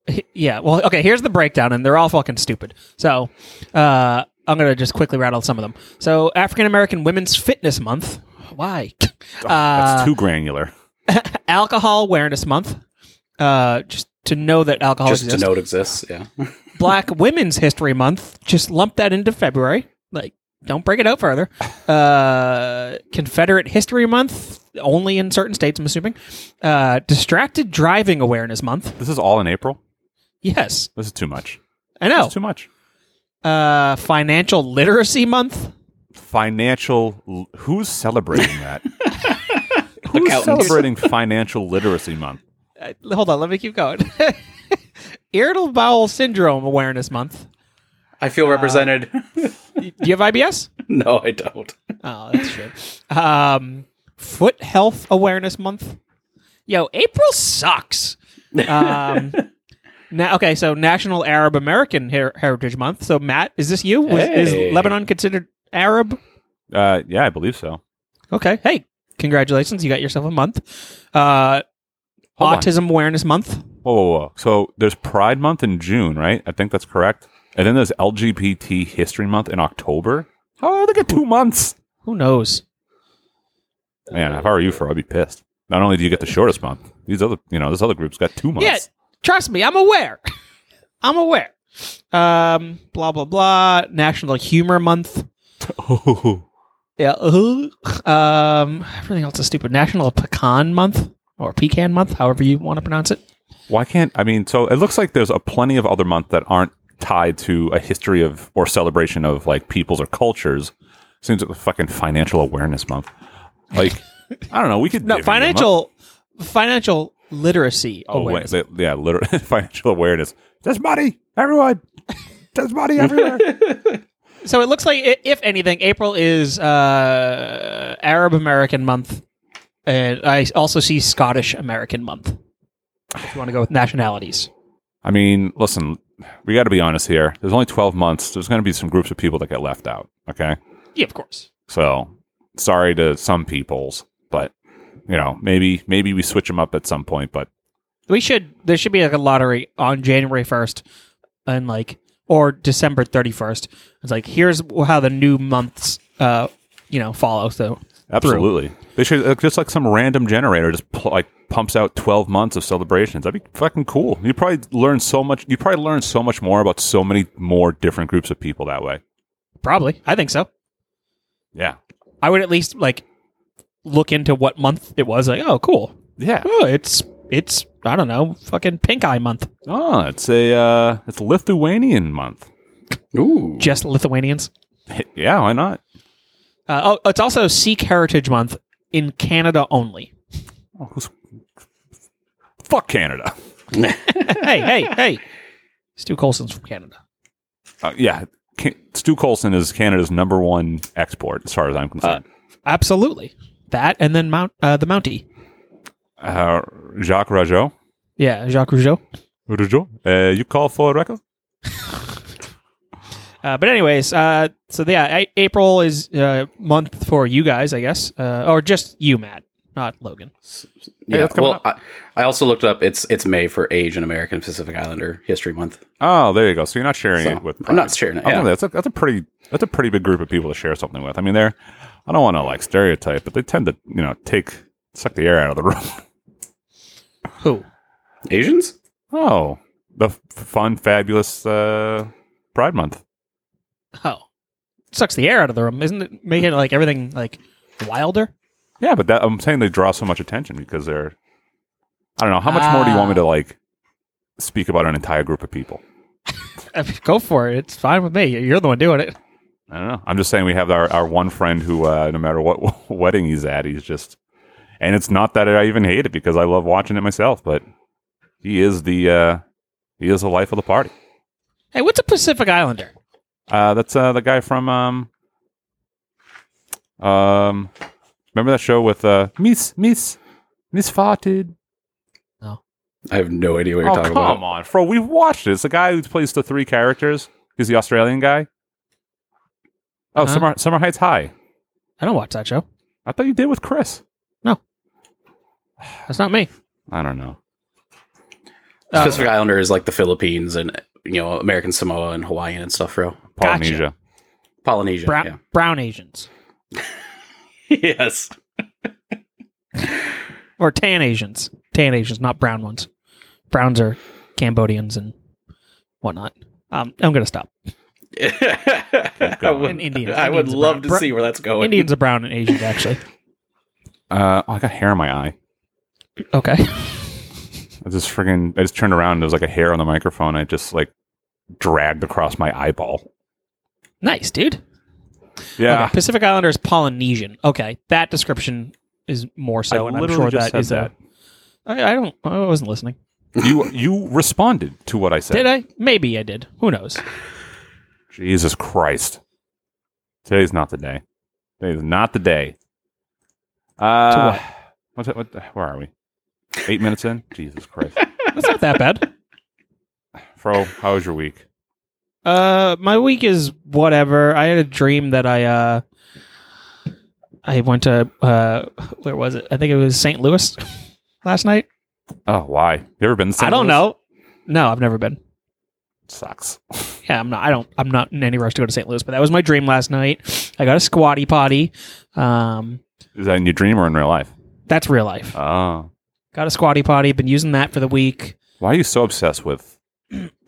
H- Yeah. Well, okay. Here's the breakdown, and they're all fucking stupid. So uh, I'm gonna just quickly rattle some of them. So African American Women's Fitness Month. Why? That's Uh, too granular. alcohol Awareness Month. Uh, just to know that alcohol just exists. to know it exists. Yeah. Black Women's History Month. Just lump that into February. Like, don't break it out further. Uh, Confederate History Month, only in certain states, I'm assuming. Uh, Distracted Driving Awareness Month. This is all in April. Yes, This is too much. I This know. is too much. Uh, Financial Literacy Month. Financial. l- Who's celebrating that? who's Accountants. celebrating Financial Literacy Month? Uh, hold on, let me keep going. Irritable Bowel Syndrome Awareness Month. I feel represented. Do you have IBS? Uh, no, I don't. Oh, that's true. Um, foot health awareness month. Yo, April sucks. Um, na- okay, so National Arab American Her- Heritage Month. So Matt, is this you? Was- Hey. Is Lebanon considered Arab? Uh, yeah, I believe so. Okay. Hey, congratulations, you got yourself a month. Uh, Hold on. Autism Awareness Month. Whoa, whoa, whoa. So there's Pride Month in June, right? I think that's correct. And then there's LGBT History Month in October. How did I get two months? Who knows? Man, if I were you, for I'd be pissed. Not only do you get the shortest month, these other, you know, this other group's got two months. Yeah, trust me, I'm aware. I'm aware. Um, blah blah blah. National Humor Month. Oh, Yeah. uh-huh. Um, everything else is stupid. National Pecan Month or Pecan Month, however you want to pronounce it. Why can't I mean? So it looks like there's a plenty of other months that aren't tied to a history of or celebration of like peoples or cultures. Seems like a fucking financial awareness month. Like I don't know. We could No, give you a month. financial financial literacy. Oh wait, awareness. they- yeah, literally financial awareness. There's money, everyone. There's money everywhere. So it looks like, i- if anything, April is uh, Arab American month, and I also see Scottish American month. If you want to go with nationalities, I mean, listen, we got to be honest here. There's only 12 months. There's going to be some groups of people that get left out. Okay, yeah, of course. so sorry to some peoples, but you know, maybe maybe we switch them up at some point. But We should. There should be like a lottery on January first, and like or December thirty first. It's like here's how the new months, uh, you know, follow. So absolutely, they should uh, just like some random generator just pl- like pumps out 12 months of celebrations. That'd be fucking cool. You probably learn so much. You probably learn so much more about so many more different groups of people that way. probably, I think so. Yeah. I would at least like look into what month it was. Like, oh, cool. Yeah. Oh, it's it's I don't know, fucking pink eye month. Oh, it's a uh, it's Lithuanian month. Ooh. Just Lithuanians. yeah, why not? Uh, oh, it's also Sikh Heritage Month in Canada only. Oh, who's- fuck Canada. hey, hey, hey. Stu Colson's from Canada. Uh, yeah, Can- Stu Colson is Canada's number one export, as far as I'm concerned. Uh. Absolutely. That and then Mount uh, the Mountie. Uh, Jacques Rougeau. Yeah, Jacques Rougeau. Rougeau, uh, you call for a record? Uh, but anyways, uh, so yeah, A- April is uh, month for you guys, I guess, uh, or just you, Matt, not Logan. Yeah. that's coming well, I, I also looked up. It's it's May for Asian American Pacific Islander History Month. Oh, there you go. So you're not sharing So, it with. Oh, I'm not sharing it, I think yeah. that's a that's a pretty that's a pretty big group of people to share something with. I mean, they're I don't want to like stereotype, but they tend to you know take suck the air out of the room. Who? Asians? Oh, the f- fun, fabulous uh, Pride Month. Oh, sucks the air out of the room, isn't it? Making like everything like wilder. Yeah, but that, I'm saying they draw so much attention because they're. I don't know. How much more do you want me to like speak about an entire group of people? I mean, Uh, Go for it. It's fine with me. You're the one doing it. I don't know. I'm just saying we have our, our one friend who, uh, no matter what wedding he's at, he's just. And it's not that I even hate it because I love watching it myself, but he is the uh, he is the life of the party. Hey, what's a Pacific Islander? Uh, that's uh, the guy from um, um, remember that show with uh, Miss Miss Miss Farted? I have no idea what you're oh talking come about. on, Fro, we've watched it. It's the guy who plays the three characters. He's the Australian guy. Oh, Uh-huh. Summer Summer Heights High. I don't watch that show. I thought you did with Chris. That's not me. I don't know. Uh, Pacific Islander is like the Philippines and you know American Samoa and Hawaiian and stuff, bro. Gotcha. Polynesia. Polynesia. brown, yeah. brown Asians yes. or tan Asians. Tan Asians, not brown ones. Browns are Cambodians and whatnot. Um, I'm gonna stop. I going. would, And Indians. I would Indians are love to brown. see where that's going. Indians are brown and Asians, actually. Uh, oh, I got hair in my eye. Okay. I just friggin' I just turned around and there was like a hair on the microphone. I just like dragged across my eyeball. Nice, dude. Yeah. Okay, Pacific Islanders Polynesian. Okay, that description is more so, and I'm sure that is a- I, I don't. I wasn't listening. that. you you responded to what I said. Did I? Maybe I did. Who knows? Jesus Christ. Today's not the day. Today's not the day. Uh, To what? What's that, what the, where are we? Eight minutes in? Jesus Christ. That's not that bad. Fro, how was your week? Uh, my week is whatever. I had a dream that I uh, I went to uh, where was it? I think it was St. Louis last night. Oh, why? You ever been to St. I don't Louis? know. No, I've never been. Sucks. Yeah, I'm not. I don't. I'm not in any rush to go to St. Louis, but that was my dream last night. I got a squatty potty. Um, Is that in your dream or in real life? that's real life. Oh. Got a squatty potty. Been using that for the week. Why are you so obsessed with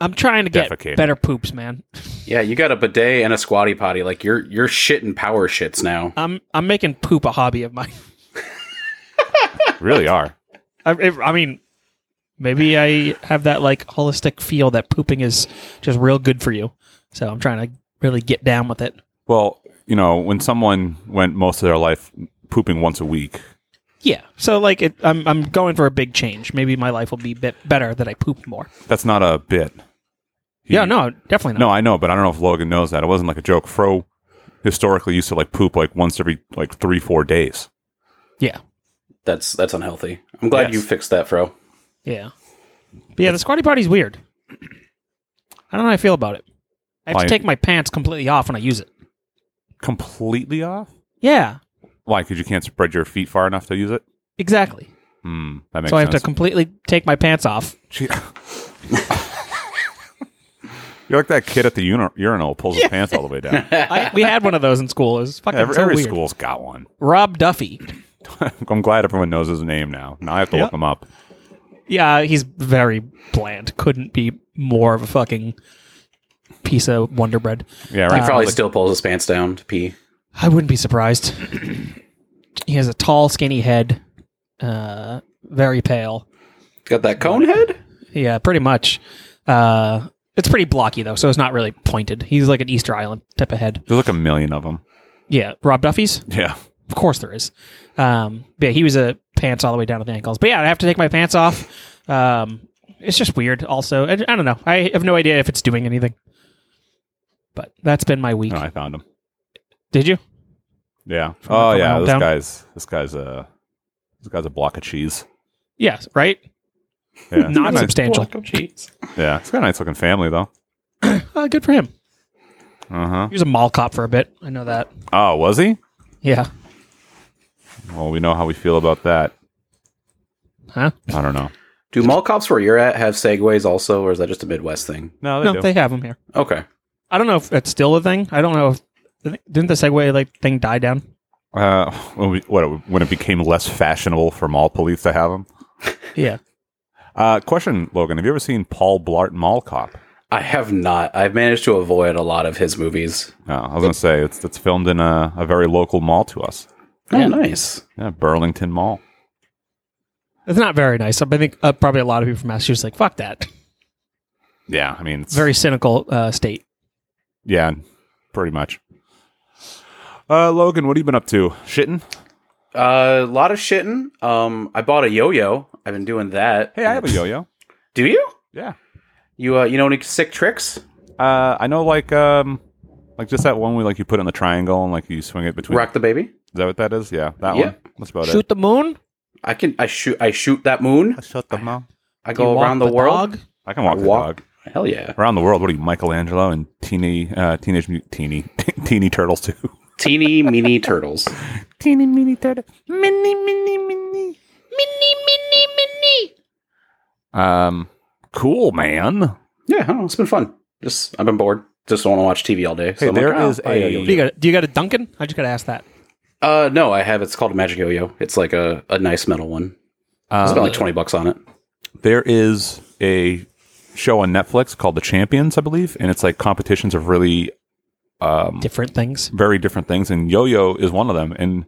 I'm trying to get Defecating. better poops, man. yeah, you got a bidet and a squatty potty. Like you're you're shitting power shits now. I'm I'm making poop a hobby of mine. really are? I, I mean, Maybe I have that like holistic feel that pooping is just real good for you. So I'm trying to really get down with it. Well, you know, when someone went most of their life pooping once a week, Yeah. So like it, I'm I'm going for a big change. Maybe my life will be bit better that I poop more. that's not a bit. He- yeah. No. Definitely not. No, I know, but I don't know if Logan knows that. It wasn't like a joke. Fro historically used to like poop like once every like three, four days. Yeah. That's that's unhealthy. I'm Yes. glad you fixed that, Fro. Yeah. But yeah, the squatty potty's weird. I don't know how I feel about it. I have Why? to take my pants completely off when I use it. Completely off? Yeah. Why? Because you can't spread your feet far enough to use it? Exactly. Hmm. That makes So I have sense. to completely take my pants off. Gee- You're like that kid at the uni- urinal pulls his pants all the way down. I, we had one of those in school. It was fucking Every, so every weird. school's got one. Rob Duffy. I'm glad everyone knows his name now. Now I have to Yeah. look him up. Yeah, he's very bland. Couldn't be more of a fucking piece of Wonder Bread. Yeah, He right. Uh, probably still pulls his pants down to pee. I wouldn't be surprised. he has a tall, skinny head. Uh, very pale. Got that cone head? Yeah, pretty much. Uh, it's pretty blocky though, so it's not really pointed. He's like an Easter Island type of head. There's like a million of them. Yeah, Rob Duffy's. Yeah. Of course there is. Um, but yeah, he was a pants all the way down to the ankles. But yeah, I have to take my pants off. Um, it's just weird. Also, I, I don't know. I have no idea if it's doing anything. But that's been my week. No, I found him. Did you? Yeah. From- Oh from yeah. This hometown? guy's this guy's a this guy's a block of cheese. Yes. Right. Yeah. He's got Not a nice- substantial. Yeah. He's got a nice looking family though. Uh, good for him. Uh huh. He was a mall cop for a bit. I know that. Oh, was he? Yeah. Well, we know how we feel about that. Huh? I don't know. Do mall cops where you're at have segues also, or is that just a Midwest thing? No, they No, do. they have him here. Okay. I don't know if that's still a thing. I don't know if didn't the Segway like thing die down? uh, when, we, what, when it became less fashionable for mall police to have them. Yeah. Uh, question, Logan. Have you ever seen Paul Blart Mall Cop? I have not. I've managed to avoid a lot of his movies. No, Uh, I was gonna say it's it's filmed in a, a very local mall to us. Oh, nice. Yeah, Burlington Mall. It's not very nice. I think uh, probably a lot of people from Massachusetts are like fuck that. Yeah, I mean it's Very cynical uh, state. yeah, pretty much. Uh, Logan, what have you been up to? Shitting? Uh, a lot of shitting. Um, I bought a yo-yo. I've been doing that. Hey, I have a yo-yo. Do you? Yeah, You uh, you know any sick tricks? uh, I know. Like um, like just that one where like you put it in the triangle and like you swing it between. Rock the baby. Is that what that is? Yeah, that Yeah. one. That's about Shoot the moon. I can. I shoot. I shoot that moon. it. Shut the mouth. I go around the, world. I can walk the Walk. dog Hell yeah. around the world. What are you, Michelangelo and teeny uh, teenage Mu- teeny teeny turtles too? Teeny meeny turtles. teeny meeny turtle. Mini mini mini. Mini, mini, mini. Um, cool, man. Yeah, I don't know. It's been fun. Just I've been bored. Just want to watch TV all day. Hey, I'm there "Oh, is I'll buy a- Do you yo-yo." got? Do you got a Duncan? I just got to ask that. Uh, no, I have. It's called a magic yo-yo. It's like a, a nice metal one. I spent like twenty bucks on it. There is a show on Netflix called The Champions, I believe, and it's like competitions of really Different things. very different things, and yo-yo is one of them, and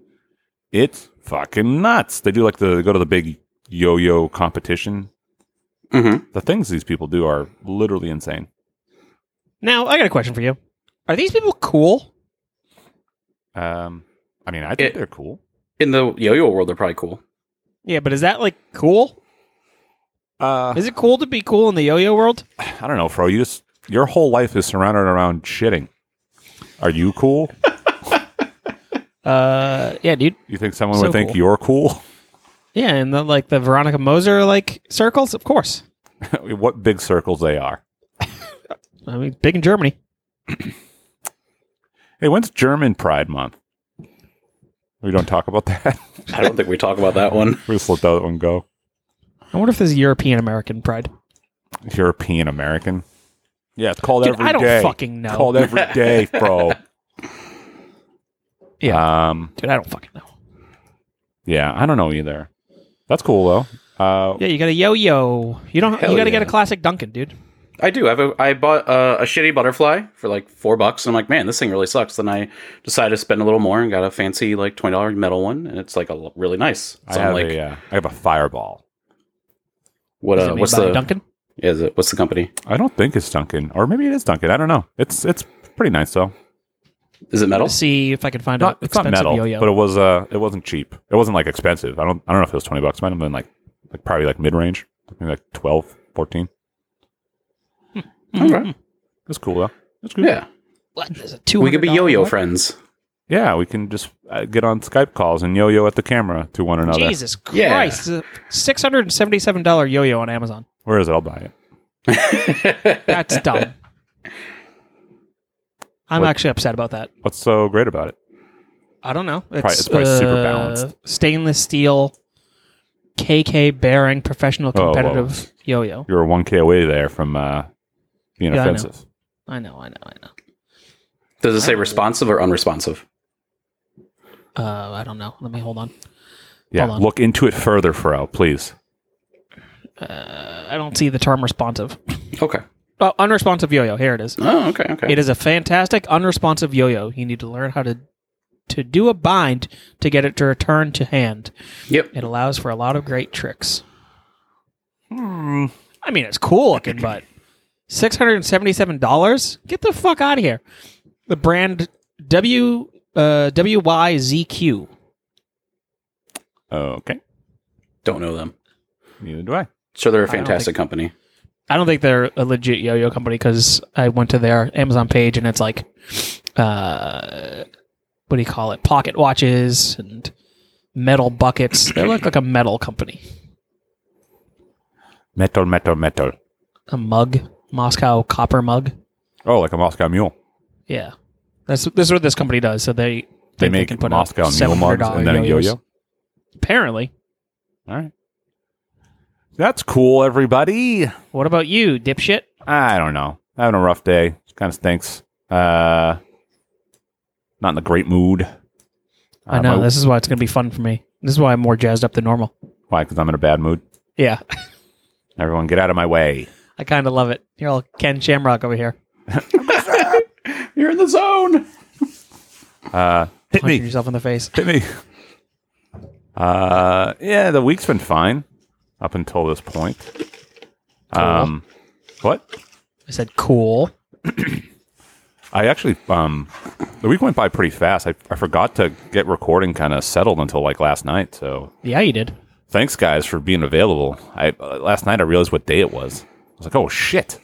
it's fucking nuts. They do like the they go to the big yo-yo competition. Mm-hmm. The things these people do are literally insane. Now I got a question for you. Are these people cool? Um, I mean, I think It- they're cool. In the yo-yo world, they're probably cool. Yeah, but is that like cool? Uh, Is it cool to be cool in the yo-yo world? I don't know, Fro. You just your whole life is surrounded around shitting. Are you cool? Uh, yeah, dude. You think someone So would think cool. you're cool? Yeah, and the, like the Veronica Moser like circles, of course. what big circles they are. I mean, big in Germany. Hey, when's German Pride Month? We don't talk about that. I don't think we talk about that one. we just let that one go. I wonder if there's European American pride. European American. Yeah, it's called Dude, every day. I don't fucking know. It's called every day, bro. e- yeah. Um. Dude, I don't fucking know. Yeah, I don't know either. That's cool though. Uh, Yeah, you got a yo-yo. You don't. Hell you got to yeah. get a classic Duncan, dude. I do. I've a, I bought uh, a shitty butterfly for like four bucks, and I'm like, man, this thing really sucks. Then I decided to spend a little more and got a fancy like twenty dollar metal one, and it's like a uh, l- really nice. So I I'm have like, a. Uh, I have a fireball. What Is uh, it made what's by the Duncan? is it what's the company? I don't think it's Duncan, or maybe it is Duncan. I don't know. It's it's pretty nice though. Is it metal? Let's see if I can find Not an it's not expensive metal, yo-yo. but it was uh it wasn't cheap. It wasn't like expensive. I don't I don't know if it was twenty bucks. It might have been like like probably like mid range, maybe like 12, 14. Okay. It's cool though. It's good. Yeah, What is it, we could be $200 yo-yo one? friends. Yeah, we can just uh, get on Skype calls and yo-yo at the camera to one another. Jesus Yeah. Christ! Six hundred and seventy-seven dollar yo-yo on Amazon. Where is it? I'll buy it. That's dumb. I'm What- actually upset about that. What's so great about it? I don't know. It's, uh, it's probably super balanced. Stainless steel, KK bearing, professional Oh, whoa. competitive yo-yo. You're one K away there from uh, being Yeah, I know. offensive. I know, I know, I know. Does it say responsive or unresponsive? Uh, I don't know. Let me hold on. Yeah, Hold on. look into it further, Fro, please. Uh, I don't see the term responsive. Okay. Oh, unresponsive yo-yo. Here it is. Oh, okay, okay. It is a fantastic unresponsive yo-yo. You need to learn how to to do a bind to get it to return to hand. yep. It allows for a lot of great tricks. Hmm. I mean, it's cool looking, but six hundred and seventy-seven dollars. Get the fuck out of here. The brand W uh, WYZQ. Okay, Don't know them. neither do I. So they're a I don't fantastic company. I don't think they're a legit yo-yo company because I went to their Amazon page and it's like, uh, what do you call it? Pocket watches and metal buckets. They look like a metal company. Metal, metal, metal. A mug, Moscow copper mug. Oh, like a Moscow Mule. Yeah, that's this is what this company does. So they They think make can put out Moscow Mule mugs $700 and then a yo-yos. yo-yo. Apparently, All right, that's cool, everybody. What about you, dipshit? I don't know. Having a rough day. Kind of stinks. Uh, not in a great mood. I Uh, know. my- This is why it's going to be fun for me. This is why I'm more jazzed up than normal. Why? Because I'm in a bad mood. Yeah. Everyone, get out of my way. I kind of love it. You're all Ken Shamrock over here. You're in the zone. Uh, hit Punching me. yourself in the face. Hit me. Uh, yeah, the week's been fine up until this point. Um, what? I said, cool. I actually, um, the week went by pretty fast. I, I forgot to get recording kind of settled until like last night. So Yeah, you did. thanks guys for being available. I uh, last night I realized what day it was. I was like, oh shit.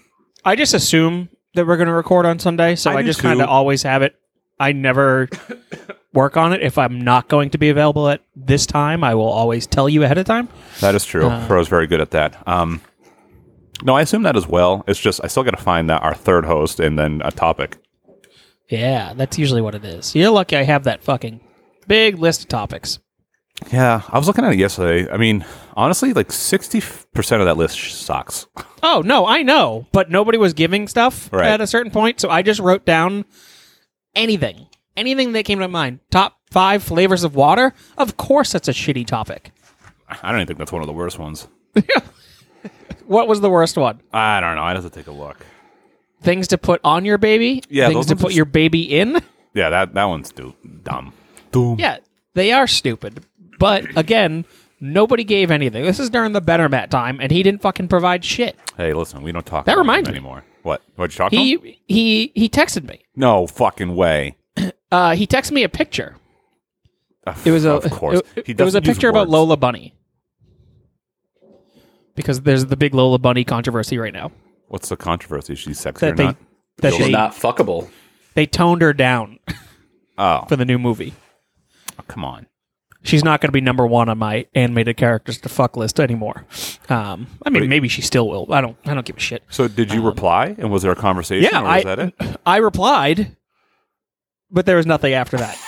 I just assume that we're going to record on Sunday, so I I, do just too. kind of always have it. I never work on it. If I'm not going to be available at this time, I will always tell you ahead of time. That is true. Pro's very good at that. Um, no, I assume that as well. It's just I still got to find that our third host and then a topic. Yeah, that's usually what it is. You're lucky I have that fucking big list of topics. Yeah, I was looking at it yesterday. I mean, honestly, like sixty percent of that list sh- sucks. Oh no, I know, but nobody was giving stuff Right. at a certain point, so I just wrote down anything, anything that came to mind. Top five flavors of water. Of course, that's a shitty topic. I don't even think that's one of the worst ones. What was the worst one? I don't know. I would have to take a look. Things to put on your baby. Yeah, those things to ones put are your baby in. Yeah, that that one's stu- dumb. Doom. Yeah, they are stupid, but again, nobody gave anything. This is during the better Matt time, and he didn't fucking provide shit. Hey, listen, we don't talk. That about reminds them me. anymore. What? What you talking? about? He he he texted me. No fucking way. Uh, he texted me a picture. It was a of course. It, He it was a doesn't use picture about words. Lola Bunny because there's the big Lola Bunny controversy right now What's the controversy? Is she sexy or that they not? that She's they, not fuckable. they toned her down Oh, for the new movie. come on. She's not going to be number one on my animated characters to fuck list anymore. Um, I mean, maybe she still will. I don't. I don't give a shit. So did you reply? And was there a conversation? Um, Yeah, or was I that it? I replied, but there was nothing after that.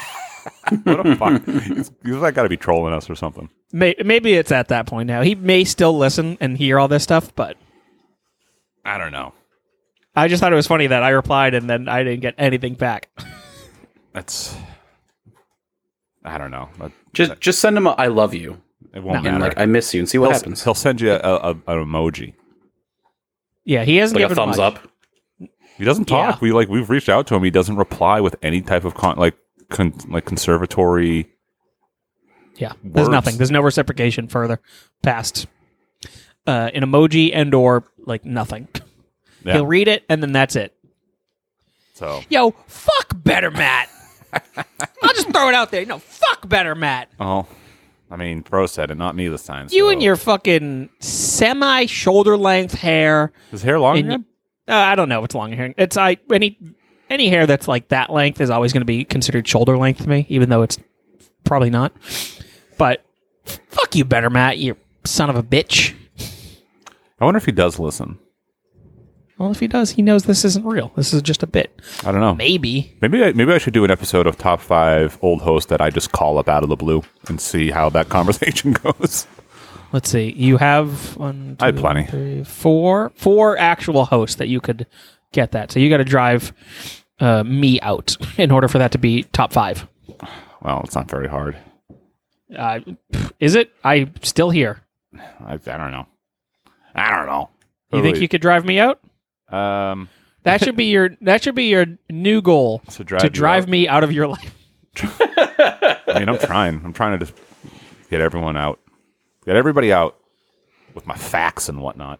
What a fuck! He's, he's like got to be trolling us or something. May, maybe it's at that point now. He may still listen and hear all this stuff, but I don't know. I just thought it was funny that I replied and then I didn't get anything back. That's I don't know. That- Just just send him a I love you It won't No. matter. and like I miss you and see what he'll, happens. he'll send you a, a, an emoji. Yeah, he hasn't Like a given thumbs much. up. He doesn't talk. Yeah. We like we've reached out to him. He doesn't reply with any type of con- like con- like conservatory. Yeah, there's Words. nothing. There's no reciprocation further past. uh, an emoji and or like nothing. Yeah. He'll read it and then that's it. So Yo, fuck better Matt. I'll just throw it out there. No, fuck better Matt. oh, I mean, pro said it, not me this time. You so- Oh. and your fucking semi shoulder length hair. is hair long. And you- uh, I don't know what's long hair. It's I any any hair that's like that length is always going to be considered shoulder length to me, even though it's probably not. But fuck you, better Matt, you son of a bitch. I wonder if he does listen. Well, if he does, he knows this isn't real. This is just a bit. I don't know. Maybe. Maybe I, maybe I should do an episode of top five old hosts that I just call up out of the blue and see how that conversation goes. Let's see. You have one, I had two, plenty. three, four, four actual hosts that you could get that. So you got to drive uh, me out in order for that to be top five. Well, it's not very hard. Uh, is it? I still here. I, I don't know. I don't know. You think you could drive me out? could? Um, That should be your that should be your new goal To drive to you drive out. me out of your life. I mean, I'm trying. I'm trying to just get everyone out, get everybody out with my facts and whatnot.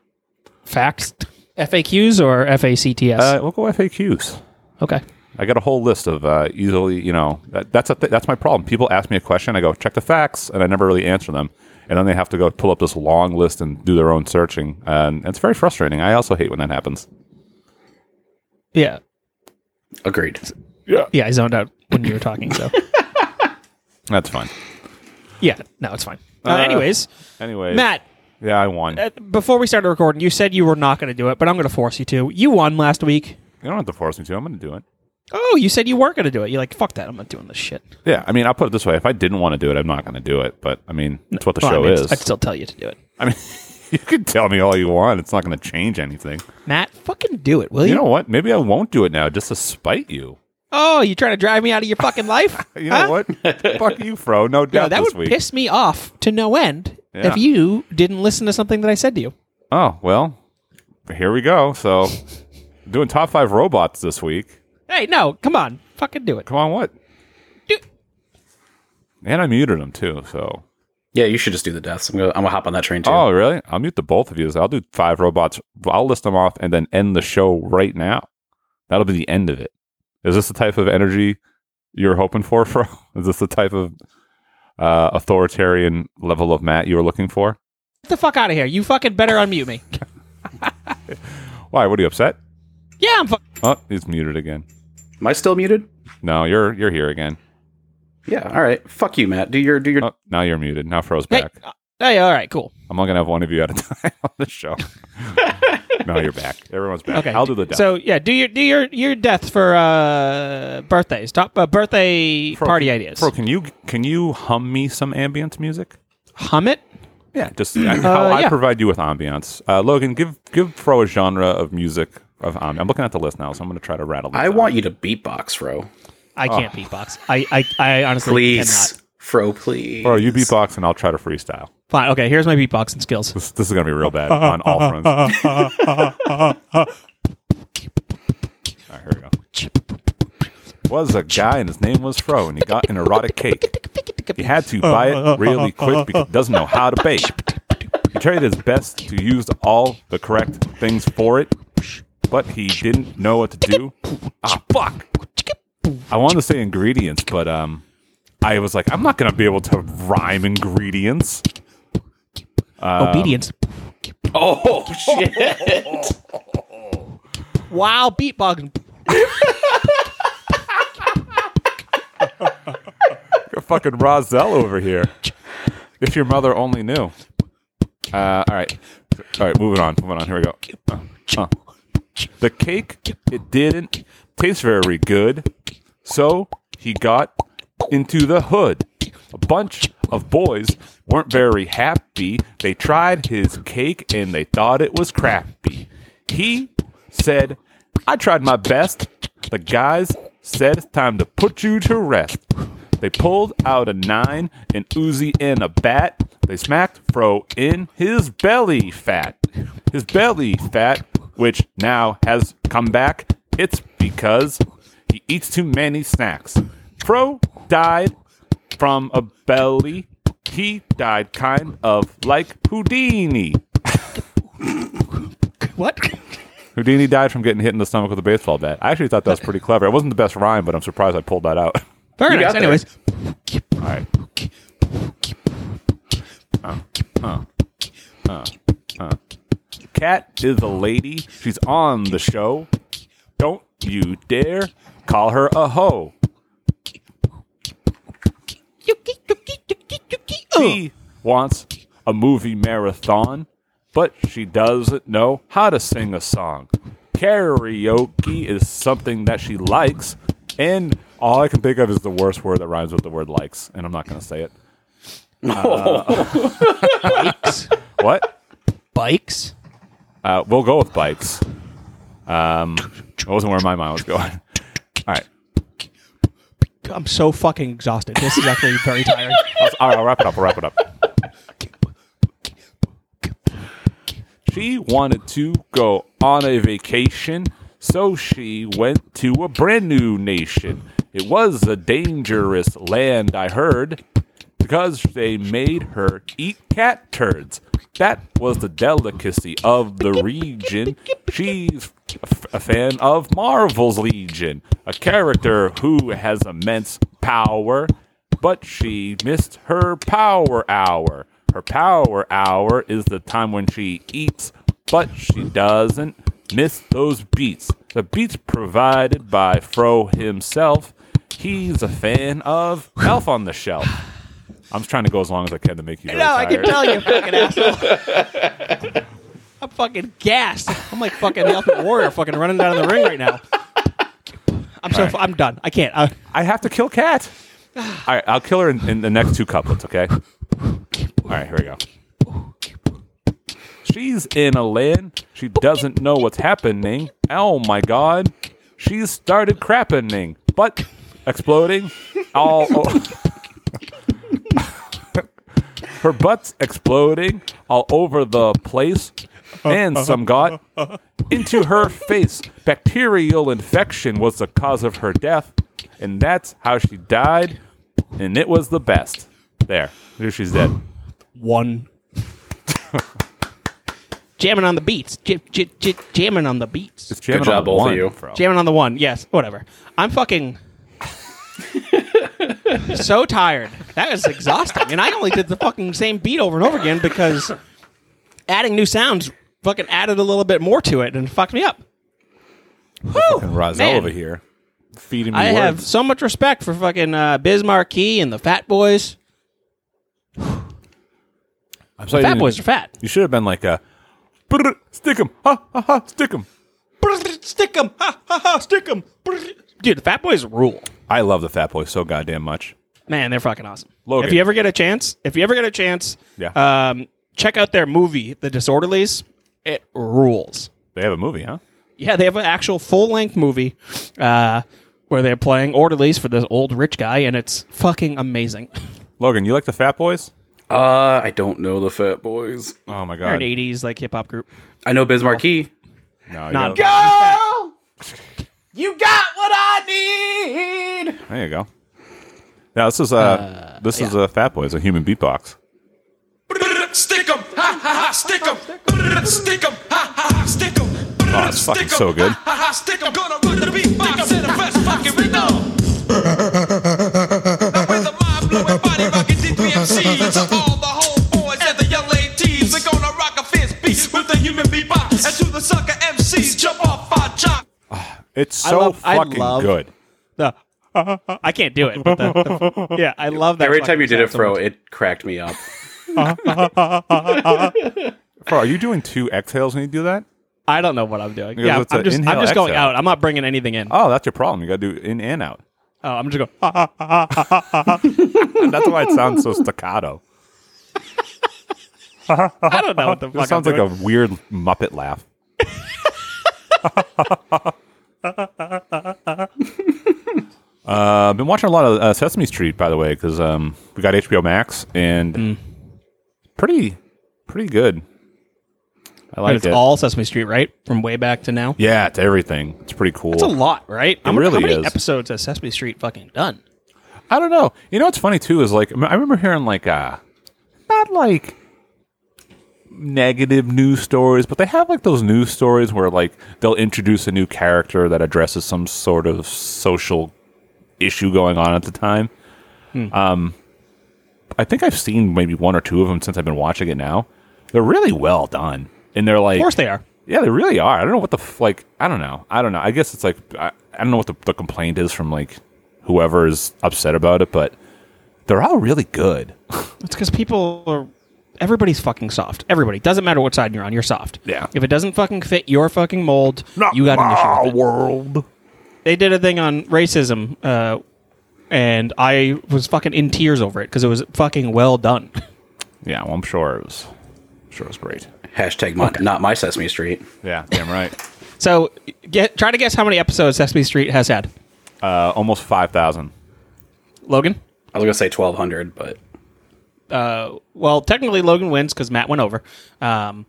Facts, FAQs or FACTS. Uh, we'll go FAQs. okay. I got a whole list of uh, easily, you know, that, that's a th- that's my problem. People ask me a question, I go check the facts, and I never really answer them, and then they have to go pull up this long list and do their own searching, and it's very frustrating. I also hate when that happens. Yeah. Agreed. Yeah. I zoned out when you were talking. So That's fine. yeah. No, it's fine. Uh, Uh, anyways, Anyway, Matt, yeah, I won. uh, before we started recording, you said you were not going to do it, but I'm going to force you to. You won last week. you don't have to force me to. I'm going to do it. Oh, you said you weren't going to do it. You're like, fuck that. I'm not doing this shit. Yeah, I mean, I'll put it this way: if I didn't want to do it, I'm not going to do it. But I mean, it's what the Well, show I mean, is. I'd still tell you to do it. I mean, you can tell me all you want; it's not going to change anything. Matt, fucking do it, will you? You know what? Maybe I won't do it now, just to spite you. oh, you trying to drive me out of your fucking life? You know Huh? what? Fuck you, Fro. No No, doubt that this would week. piss me off to no end Yeah. if you didn't listen to something that I said to you. Oh well, here we go. So, doing top five robots this week. Hey, no, come on, fucking do it. Come on, what? Do- And I muted them too. So, Yeah, you should just do the deaths. I'm gonna, I'm gonna hop on that train too. oh really? I'll mute the both of you. I'll do five robots. I'll list them off and then end the show right now. That'll be the end of it. Is this the type of energy you're hoping for, Fro? Is this the type of uh, authoritarian level of Matt you were looking for? Get the fuck out of here. You fucking better unmute me. Why? What are you upset? yeah, I'm. Fu- Oh, he's muted again. Am I still muted? No, you're you're here again. Yeah. All right. Fuck you, Matt. Do your do your. Oh, now you're muted. Now Fro's hey, back. uh, hey, all right, cool. I'm not gonna have one of you at a time on the show. no, you're back. Everyone's back. Okay, I'll do the death. So yeah, do your do your your death for uh birthdays. Top uh, birthday Fro, party can- ideas. Fro, can you can you hum me some ambience music? Hum it. Yeah, just I, how I yeah. provide you with ambience. Uh, Logan, give give Fro a genre of music of um, I'm looking at the list now, so I'm gonna try to rattle. I want you to beatbox, Fro. I Ah. can't beatbox. I I, I honestly Please, cannot. Fro. Please. Fro, you beatbox and I'll try to freestyle. Fine. Okay, here's my beatboxing skills. This, this is gonna be real bad on all fronts. all right, here we go. Was a guy and his name was Fro, and he got an erotic cake. He had to buy it really quick because he doesn't know how to bake. He tried his best to use all the correct things for it, but he didn't know what to do. Ah, fuck! I wanted to say ingredients, but um, I was like, I'm not gonna be able to rhyme ingredients. Um, Obedience. Oh shit! Wow, beatboxing. You're fucking Roselle over here. If your mother only knew. Uh, all right, all right, moving on, moving on. Here we go. Uh, uh. The cake it didn't taste very good, so he got into the hood. A bunch of boys weren't very happy. They tried his cake and they thought it was crappy. He said, "I tried my best." The guys said, "It's time to put you to rest." They pulled out a nine, an Uzi, and a bat. They smacked Fro in his belly fat. His belly fat, which now has come back. It's because he eats too many snacks. Fro died from a belly. He died kind of like Houdini. What? Houdini died from getting hit in the stomach with a baseball bat. I actually thought that was pretty clever. It wasn't the best rhyme, but I'm surprised I pulled that out. Very You nice. got there. Anyways, All right. Cat is a lady. She's on the show. Don't you dare call her a hoe. She wants a movie marathon, but she doesn't know how to sing a song. Karaoke is something that she likes, and all I can think of is the worst word that rhymes with the word likes, and I'm not going to say it. Uh, bikes. What? bikes. Uh, we'll go with bikes. Um, I wasn't where my mind was going. All right. I'm so fucking exhausted. This is actually very tiring. I'll, all right, I'll wrap it up. I'll wrap it up. She wanted to go on a vacation, so she went to a brand new nation. It was a dangerous land, I heard, because they made her eat cat turds. That was the delicacy of the region. She's a f- a fan of Marvel's Legion, a character who has immense power but she missed her power hour. Her power hour is the time when she eats, but she doesn't miss those beats. The beats provided by Fro himself. He's a fan of Elf on the Shelf. I'm just trying to go as long as I can to make you. Very No, I can tired. tell you, fucking asshole. I'm fucking gassed. I'm like fucking the Ultimate Warrior, fucking running down the ring right now. I'm so I'm done. I can't. I, I have to kill Cat. All right, I'll kill her in, in the next two couplets, okay? All right, here we go. She's in a land. She doesn't know what's happening. Oh my god. She's started crappening, but exploding all o- Her butt's exploding all over the place. And some got into her face. Bacterial infection was the cause of her death, and that's how she died, and it was the best. There. Here she's dead. one. jamming on the beats. J- j- j- jamming on the beats. It's jamming job, on both of one, you. bro. Jamming on the one. Yes, whatever. I'm fucking so tired. That was exhausting. And I only did the fucking same beat over and over again because adding new sounds fucking added a little bit more to it and fucked me up. Whew, And Razel man. over here feeding me I have words. so much respect for fucking uh, Biz Marquee and the Fat Boys. I'm sorry, you Fat didn't- Boys are fat. You should have been like a "Brr, stick 'em, ha ha ha, stick 'em." Stick 'em, ha ha ha, stick 'em. Dude, the Fat Boys rule. I love the Fat Boy so goddamn much. Man, they're fucking awesome. Logan. If you ever get a chance, if you ever get a chance, Yeah. um, check out their movie, The Disorderlies. It rules. They have a movie, huh? Yeah, they have an actual full length movie uh, where they're playing orderlies for this old rich guy, and it's fucking amazing. Logan, you like the Fat Boys? Uh, I don't know the Fat Boys. Oh my They're an god. 80s like hip hop group. I know Biz Marquee. No, you Not- gotta- You got what I need. there you go. Now this is a Uh, this is a Fat Boys, a human beatbox. Stick 'em, ha ha ha, stick 'em. Stick 'em, ha ha ha, stick 'em. Oh, it's fucking so good. Ha ha ha, stick 'em. Gonna run to the beatbox in the best fucking rhythm. Now with the mind blowing, body rocking D3MCs of all the homeboys and the young ladies, we're gonna rock a fist beat with the human beatbox. And to the sucker MCs, jump off our jock. It's so love- I fucking love- good. The, I can't do it. But the, the- yeah, I love that. Every time you fucking did it, sound so Fro, much. it cracked me up. Bro, are you doing two exhales when you do that? I don't know what I'm doing. Because Yeah, it's I'm a just, inhale, I'm just going exhale. out. I'm not bringing anything in. Oh, Oh, that's your problem. You got to do in and out. I'm just going. "Ah, ah, That's why it sounds so staccato. I don't know what the fuck. It sounds I'm like doing. a weird Muppet laugh. uh, I've been watching a lot of uh, Sesame Street, by the way, because um, we got HBO Max and Mm. pretty, pretty good. I like it's it. all Sesame Street, right? From way back to now. yeah, it's everything. It's pretty cool. It's a lot, right? It really how many is. episodes has Sesame Street fucking done? I don't know. You know what's funny too is like I remember hearing like uh not like negative news stories, but they have like those news stories where like they'll introduce a new character that addresses some sort of social issue going on at the time. Hmm. Um, I think I've seen maybe one or two of them since I've been watching it now. They're really well done, and they're like, Of course they are. yeah, they really are. I don't know what the f- like. I don't know. I don't know. I guess it's like I, I don't know what the, the complaint is from like whoever is upset about it, but they're all really good. It's because people are. Everybody's fucking soft. Everybody doesn't matter what side you're on. You're soft. Yeah. If it doesn't fucking fit your fucking mold, you got an issue. With it. world. They did a thing on racism, uh, and I was fucking in tears over it because it was fucking well done. Yeah, well, I'm sure it was. I'm sure it was great. Hashtag my, not my Sesame Street. Yeah, damn right. So, get try to guess how many episodes Sesame Street has had. uh, almost five thousand. Logan. I was gonna say twelve hundred, but Well, technically Logan wins because Matt went over. Um,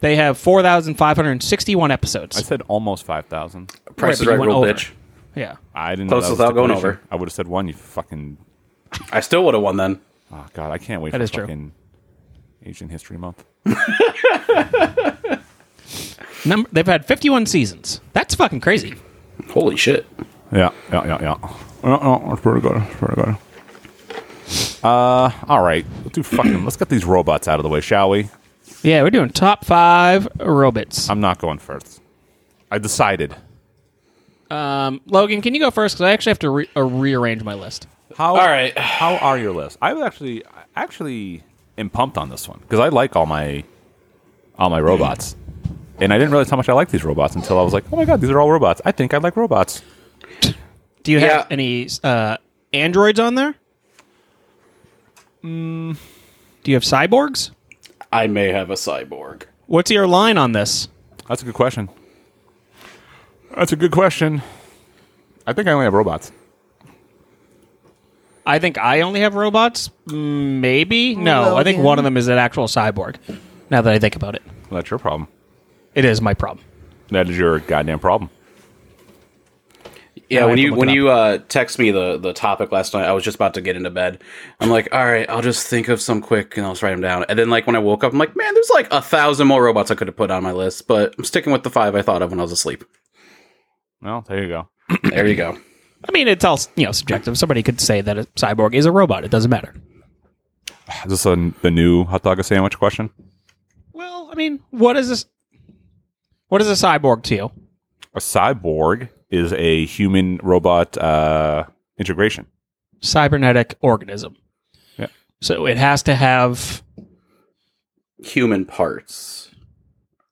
they have four thousand five hundred sixty-one episodes. I said almost five thousand. Price but is you Right went real over. bitch. yeah. I didn't. Close know that was without going stipulation. over. I would have said one. You fucking. I still would have won then. Oh God, I can't wait. That for is true. fucking Asian History Month. Number, they've had fifty-one seasons. That's fucking crazy. Holy shit! Yeah, yeah, yeah, yeah. No, no, that's pretty good. That's pretty good. Uh, all right. Let's do fucking. let's get these robots out of the way, shall we? Yeah, we're doing top five robots. I'm not going first. I decided. Um, Logan, can you go first? Because I actually have to re- uh, rearrange my list. How All right. How are your lists? I was actually I actually am pumped on this one because I like all my all my robots, and I didn't realize how much I like these robots until I was like, oh my god, these are all robots. I think I like robots. Do you Yeah. have any uh, androids on there? Mm. Do you have cyborgs? I may have a cyborg. What's your line on this? That's a good question. That's a good question. I think I only have robots. I think I only have robots. Mm, Maybe no. I think one of them is an actual cyborg. Now that I think about it, Well, that's your problem. it is my problem. That is your goddamn problem. Yeah, I when have to you look it when up. you uh, text me the the topic last night, I was just about to get into bed. I'm like, all right, I'll just think of some quick and I'll just write them down. And then like when I woke up, I'm like, man, there's like a thousand more robots I could have put on my list, but I'm sticking with the five I thought of when I was asleep. Well, there you go. There you go. I mean, it's all you know subjective. Somebody could say that a cyborg is a robot. It doesn't matter. Is this a, the new hot dog sandwich question? Well, I mean, what is this? What is a cyborg to you? A cyborg is a human robot uh, integration. Cybernetic organism. Yeah. So it has to have Human parts.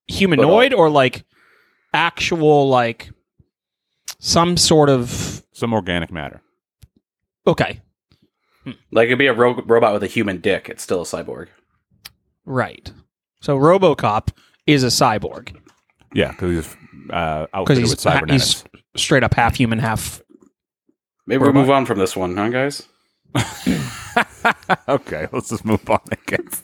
humanoid or like actual like some sort of Some organic matter. okay Like it'd be a ro- robot with a human dick. It's still a cyborg. right. So RoboCop is a cyborg Yeah, because he's uh, because outfitted with he's, ha- cybernetics. he's straight up half human, half Maybe we move on from this one, huh, guys? okay, let's just move on, I guess.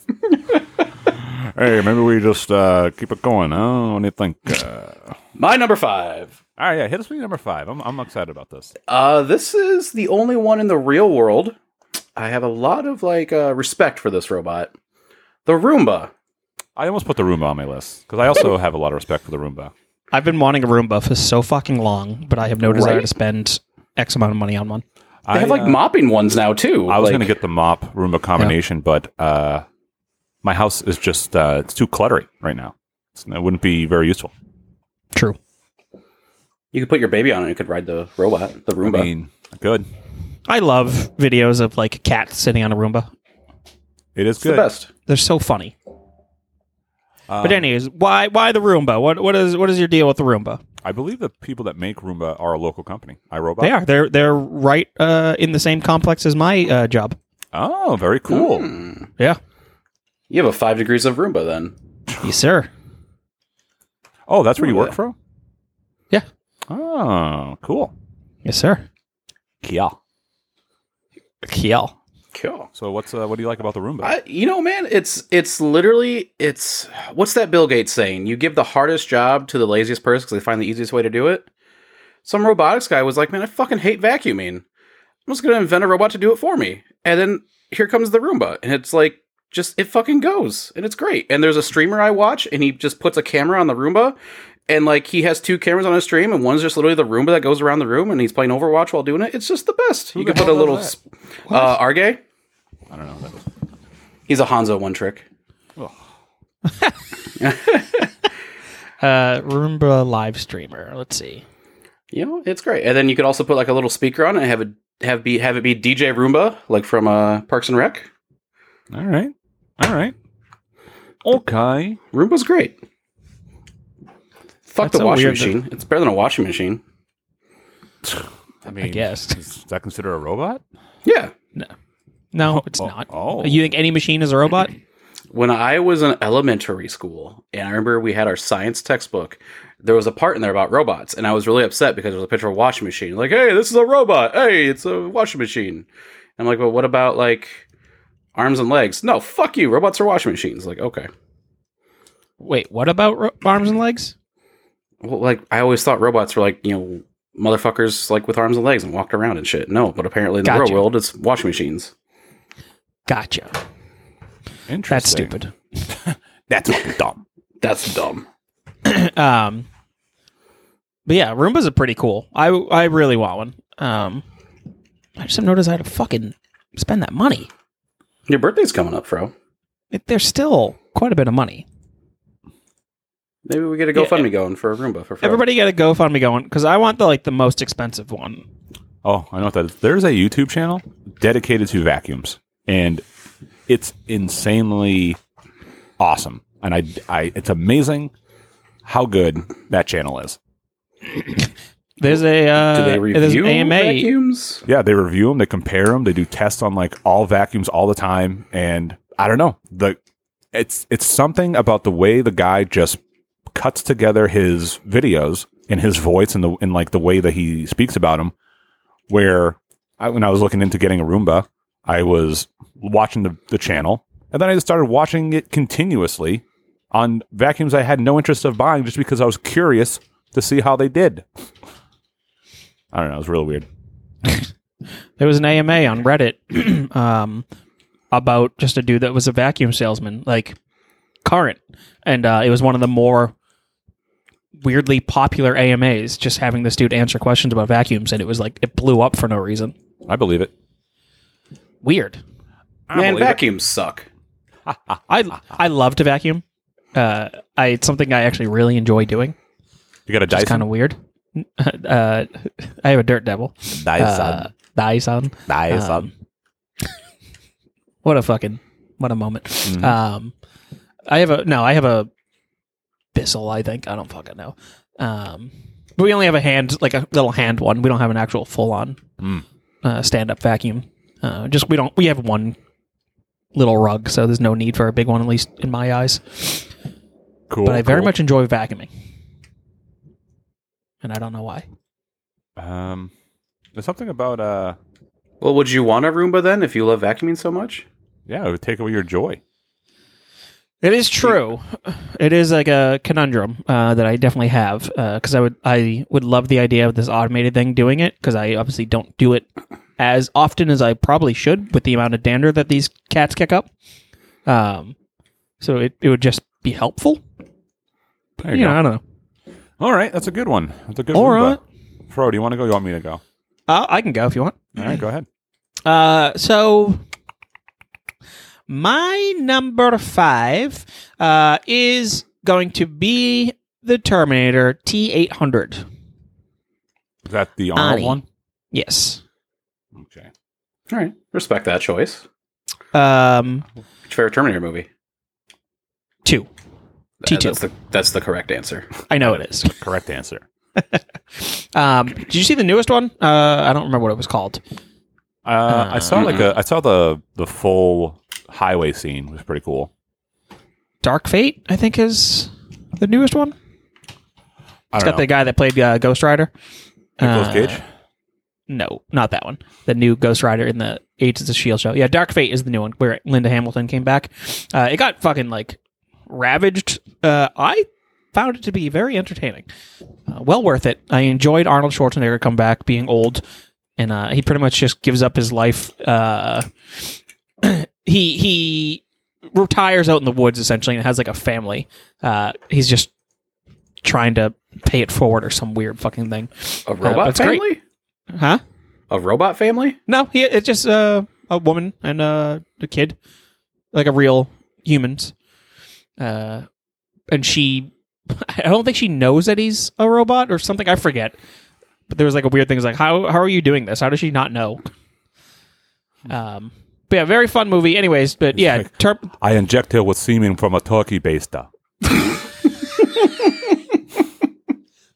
hey, maybe we just uh, keep it going, huh? What do you think? Uh, My number five. all right, yeah, hit us with your number five. I'm, I'm excited about this. Uh, this is the only one in the real world. I have a lot of like uh, respect for this robot, the Roomba. I almost put the Roomba on my list because I also have a lot of respect for the Roomba. I've been wanting a Roomba for so fucking long, but I have no desire Right? to spend X amount of money on one. They have like uh, mopping ones now too. I was Like, going to get the mop Roomba combination, but uh, my house is just uh, it's too cluttery right now. It's, it wouldn't be very useful. True. You could put your baby on it. You could ride the robot, the Roomba. I mean, good. I love videos of like cats sitting on a Roomba. It is it's good. the best. They're so funny. but Um, anyways, why why the Roomba? What what is what is your deal with the Roomba? I believe the people that make Roomba are a local company, iRobot. They are they're they're right uh, in the same complex as my uh, job. Oh, very cool. Yeah, You have a five degrees of Roomba then. yes sir. Oh, that's where you work Roomba. from? Yeah, Oh, cool. yes sir. Yeah. Kiel. Cool. So what's uh, what do you like about the Roomba? I, you know, man, it's it's literally it's what's that Bill Gates saying? You give the hardest job to the laziest person because they find the easiest way to do it. Some robotics guy was like, "Man, I fucking hate vacuuming. I'm just gonna invent a robot to do it for me." And then here comes the Roomba, and it's like just it fucking goes and it's great. And there's a streamer I watch and he just puts a camera on the Roomba and like he has two cameras on his stream and one's just literally the Roomba that goes around the room and he's playing Overwatch while doing it. It's just the best. you the can put hell a does little that? sp- uh Arge. I don't know. He's a Hanzo one trick. Uh, Roomba live streamer. Let's see. You know, it's great. And then you could also put like a little speaker on it and have it have be have it be DJ Roomba like from uh Parks and Rec. All right. All right. Okay. Roomba's great. Fuck That's the a washing weird- machine. It's better than a washing machine. I mean, guess. is that considered a robot? Yeah. No, it's oh, not. oh. You think any machine is a robot? When I was in elementary school, and I remember we had our science textbook, there was a part in there about robots, and I was really upset because there was a picture of a washing machine. Like, hey, this is a robot. Hey, it's a washing machine. I'm like, well, what about like arms and legs? No, fuck you. Robots are washing machines. Like, okay. Wait, what about ro- arms and legs? Well, like I always thought robots were like, you know, motherfuckers like with arms and legs and walked around and shit. No, but apparently in the Gotcha. real world, it's washing machines. Gotcha. Interesting. That's stupid. That's dumb. That's dumb. Um, but yeah, Roombas are pretty cool. I I really want one. Um, I just have noticed I had to fucking spend that money. Your birthday's coming up, Fro. It, there's still quite a bit of money. Maybe we get a Yeah. e- GoFundMe going for a Roomba for Fro. Everybody got a GoFundMe going because I want the like the most expensive one. Oh, I know what that is. There's a YouTube channel dedicated to vacuums, and it's insanely awesome. And I, I, it's amazing how good that channel is. There's a uh, Do they there's review an AMA. vacuums? Yeah, they review them, they compare them, they do tests on like all vacuums all the time, and I don't know the it's it's something about the way the guy just cuts together his videos and his voice and the and like the way that he speaks about them. Where I, when I was looking into getting a Roomba, I was watching the the channel, and then I just started watching it continuously on vacuums I had no interest of buying just because I was curious to see how they did. I don't know, it was really weird. There was an AMA on Reddit um, about just a dude that was a vacuum salesman, like current, and uh, it was one of the more weirdly popular AMAs. Just having this dude answer questions about vacuums, and it was like it blew up for no reason. I believe it. Weird. Man, vacuums suck. I I love to vacuum. Uh, I it's something I actually really enjoy doing. You got a It's Dyson? kind of weird. uh, I have a dirt devil. Uh, Dyson. Um, what a fucking what a moment. Mm-hmm. Um, I have a no, I have a Bissell. I think I don't fucking know. Um, but we only have a hand, like a little hand one. We don't have an actual full on Mm. uh, stand up vacuum. Uh, just we don't. We have one little rug, so there's no need for a big one, at least in my eyes. cool. but I very cool. much enjoy vacuuming, and I don't know why. Um, there's something about uh, Well, would you want a Roomba then if you love vacuuming so much? yeah, it would take away your joy. It is true. It is like a conundrum uh, that I definitely have because I would I would love the idea of this automated thing doing it because I obviously don't do it as often as I probably should with the amount of dander that these cats kick up. Um, so it, it would just be helpful. There You you know, I go. don't know. All right, that's a good one. That's a good All one. right. but- Fro, do you want to go? You want me to go? Uh, I can go if you want. All right, go ahead. Uh, so my number five uh, is going to be the Terminator T eight hundred. Is that the Arnold Ani. one? Yes. Okay. All right, respect that choice. Um, Which favorite Terminator movie? Uh, two. T2. That's the that's the correct answer. I know it is. Correct answer. Um, did you see the newest one? Uh, I don't remember what it was called. Uh, I saw like a I saw the the full highway scene It was pretty cool. Dark Fate, I think, is the newest one. I don't It's got know. the guy that played uh, Ghost Rider. Nicolas uh, Cage. No, not that one. The new Ghost Rider in the Agents of Shield show. Yeah, Dark Fate is the new one where Linda Hamilton came back. Uh, it got fucking like ravaged. Uh, I found it to be very entertaining. Uh, well worth it. I enjoyed Arnold Schwarzenegger come back being old, and uh, he pretty much just gives up his life. Uh, he he retires out in the woods essentially and has like a family. Uh, he's just trying to pay it forward or some weird fucking thing. A robot Uh, that's great. family? Huh? A robot family? No, he it's just uh, a woman and uh, a kid, like a real humans. Uh, and she, I don't think she knows that he's a robot or something. I forget. But there was like a weird thing. It's like how how are you doing this? How does she not know? Um, but yeah, very fun movie. Anyways, but yeah, Terp, I inject her with semen from a turkey baster.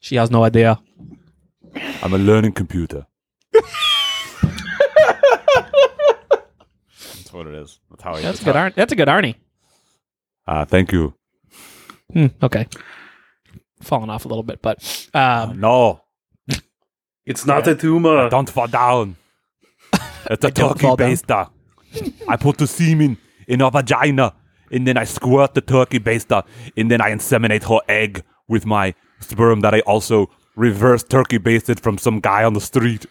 she has no idea. I'm a learning computer. That's what it is. That's how I. That's a good. Ar- that's a good Arnie. Uh, thank you. Hmm, okay, falling off a little bit, but um, No, It's not a tumor. don't fall down. It's a don't turkey fall down. baster. I put the semen in her vagina, and then I squirt the turkey baster, and then I inseminate her egg with my sperm that I also reverse turkey basted from some guy on the street.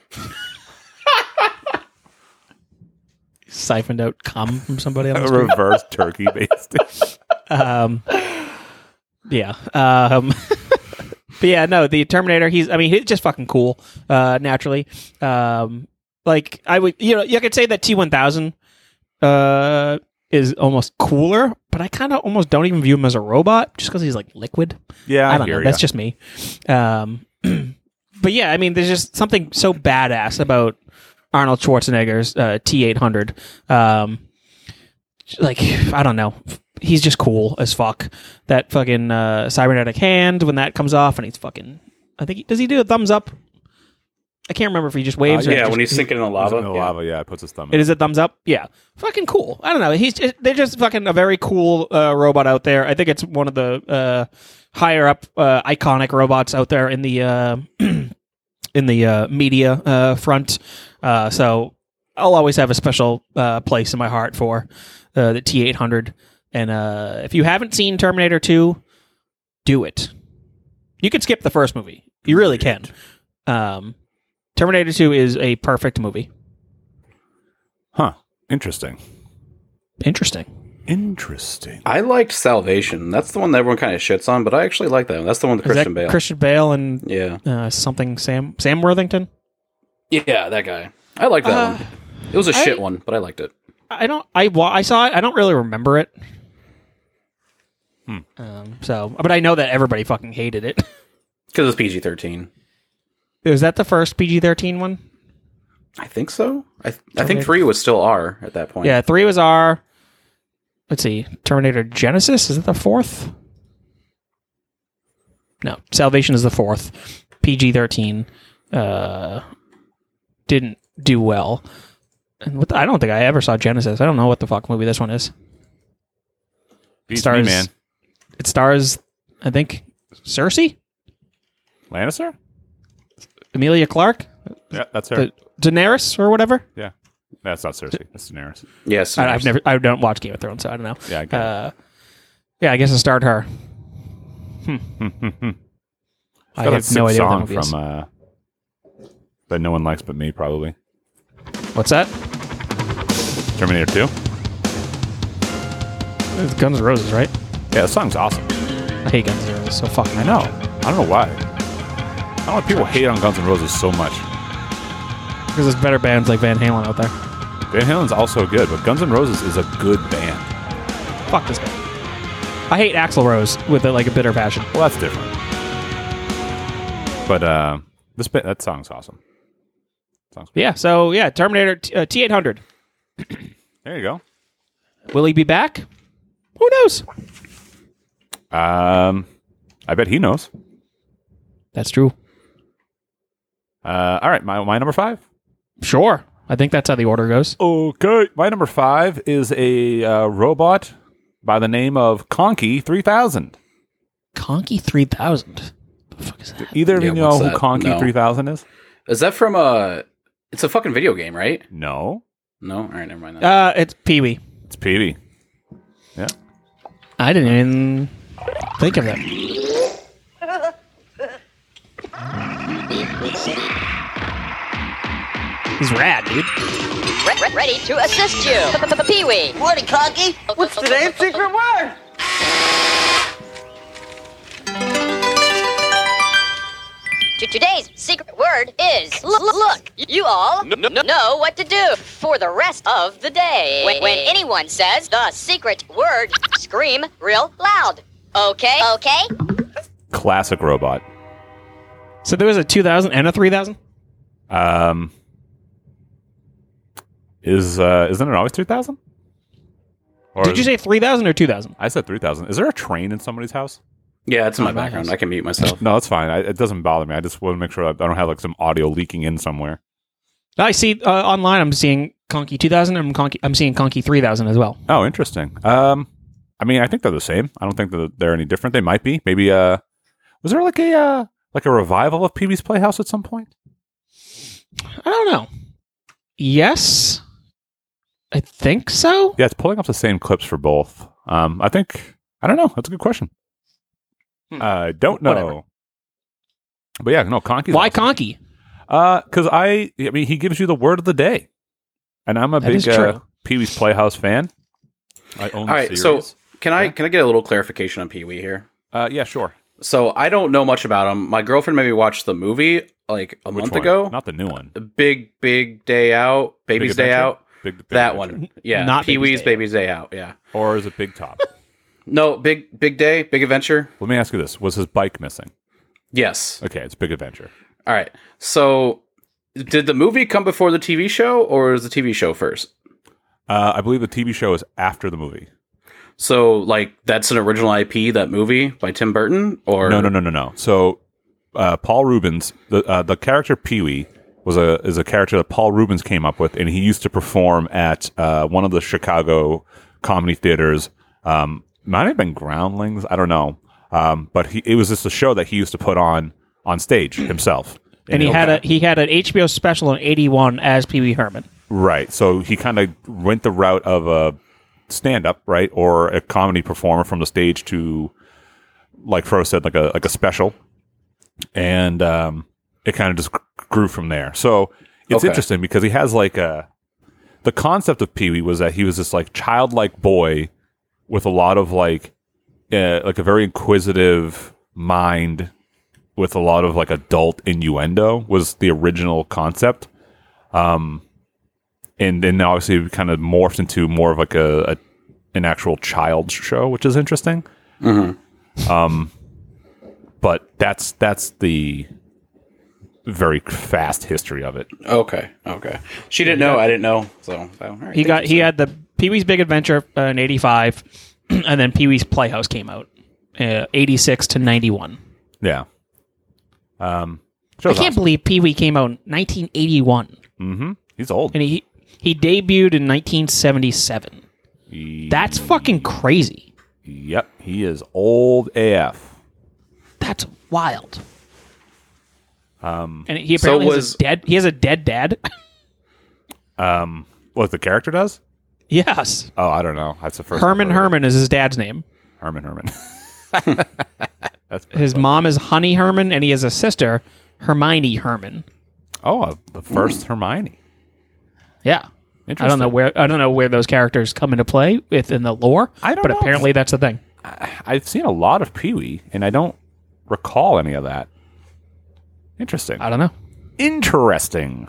siphoned out cum from somebody else. reverse turkey basted. Yeah. Um, but yeah, no, the Terminator. He's. I mean, he's just fucking cool. Uh, naturally. Um, like I would, you know, you could say that T one thousand, uh, is almost cooler, but I kind of almost don't even view him as a robot just because he's like liquid. Yeah, I, don't know. That's just me. Um, but yeah, I mean, there's just something so badass about Arnold Schwarzenegger's uh, T800. Um, like, I don't know. He's just cool as fuck. That fucking uh, cybernetic hand when that comes off, and he's fucking. I think he, does he do a thumbs up? I can't remember if he just waves. or Uh, yeah, just- when he's sinking in the lava. in the yeah. lava. Yeah, it puts his thumb. it is a thumbs up. Yeah, fucking cool. I don't know. He's just, they're just fucking a very cool uh, robot out there. I think it's one of the uh, higher up uh, iconic robots out there in the uh, in the uh, media uh, front. Uh, so I'll always have a special uh, place in my heart for uh, the T eight hundred. And uh, if you haven't seen Terminator two, do it. You can skip the first movie. You really can. Um, Terminator two is a perfect movie. Huh. Interesting. Interesting. Interesting. I liked Salvation. That's the one that everyone kind of shits on, but I actually like that one. That's the one with Is that Christian Bale. Christian Bale and yeah. uh, something Sam Sam Worthington. Yeah, that guy. I liked that Uh, one. It was a I- shit one, but I liked it. I don't. I wa- I saw it. I don't really remember it. Hmm. Um, so, but I know that everybody fucking hated it. Because it's PG 13. Was that the first PG thirteen one? I think so. I, th- I think 3 was still R at that point. Yeah, three was our. Let's see, Terminator Genesis is it the fourth? No, Salvation is the fourth. PG thirteen uh, didn't do well, and what the- I don't think I ever saw Genesis. I don't know what the fuck movie this one is. Beats me, stars- man. It stars, I think, Cersei, Lannister? Amelia Clark, Yeah, that's her. the Daenerys, or whatever. yeah. That's not Cersei. That's Daenerys. Yes. I, I've never, I don't watch Game of Thrones, so I don't know. Yeah, I get it. uh, yeah, I guess it starred her. Hmm. I Got a have sick no idea what that song movie is. from uh, that no one likes but me, probably. What's that? Terminator 2? It's Guns N' Roses, right? Yeah, the song's awesome. I hate Guns N' Roses so fucking. I know. I don't know why. I don't know why people hate on Guns N' Roses so much. Because there's better bands like Van Halen out there. Van Halen's also good, but Guns N' Roses is a good band. Fuck this guy. I hate Axl Rose with a, like a bitter passion. Well, that's different. But uh, this ba- that song's awesome. Song's Yeah. So yeah, Terminator T- uh, T800. There you go. Will he be back? Who knows? Um, I bet he knows. That's true. Uh, all right, my, my number five. Sure. I think that's how the order goes. Okay. My number five is a uh, robot by the name of Conky 3000. Conky 3000. The fuck is that? Either of Yeah, you know what's who that? Conky No. 3000 is? Is that from a. It's a fucking video game, right? No. No? All right, never mind that. Uh, it's Pee Wee. It's Petey. Yeah. I didn't even think of that. He's rad, dude. Re- re- ready to assist you. Pee Wee. Morning, Cocky. What's today's secret word? Today's secret word is look. look. You all n- n- know what to do for the rest of the day. When, when anyone says the secret word, scream real loud. Okay? Okay? Classic robot. So there was a 2000 and a 3000? Um, is uh, isn't it always three thousand? Did you say 3000 or 2000? I said three thousand. Is there a train in somebody's house? Yeah, it's in my background. I can mute myself. No, that's fine. I, it doesn't bother me. I just want to make sure I don't have like some audio leaking in somewhere. I see uh, online I'm seeing Conky 2000 and I'm, Conky, I'm seeing Conky 3000 as well. Oh, interesting. Um, I mean, I think they're the same. I don't think that they're any different. They might be. Maybe uh, was there like a uh, like a revival of PB's Playhouse at some point? I don't know. Yes. I think so. Yeah, it's pulling up the same clips for both. Um, I think I don't know. That's a good question. Hmm. I don't know. Whatever. But yeah, no, Conky's Why awesome. Conky? because I, I mean, he gives you the word of the day, and I'm a That is big true. uh, Pee Wee's Playhouse fan. I own All right, so can I Yeah. can I get a little clarification on Pee Wee here? uh, yeah, sure. So I don't know much about him. My girlfriend made me watch the movie like a Which month one? ago. not the new one. the big big day out, baby's day Adventure? out. Big, Big that Adventure. one, yeah. Not Pee Baby's Wee's Day Out. baby's day out. Yeah. or is it Big Top? No, big big day, big adventure. Let me ask you this: Was his bike missing? Yes. Okay, it's Big Adventure. All right. So did the movie come before the TV show or is the TV show first? Uh, I believe the TV show is after the movie. So like that's an original IP that movie by Tim Burton or No, no, no, no, no. So uh, Paul Rubens, the uh, the character Pee Wee was a is a character that Paul Rubens came up with, and he used to perform at uh, one of the Chicago comedy theaters. Um, might have been Groundlings, I don't know. Um, but he, it was just a show that he used to put on on stage himself. And he had a he had an HBO special in 81 as Pee Wee Herman. Right. So he kind of went the route of a stand up, right? Or a comedy performer from the stage to, like Fro said, like a, like a special. And um, it kind of just g- grew from there. So it's Okay. interesting because he has like a. The concept of Pee Wee was that he was this like childlike boy with a lot of like, uh, like a very inquisitive mind with a lot of like adult innuendo was the original concept and then obviously it kind of morphed into more of like a, a an actual child's show, which is interesting. Um, but that's that's the very fast history of it. Okay. Okay. She didn't know, I didn't know. So, so, all right. He got he had the Pee Wee's Big Adventure uh, in '85, and then Pee Wee's Playhouse came out uh, '86 to '91. Yeah. Um, I show's can't believe Pee Wee came out in 1981, mm-hmm. He's old. and he he debuted in 1977. That's fucking crazy. Yep, he is old AF. That's wild. Um, and he so apparently has was- a dead. He has a dead dad. What the character does? yes, Oh, I don't know. That's the first. Herman I've heard of Herman is his dad's name. it. Herman Herman. His mom is Honey Herman, and he has a sister, Hermione Herman. oh, uh, the first Hermione. Yeah. I don't Interesting. know where I don't know where those characters come into play within the lore. I don't but know. apparently that's the thing. I've seen a lot of Pee Wee, and I don't recall any of that. Interesting. I don't know. Interesting.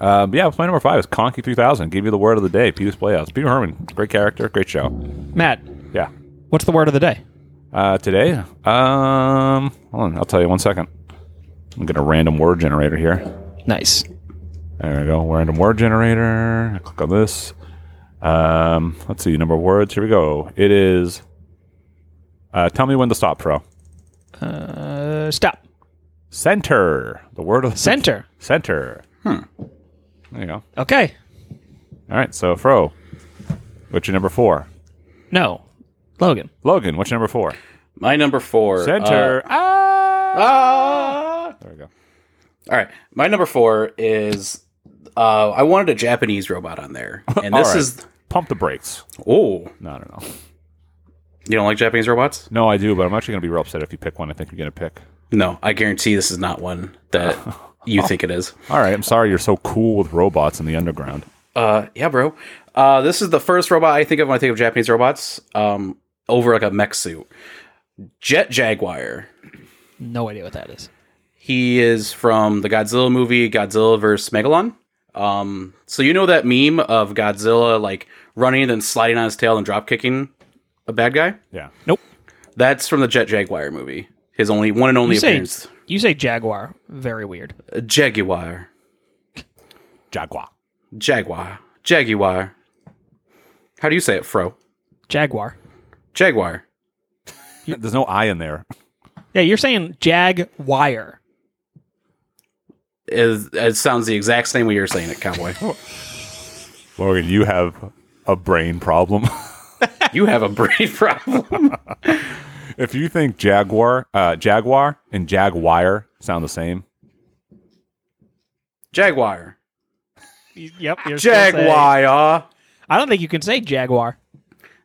Um, yeah, my number five is Conky 3000. Gave you the word of the day, Pee Wee's Playhouse. Pee Wee Herman, great character, great show. Matt, Yeah. what's the word of the day? Uh, today, um, hold on, I'll tell you one second. I'm getting a random word generator here. Nice. There we go, random word generator. I click on this. Um, let's see, number of words. Here we go. It is. Uh, tell me when to stop, Pro. Uh, stop. Center. The word of the Center. Center. Hmm. There you go. Okay. All right. So, Fro, what's your number four? No. Logan. Logan, what's your number four? My number 4. Center. uh, ah! there we go. All right. My number 4 is uh, I wanted a Japanese robot on there. And All this right. is Pump the brakes. oh, No, no, no. you don't like Japanese robots? No, I do, but I'm actually going to be real upset if you pick one I think you're going to pick. No, I guarantee this is not one that you think it is. All right, I'm sorry you're so cool with robots in the underground. Uh, yeah, bro. Uh, this is the first robot I think of when I think of Japanese robots. Um, over like a mech suit, Jet Jaguar. No idea what that is. He is from the Godzilla movie Godzilla vs Megalon. Um, so you know that meme of Godzilla like running and then sliding on his tail and drop kicking a bad guy. Yeah. Nope. That's from the Jet Jaguar movie. His only one and only You say, appearance. you say Jaguar. Very weird. Jaguar. Jaguar. Jaguar. Jaguar. How do you say it, Fro? Jaguar. Jaguar. There's no I in there. Yeah, you're saying jag wire. Is it sounds the exact same way you're saying it, cowboy. Logan, you have a brain problem. you have a brain problem. if you think Jaguar, uh, Jaguar and Jaguar sound the same, Jaguar. Y- Yep. you're still saying- Jaguar. I don't think you can say Jaguar.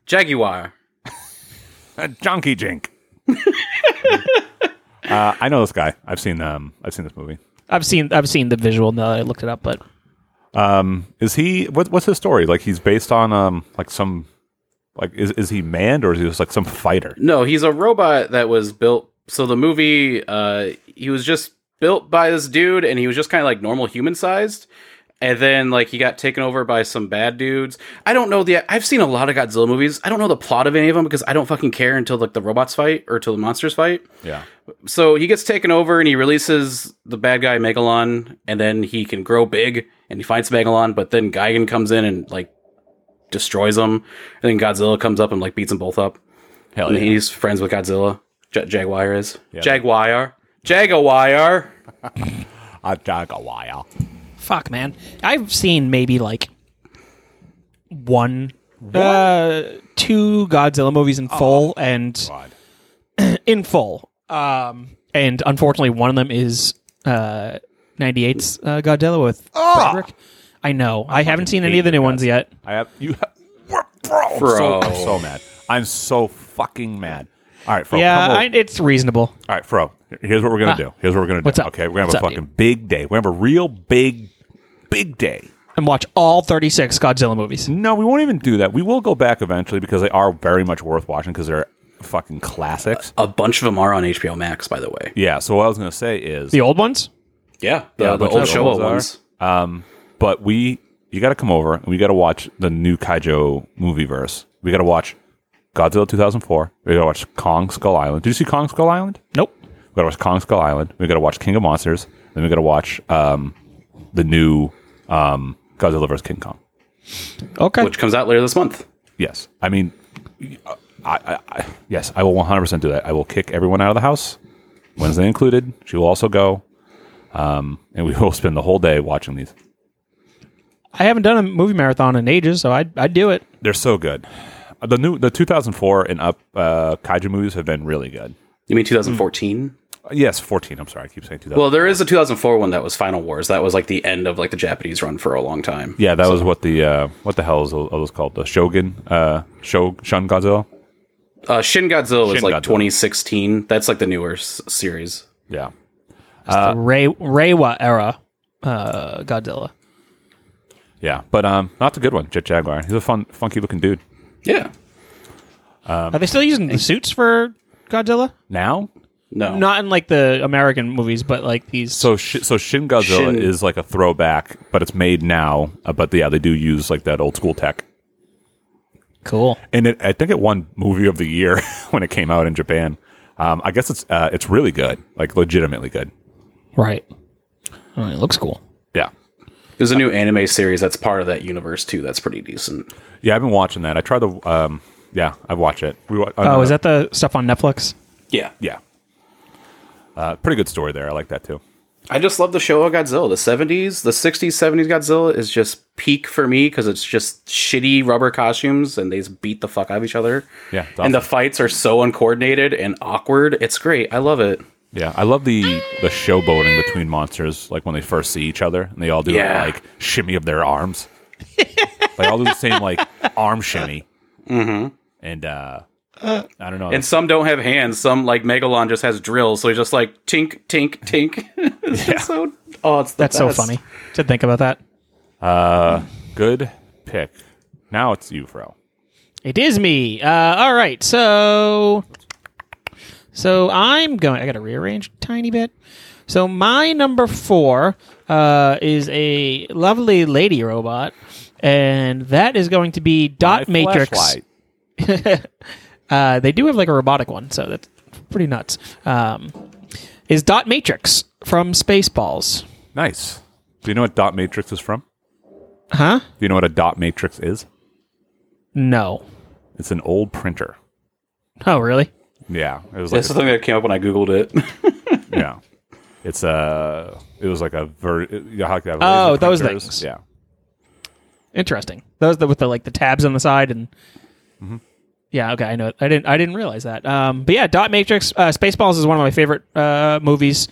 Jaguar. Junkie Jink. uh, I know this guy. I've seen um, I've seen this movie. I've seen I've seen the visual now that I looked it up, but Um, Is he what, what's his story? Like he's based on um like some like is is he manned or is he just like some fighter? No, he's a robot that was built. So the movie, uh, he was just built by this dude, and he was just kind of like normal human sized. And then like he got taken over by some bad dudes. I don't know the. I've seen a lot of Godzilla movies. I don't know the plot of any of them because I don't fucking care until like the robots fight or till the monsters fight. Yeah. So he gets taken over and he releases the bad guy Megalon, and then he can grow big and he fights Megalon. But then Gigan comes in and like destroys him, and then Godzilla comes up and like beats them both up. Hell And he's friends with Godzilla. Ja- Jaguar is. Yeah. Jaguar. Jaguar. A Jaguar. fuck man. I've seen maybe like one Oh uh two Godzilla movies in full and God. in full. Um and unfortunately one of them is uh 98's uh, Godzilla with Broderick. I know. I, haven't seen any of the new ones yet. I have you have, bro, I'm, so, Bro. I'm so mad. I'm so fucking mad. All right, Fro. yeah, come over. I, it's reasonable. All right, Fro. Here's what we're gonna Huh. do. Here's what we're gonna do. What's up? Okay, we're gonna have What's a up, fucking big day. We're gonna have a real big, big day. And watch all 36 Godzilla movies. No, we won't even do that. We will go back eventually because they are very much worth watching because they're fucking classics. A bunch of them are on HBO Max, by the way. Yeah. So what I was gonna say is, The old ones? Yeah. The, Yeah, a the bunch old of Showa ones ones. are. but we, you got to come over and we got to watch the new Kaijo movie verse. We got to watch Godzilla 2004. We got to watch Kong Skull Island. Did you see Kong Skull Island? Nope. We got to watch Kong Skull Island. We got to watch King of Monsters. Then we got to watch um, the new um, Godzilla vs King Kong. Okay. Which comes out later this month. Yes. I mean, I, I, I yes, I will 100% do that. I will kick everyone out of the house, Wednesday included. She will also go. Um, and we will spend the whole day watching these. I haven't done a movie marathon in ages, so I'd, I'd do it. They're so good. Uh, The new, the 2004 and up uh, kaiju movies have been really good. You mean 2014? Uh, Yes, 14. I'm sorry, I keep saying 2000. Well, there is a 2004 one that was Final Wars. That was like the end of like the Japanese run for a long time. yeah, that was what the uh, what the hell is all those called? The Shogun, uh, Shog, Shun Godzilla. Uh, Shin Godzilla was Shin like Godzilla. 2016. That's like the newer s- series. Yeah, Uh, The Ray Reiwa era uh, Godzilla. yeah, but um, not the good one, Jet Jaguar. He's a fun, funky looking dude. Yeah. um, Are they still using the suits for Godzilla? Now, No. Not in like the American movies, but like these. So shi so Shin Godzilla Shin- is like a throwback, but it's made now. Uh, but yeah, they do use like that old school tech, cool. and it, I think it won movie of the year when it came out in Japan. Um, I guess it's uh, it's really good, like legitimately good. Right. All right, Oh, looks cool. Yeah, There's a new anime series that's part of that universe too. That's pretty decent. yeah, I've been watching that. I tried the um, yeah, I watch it. We wa- Oh, no, is no. that the stuff on Netflix? Yeah. yeah? Uh, pretty good story there. I like that too. I just love the show of Godzilla. The 70s, the 60s, 70s Godzilla is just peak for me because it's just shitty rubber costumes and they just beat the fuck out of each other. Yeah, it's And the awesome. fights are so uncoordinated and awkward. It's great. I love it. Yeah, I love the the showboating between monsters, like when they first see each other and they all do Yeah. like shimmy of their arms. they all do the same like arm shimmy. Mm-hmm. And uh, I don't know. And some don't have hands. Some like Megalon just has drills, so he's just like tink, tink, tink. it's just so oh, it's the That's so best. funny to think about that. uh, good pick. Now it's you, Fro. It is me. Uh, all right, so so I'm going. I got to rearrange a tiny bit. So my number four uh, is a lovely lady robot, and that is going to be Dot My Matrix. flashlight. Uh, they do have like a robotic one, so that's pretty nuts. Um, is Dot Matrix from Spaceballs? Nice. Do you know what dot matrix is from? Huh? Do you know what a dot matrix is? No. It's an old printer. Oh, really? Yeah, it was like That's the thing that came up when I googled it. yeah. It's a. It was like a ver. You know, how they have Oh, laser those printers? things. Yeah. Interesting. Those the, with the like the tabs on the side and. Yeah. Okay. I know. I didn't. I didn't realize that. Um. But yeah, Dot Matrix. Uh, Spaceballs is one of my favorite uh, movies.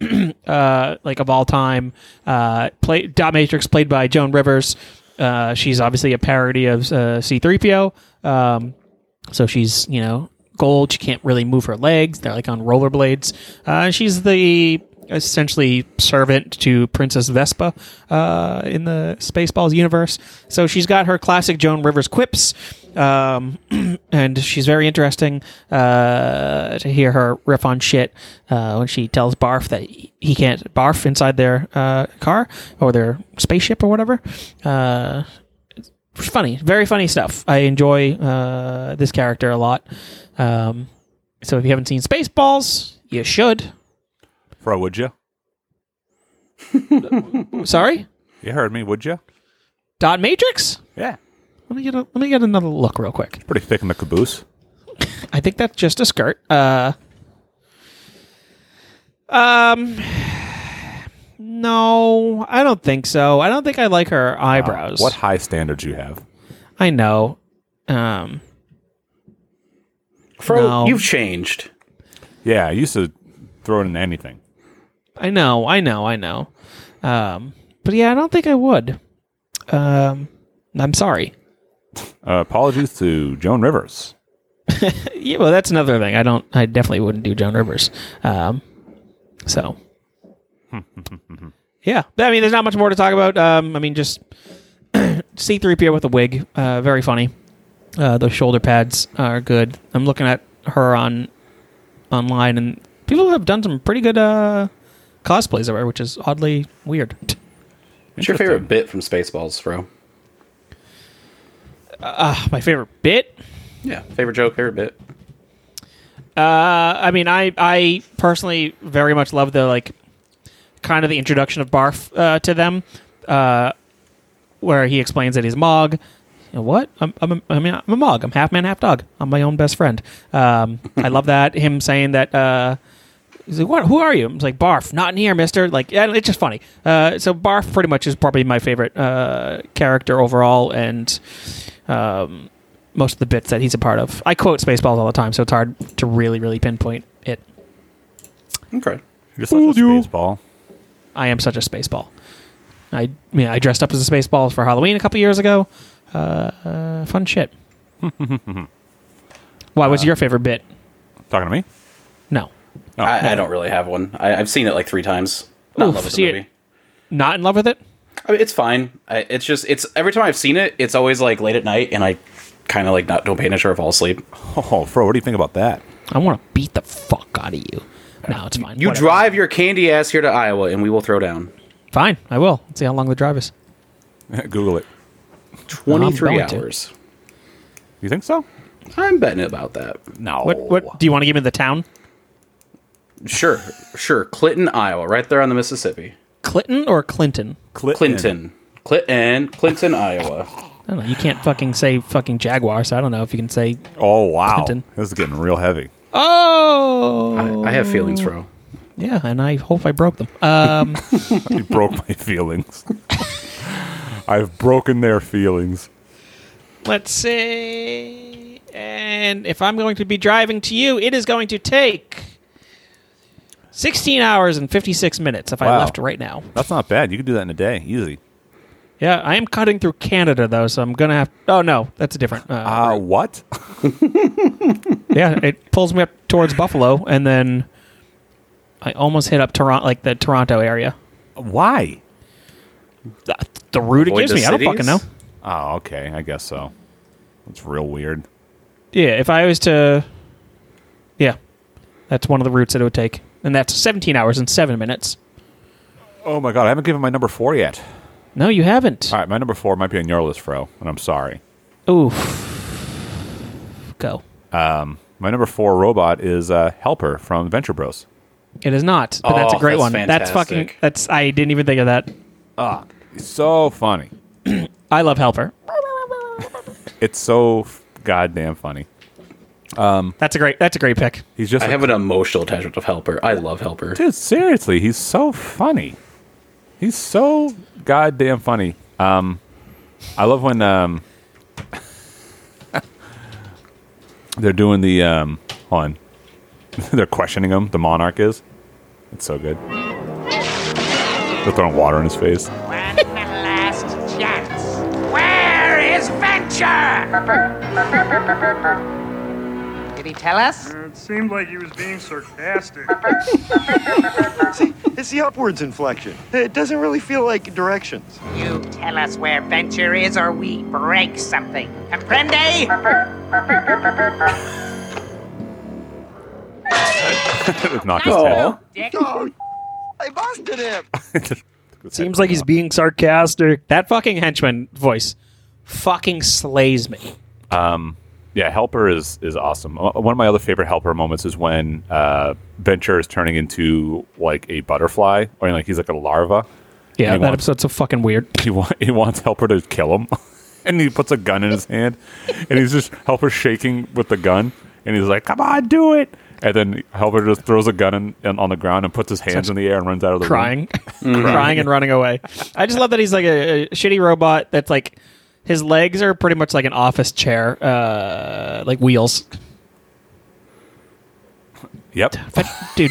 uh, like of all time. Uh, play Dot Matrix played by Joan Rivers. Uh, she's obviously a parody of uh, C-3PO. Um, so she's you know gold. She can't really move her legs. They're like on rollerblades. Uh, she's the essentially servant to Princess Vespa uh, in the Spaceballs universe. So she's got her classic Joan Rivers quips, um, and she's very interesting uh, to hear her riff on shit uh, when she tells Barf that he can't barf inside their uh, car or their spaceship or whatever. Uh, funny, very funny stuff. I enjoy uh, this character a lot. Um, so if you haven't seen Spaceballs, you should. Fro, would you? Sorry, You heard me, would you? Dot Matrix. Yeah. Let me get a, let me get another look real quick. Pretty thick in the caboose. I think that's just a skirt. Uh, um, no, I don't think so. I don't think I like her eyebrows. What high standards you have? I know. Um, Fro, No. you've changed. Yeah, I used to throw it in anything. I know, I know, I know. Um, but yeah, I don't think I would. Um, I'm sorry. Uh, apologies to Joan Rivers. Yeah, well, that's another thing. I don't. I definitely wouldn't do Joan Rivers. Um, so, yeah. I mean, there's not much more to talk about. Um, I mean, just C-3PO with a wig, uh, very funny. Uh, those shoulder pads are good. I'm looking at her on online, and people have done some pretty good uh, cosplays of her, which is oddly weird. What's your favorite bit from Spaceballs, Fro? My favorite bit Yeah, favorite joke, favorite bit. Uh, I mean, I I personally very much love the like kind of the introduction of Barf uh, to them, uh, where he explains that he's Mog. You know, what? I'm, I'm, a, I mean, I'm a Mog. I'm half man, half dog. I'm my own best friend. Um, I love that him saying that. Uh, He's like, "What? Who are you?" I'm like, "Barf, not in here, Mister." Like, yeah, it's just funny. Uh, so Barf pretty much is probably my favorite uh, character overall, and um, most of the bits that he's a part of. I quote Spaceballs all the time, so it's hard to really, really pinpoint it. Okay. You're such a spaceball. I am such a Spaceball. I, I mean, I dressed up as a Spaceball for Halloween a couple years ago. Uh, uh, fun shit. Why Uh, was your favorite bit? Talking to me? No, I, I don't really have one. I, I've seen it like three times. Not in Oof, love with the see it. movie. not in love with it. I mean, it's fine. I, it's just it's every time I've seen it, it's always like late at night, and I kind of like not don't pay attention or fall asleep. Oh, Fro, what do you think about that? I want to beat the fuck out of you. No, it's fine. You Whatever. drive your candy ass here to Iowa, and we will throw down Fine, I will. Let's see how long the drive is. Google it. twenty three going to. hours. You think so? I'm betting about that. No. What? What? Do you want to give me the town? Sure, sure. Clinton, Iowa, right there on the Mississippi. Clinton or Clinton? Clinton. Clinton, Clinton, Clinton, Iowa. I don't know. You can't fucking say fucking Jaguar, so I don't know if you can say. Oh, wow. Clinton. This is getting real heavy. Oh, I, I have feelings, bro. yeah, and I hope I broke them. Um, You broke my feelings. I've broken their feelings. let's see. And if I'm going to be driving to you, it is going to take 16 hours and 56 minutes if I Wow. left right now. That's not bad. You could do that in a day. Easy. Yeah, I am cutting through Canada though, so I'm gonna have. Oh no, that's different. Uh, Ah. Uh, what? yeah, it pulls me up towards Buffalo, and then I almost hit up Toronto, like the Toronto area. Why? Th- The route it Avoid gives the me, I don't fucking cities? know. Oh, okay. I guess so. That's real weird. Yeah, if I was to, yeah, that's one of the routes that it would take, and that's 17 hours and seven minutes. Oh my god, I haven't given my number four yet. No, you haven't. All right, my number four might be on your list, Fro, and I'm sorry. Oof. Go. My number four robot is uh, Helper from Venture Bros. It is not, but that's a Oh, great that's one. That's fucking. fantastic. That's I didn't even think of that. It's so funny. I love Helper. It's so f- goddamn funny. That's a great. That's a great pick. He's just I a- have an emotional attachment of Helper. I love Helper. dude. Seriously, he's so funny. He's so goddamn funny. Um, I love when um, they're doing the um, hold on. they're questioning him. The monarch is. It's so good. They're throwing water in his face. Did he tell us? It seemed like he was being sarcastic. See, it's the upwards inflection. It doesn't really feel like directions. You tell us where Venture is or we break something. Comprende? Knock his head out. Dick. Oh, I busted him. Seems like he's being sarcastic. That fucking henchman voice fucking slays me. Yeah, helper is is awesome. Uh, One of my other favorite helper moments is when uh, Venture is turning into like a butterfly, or like he's like a larva. Yeah, He that wants- episode's so fucking weird. He, wa- he wants helper to kill him, and he puts a gun in his hand, and he's just helper shaking with the gun, and he's like, "Come on, do it!" And then helper just throws a gun in, in, on the ground and puts his hands in the air and runs out of the room. Crying, Mm-hmm. crying, and running away. I just love that he's like a, a shitty robot that's like his legs are pretty much like an office chair, uh, like wheels. Yep. But, dude,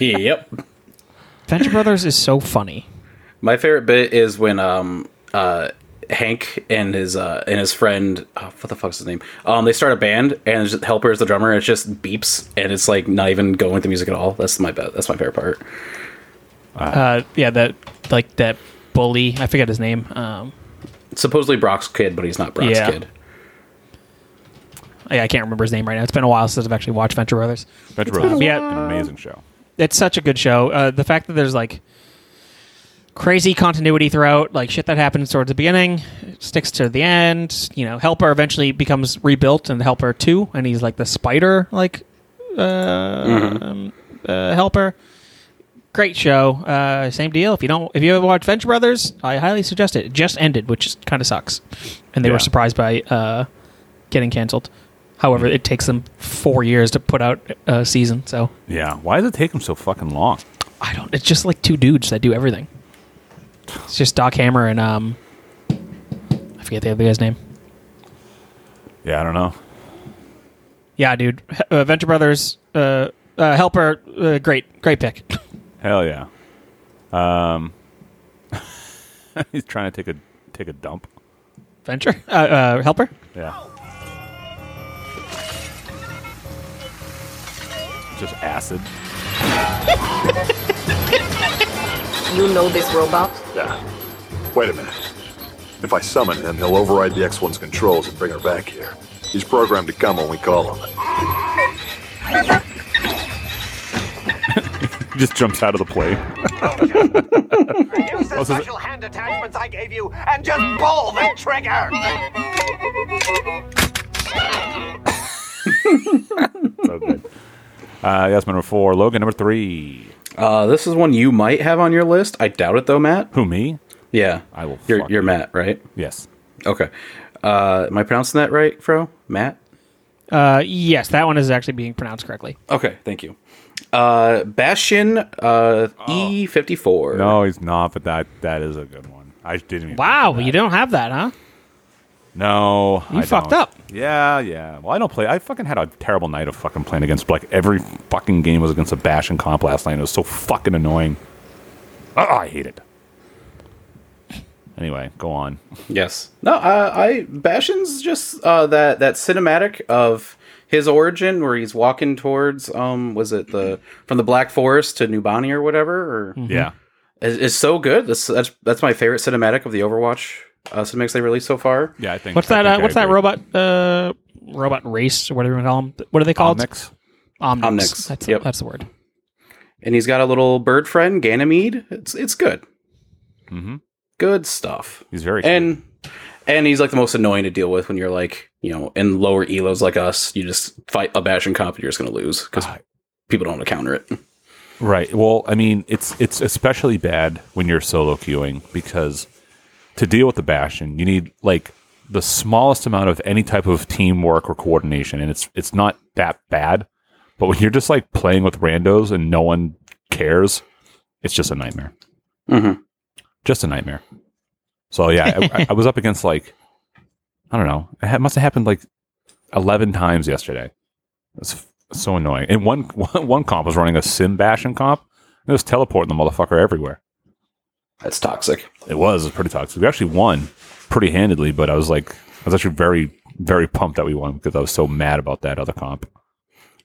yep. Venture Brothers is so funny. My favorite bit is when um uh Hank and his uh and his friend oh, what the fuck's his name um they start a band and it's just, Helper is the drummer and it just beeps and it's like not even going with the music at all. That's my bet. That's my favorite part. Uh, yeah, that like that bully. I forget his name. Um, It's supposedly Brock's kid, but he's not Brock's Yeah. kid. yeah, I can't remember his name right now. It's been a while since I've actually watched Venture Brothers. Venture Bros. Yeah. an amazing show. it's such a good show. Uh, the fact that there's like crazy continuity throughout, like shit that happens towards the beginning, sticks to the end. You know, Helper eventually becomes rebuilt in Helper Two, and he's like the spider like uh, um, uh, Helper. Great show. Uh, same deal. If you don't, if you ever watch Venture Brothers, I highly suggest it. It just ended, which kind of sucks, and they Yeah. were surprised by uh, getting canceled. However, it takes them four years to put out a season, so Yeah. Why does it take him so fucking long? I don't. It's just like two dudes that do everything. It's just Doc Hammer and um, I forget the other guy's name. Yeah, I don't know. Yeah, dude. H- Uh, Venture Brothers, uh, uh, Helper, uh, great, great pick. Hell yeah. Um, he's trying to take a take a dump. Venture, uh, uh, Helper. Yeah. Just acid. You know this robot? Wait a minute. If I summon him, he'll override the X1's controls and bring her back here. He's programmed to come when we call him. He just jumps out of the plane. Oh, Use the Also- special hand attachments I gave you and just pull the trigger. So good. Uh, yes, number four. Logan, number three. Uh this is one you might have on your list. I doubt it though, Matt. Who me? Yeah. I will You're fuck you're you. Matt, right? Yes. Okay. Uh am I pronouncing that right, Fro? Matt? Uh, yes, that one is actually being pronounced correctly. Okay, thank you. Uh Bastion uh E54. No, he's not. But that that is a good one. I didn't. Even Wow, you don't have that, huh? No, You I fucked don't. up. Yeah, yeah. Well, I don't play. I fucking had a terrible night of fucking playing against. Like every fucking game was against a bash and Uh, comp last night. It was so fucking annoying. Oh, I hate it. Anyway, go on. Mm-hmm. Yes. No, uh, I Bastion's just uh, that that cinematic of his origin where he's walking towards um was it the from the Black Forest to New Bonnie or whatever or Mhm. Yeah. is, is so good. That's that's that's my favorite cinematic of the Overwatch uh, cinematics they released so far. Yeah, I think. What's that? Uh, what's that robot? Uh, robot race or whatever you call them. What are they called? Omnix. Omnix. Omnix, That's yep. that's the word. And he's got a little bird friend, Ganymede. It's it's good. Mm-hmm. Good stuff. He's very and and he's like the most annoying to deal with when you're like you know in lower elos like us. You just fight a bash and comp, you're just gonna lose because people don't want to counter it. Right. Well, I mean, it's it's especially bad when you're solo queuing because to deal with the bastion, you need like the smallest amount of any type of teamwork or coordination, and it's it's not that bad. But when you're just like playing with randos and no one cares, it's just a nightmare. Mm-hmm. Just a nightmare. So yeah, I- I, I was up against like I don't know. It ha- must have happened like eleven times yesterday. It's f- so annoying. And one one one comp was running a sim bashing comp. And it was teleporting the motherfucker everywhere. That's toxic. It was. It was pretty toxic. We actually won pretty handedly, but I was like, I was actually very very pumped that we won because I was so mad about that other comp.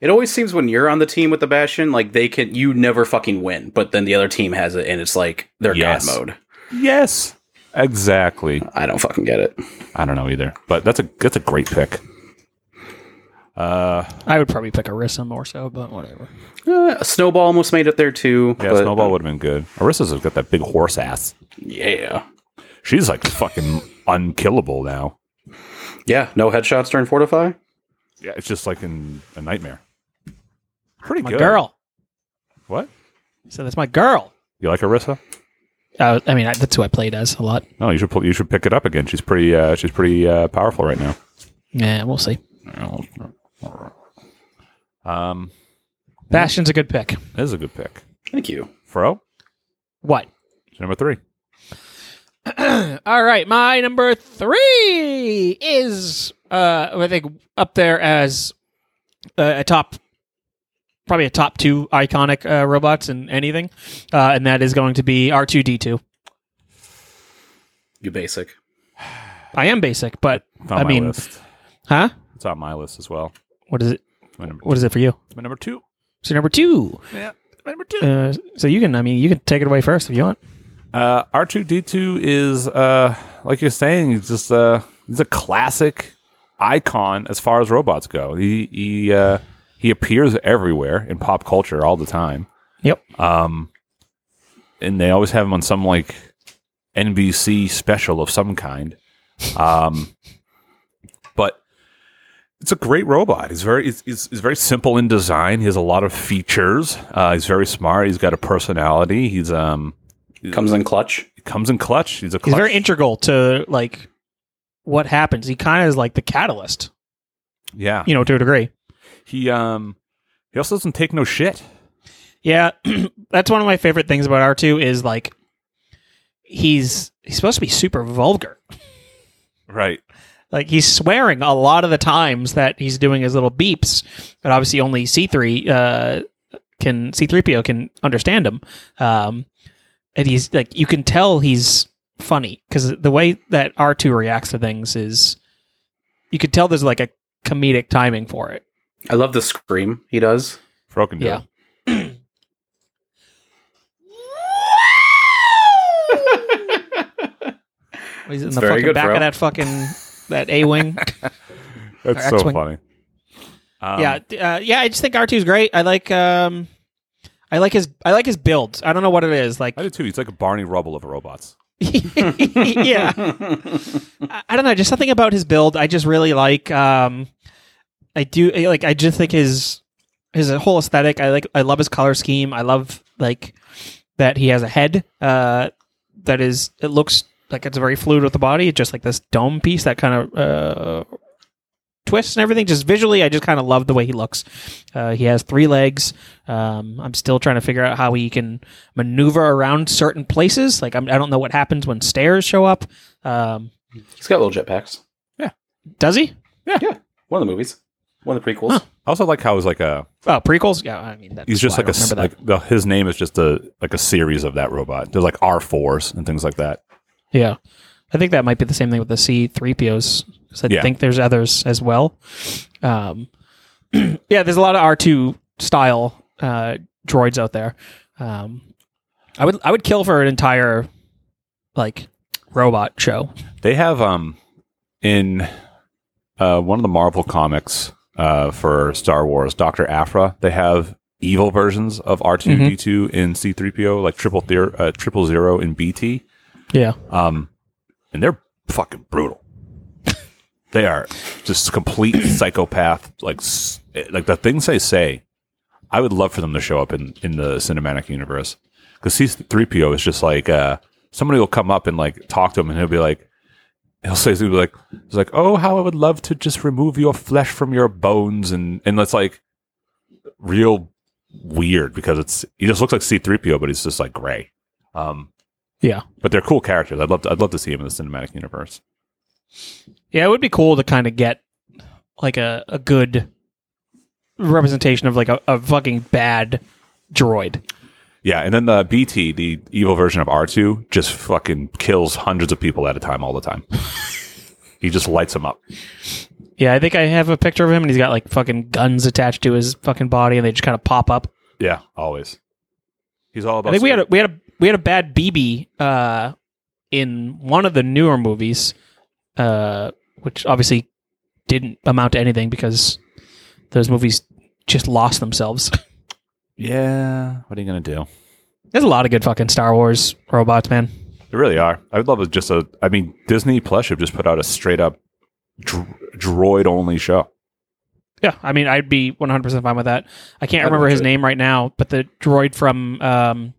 It always seems when you're on the team with the Bastion, like they can you never fucking win, but then the other team has it and it's like their Yes. god mode. Yes, exactly. I don't fucking get it. I don't know either. But that's a that's a great pick. Uh, I would probably pick Arissa more so, but whatever. Uh, Snowball almost made it there too. Yeah, but- uh, Snowball would have been good. Arissa's got that big horse ass. Yeah. She's like fucking unkillable now. Yeah, no headshots during Fortify. Yeah, it's just like in a nightmare. Pretty my good. girl. What? So that's my girl. You like Arissa? Uh, I mean, I, that's who I played as a lot. No, you should pull, you should pick it up again. She's pretty uh, she's pretty uh, powerful right now. Yeah, we'll see. Um, Bastion's a good pick. that is a good pick. Thank you. Fro, What? it's number three. All right, my number three is uh, I think up there as uh, a top, probably a top two iconic uh, robots in anything, uh, and that is going to be R two D two. You basic. I am basic, but It's on I my mean, list. huh? It's on my list as well. What is it? My number, What is it for you? my number two. So number two. Yeah, number two. Uh, so you can, I mean, you can take it away first if you want. Uh, R2D2 is uh, like you're saying, he's just uh, he's a classic icon as far as robots go. He he uh, he appears everywhere in pop culture all the time. Yep. Um, and they always have him on some like NBC special of some kind. Um, but it's a great robot. He's very he's, he's, he's very simple in design. He has a lot of features. Uh, he's very smart. He's got a personality. He's um Comes in clutch. he comes in clutch. He's a clutch. He's very integral to like what happens. He kind of is like the catalyst, yeah. you know, to a degree. He um he also doesn't take no shit. Yeah, that's one of my favorite things about R two is like he's he's supposed to be super vulgar. Right. Like he's swearing a lot of the times that he's doing his little beeps, and obviously only C three uh, can C three PO can understand him. Um, and he's like you can tell he's funny because the way that R two reacts to things is you could tell there's like a comedic timing for it. I love the scream he does. Fro can do Yeah. it. He's in It's the very fucking good, back bro. of that fucking that A wing. That's Or so X-Wing. funny. Um, yeah, d- uh, yeah. I just think R 2s great. I like, um, I like his, I like his build. I don't know what it is. Like, I do too. He's like a Barney Rubble of robots. yeah, I, I don't know. Just something about his build. I just really like. Um, I do I- like. I just think his his whole aesthetic. I like. I love his color scheme. I love like that he has a head. Uh, that is. It looks like it's very fluid with the body. Just like this dome piece that kind of uh twists and everything. Just visually, I just kind of love the way he looks. Uh, he has three legs. Um, I'm still trying to figure out how he can maneuver around certain places. Like I'm, I don't know what happens when stairs show up. Um, He's got little jetpacks. does he? One of the movies. One of the prequels. I also like how he's like a Oh, prequels. Yeah, I mean, that's he's just why like I a don't s- remember that. like the, his name is just a like a series of that robot. There's like R fours and things like that. Yeah. I think that might be the same thing with the C3POs. 'cause I Yeah. think there's others as well. Um, yeah, there's a lot of R2 style uh, droids out there. Um, I would I would kill for an entire like robot show. They have um in uh one of the Marvel comics uh for Star Wars, Doctor Afra, they have evil versions of R two D two in C three PO, like triple Zero- uh, triple zero in BT. Yeah. Um and they're fucking brutal. they are just complete psychopath like s- like the things they say. I would love for them to show up in in the cinematic universe because C3PO is just like uh somebody will come up and like talk to him and he'll be like he'll say something like he's like oh how I would love to just remove your flesh from your bones and and that's like real weird because it's he just looks like C3PO but he's just like gray. Um Yeah. but they're cool characters. I'd love to, I'd love to see him in the cinematic universe. Yeah, it would be cool to kind of get like a, a good representation of like a, a fucking bad droid. Yeah, and then the BT, the evil version of R2, just fucking kills hundreds of people at a time all the time. he just lights them up. Yeah, I think I have a picture of him and he's got like fucking guns attached to his fucking body and they just kind of pop up. Yeah, always. He's all about. I think we had a, we had a we had a bad BB uh, in one of the newer movies, uh, which obviously didn't amount to anything because those movies just lost themselves. yeah, what are you gonna do? There's a lot of good fucking Star Wars robots, man. They really are. I would love it just a. I mean, Disney Plus should just put out a straight up dr- droid only show. Yeah, I mean, I'd be 100% fine with that. I can't I'd remember watch his it. name right now, but the droid from um,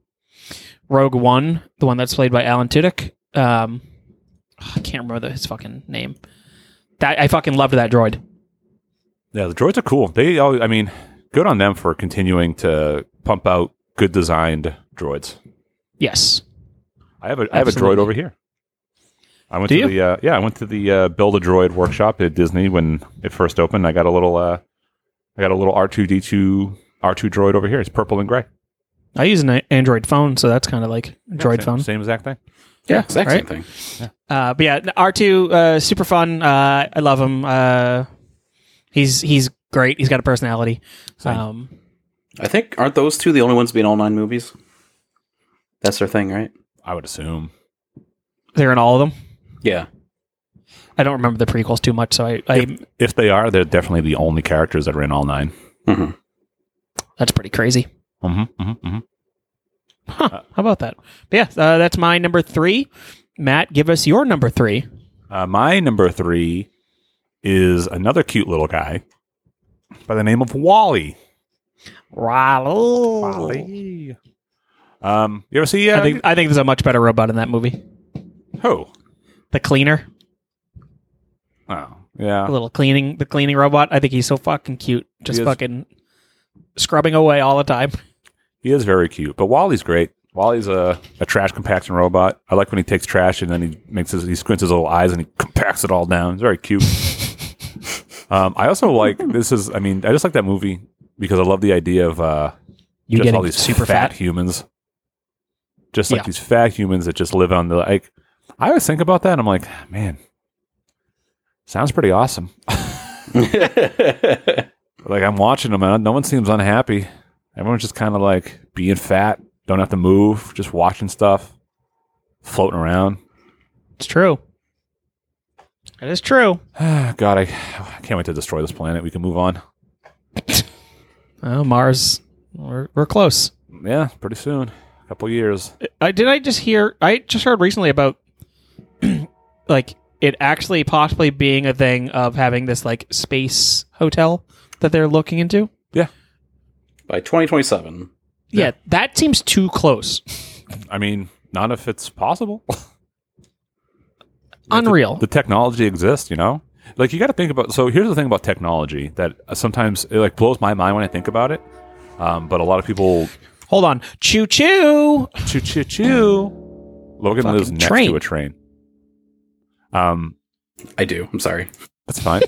Rogue One, the one that's played by Alan Tudyk, um, I can't remember the, his fucking name. That I fucking loved that droid. Yeah, the droids are cool. They always. I mean, good on them for continuing to pump out good designed droids. Yes. I have a I have a droid Absolutely. over here. I went Do to you? the uh, yeah I went to the uh, build a droid workshop at Disney when it first opened. I got a little uh, I got a little R two D two R two droid over here. It's purple and gray. I use an a- Android phone, so that's kind of like a droid same, phone. same exact thing. Yeah, exact right? same thing. Uh, but yeah, R two uh, super fun. Uh, I love him. Uh, he's he's great. He's got a personality. Um, I think aren't those two the only ones being all nine movies? That's their thing, right? I would assume. they're in all of them. Yeah. I don't remember the prequels too much, so I, I If they are, they're definitely the only characters that are in all 9 Mm-hmm. that's pretty crazy. Mm-hmm, mm-hmm, mm-hmm. Huh? How about that? But yeah, uh, that's my number three. Matt, give us your number three. Uh, my number three is another cute little guy by the name of Wally. Wally. Um, you ever see? Uh, I think I think there's a much better robot in that movie. who? The cleaner, Oh, yeah. a little cleaning, the cleaning robot. I think he's so fucking cute, just is. fucking scrubbing away all the time. He is very cute, but Wally's great. Wally's a, a trash compaction robot. I like when he takes trash and then he makes his he squints his little eyes and he compacts it all down. It's very cute. um, I also like this is I mean I just like that movie because I love the idea of uh, You just getting all these super fat, fat? humans, just like Yeah. these fat humans that just live on the like. I always think about that. and I'm like, man, sounds pretty awesome. Like I'm watching them, and no one seems unhappy. Everyone's just kind of like being fat, don't have to move, just watching stuff, floating around. It's true. It is true. God, I, I can't wait to destroy this planet. We can move on. Oh, Mars, we're, we're close. Yeah, pretty soon, a couple years. I did. I just hear. I just heard recently about like it actually possibly being a thing of having this like space hotel that they're looking into. By 2027. Yeah, that seems too close. I mean, not if it's possible. Unreal. the technology exists, you know. Like you got to think about. So here's the thing about technology that sometimes it like blows my mind when I think about it. Um, but a lot of people Hold on. Choo choo. choo choo choo. Logan lives Fucking next train. to a train. Um, I do. I'm sorry. That's fine.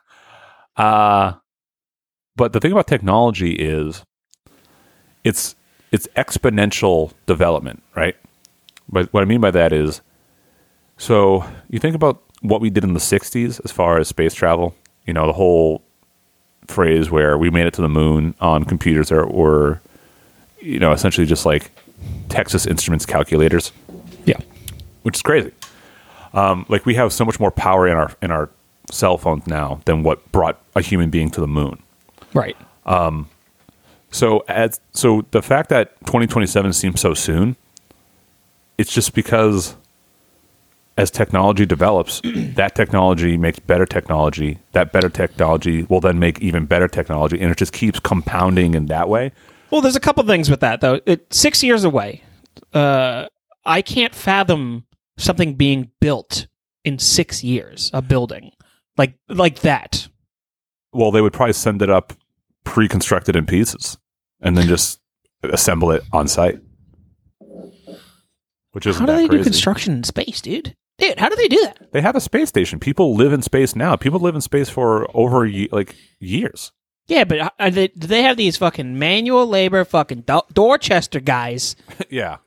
uh but the thing about technology is it's it's exponential development, right? But what I mean by that is, so you think about what we did in the '60s as far as space travel. You know, the whole phrase where we made it to the moon on computers that were, you know, essentially just like Texas Instruments calculators. Yeah, which is crazy. Um, like we have so much more power in our in our cell phones now than what brought a human being to the moon. Right. Um, so as so the fact that 2027 seems so soon, it's just because as technology develops, that technology makes better technology. That better technology will then make even better technology, and it just keeps compounding in that way. Well, there's a couple things with that though. It, six years away, uh, I can't fathom something being built in six years. A building like like that. Well, they would probably send it up pre-constructed in pieces and then just assemble it on site. Which is How do they do construction in space, dude? Dude, how do they do that? They have a space station. People live in space now. People live in space for over a ye- like years. Yeah, but uh, are they, do they have these fucking manual labor fucking Do- Dorchester guys yeah.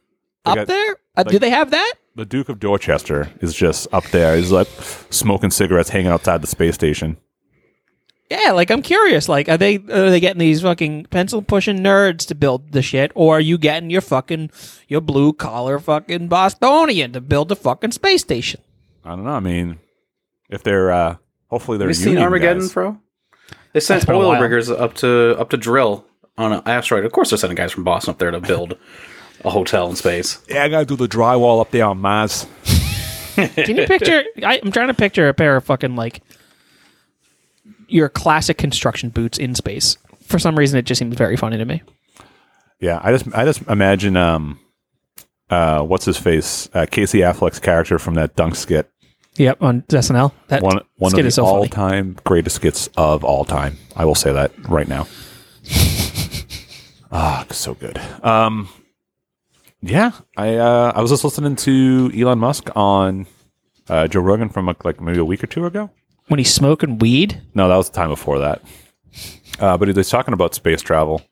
They up got- there? Uh, do like- they have that? The Duke of Dorchester is just up there. He's like smoking cigarettes, hanging outside the space station. Yeah, like I'm curious. Like, are they are they getting these fucking pencil pushing nerds to build the shit, or are you getting your fucking your blue collar fucking Bostonian to build the fucking space station? I don't know. I mean, if they're uh hopefully they're Have you seen union Armageddon, guys. bro? They That's sent been a oil while. riggers up to up to drill on an asteroid. Of course, they're sending guys from Boston up there to build a hotel in space. Yeah, I gotta do the drywall up there on Mars. Can you picture? I, I'm trying to picture a pair of fucking like your classic construction boots in space. For some reason, it just seems very funny to me. Yeah, I just I just imagine um uh what's his face? Uh, Casey Affleck's character from that dunk skit. Yep, on SNL. That one one skit of the is so funny. all-time greatest skits of all time. I will say that right now. ah, so good. Um yeah, I uh I was just listening to Elon Musk on uh Joe Rogan from like, like maybe a week or two ago. When he's smoking weed, No, that was the time before that. Uh, but he was talking about space travel,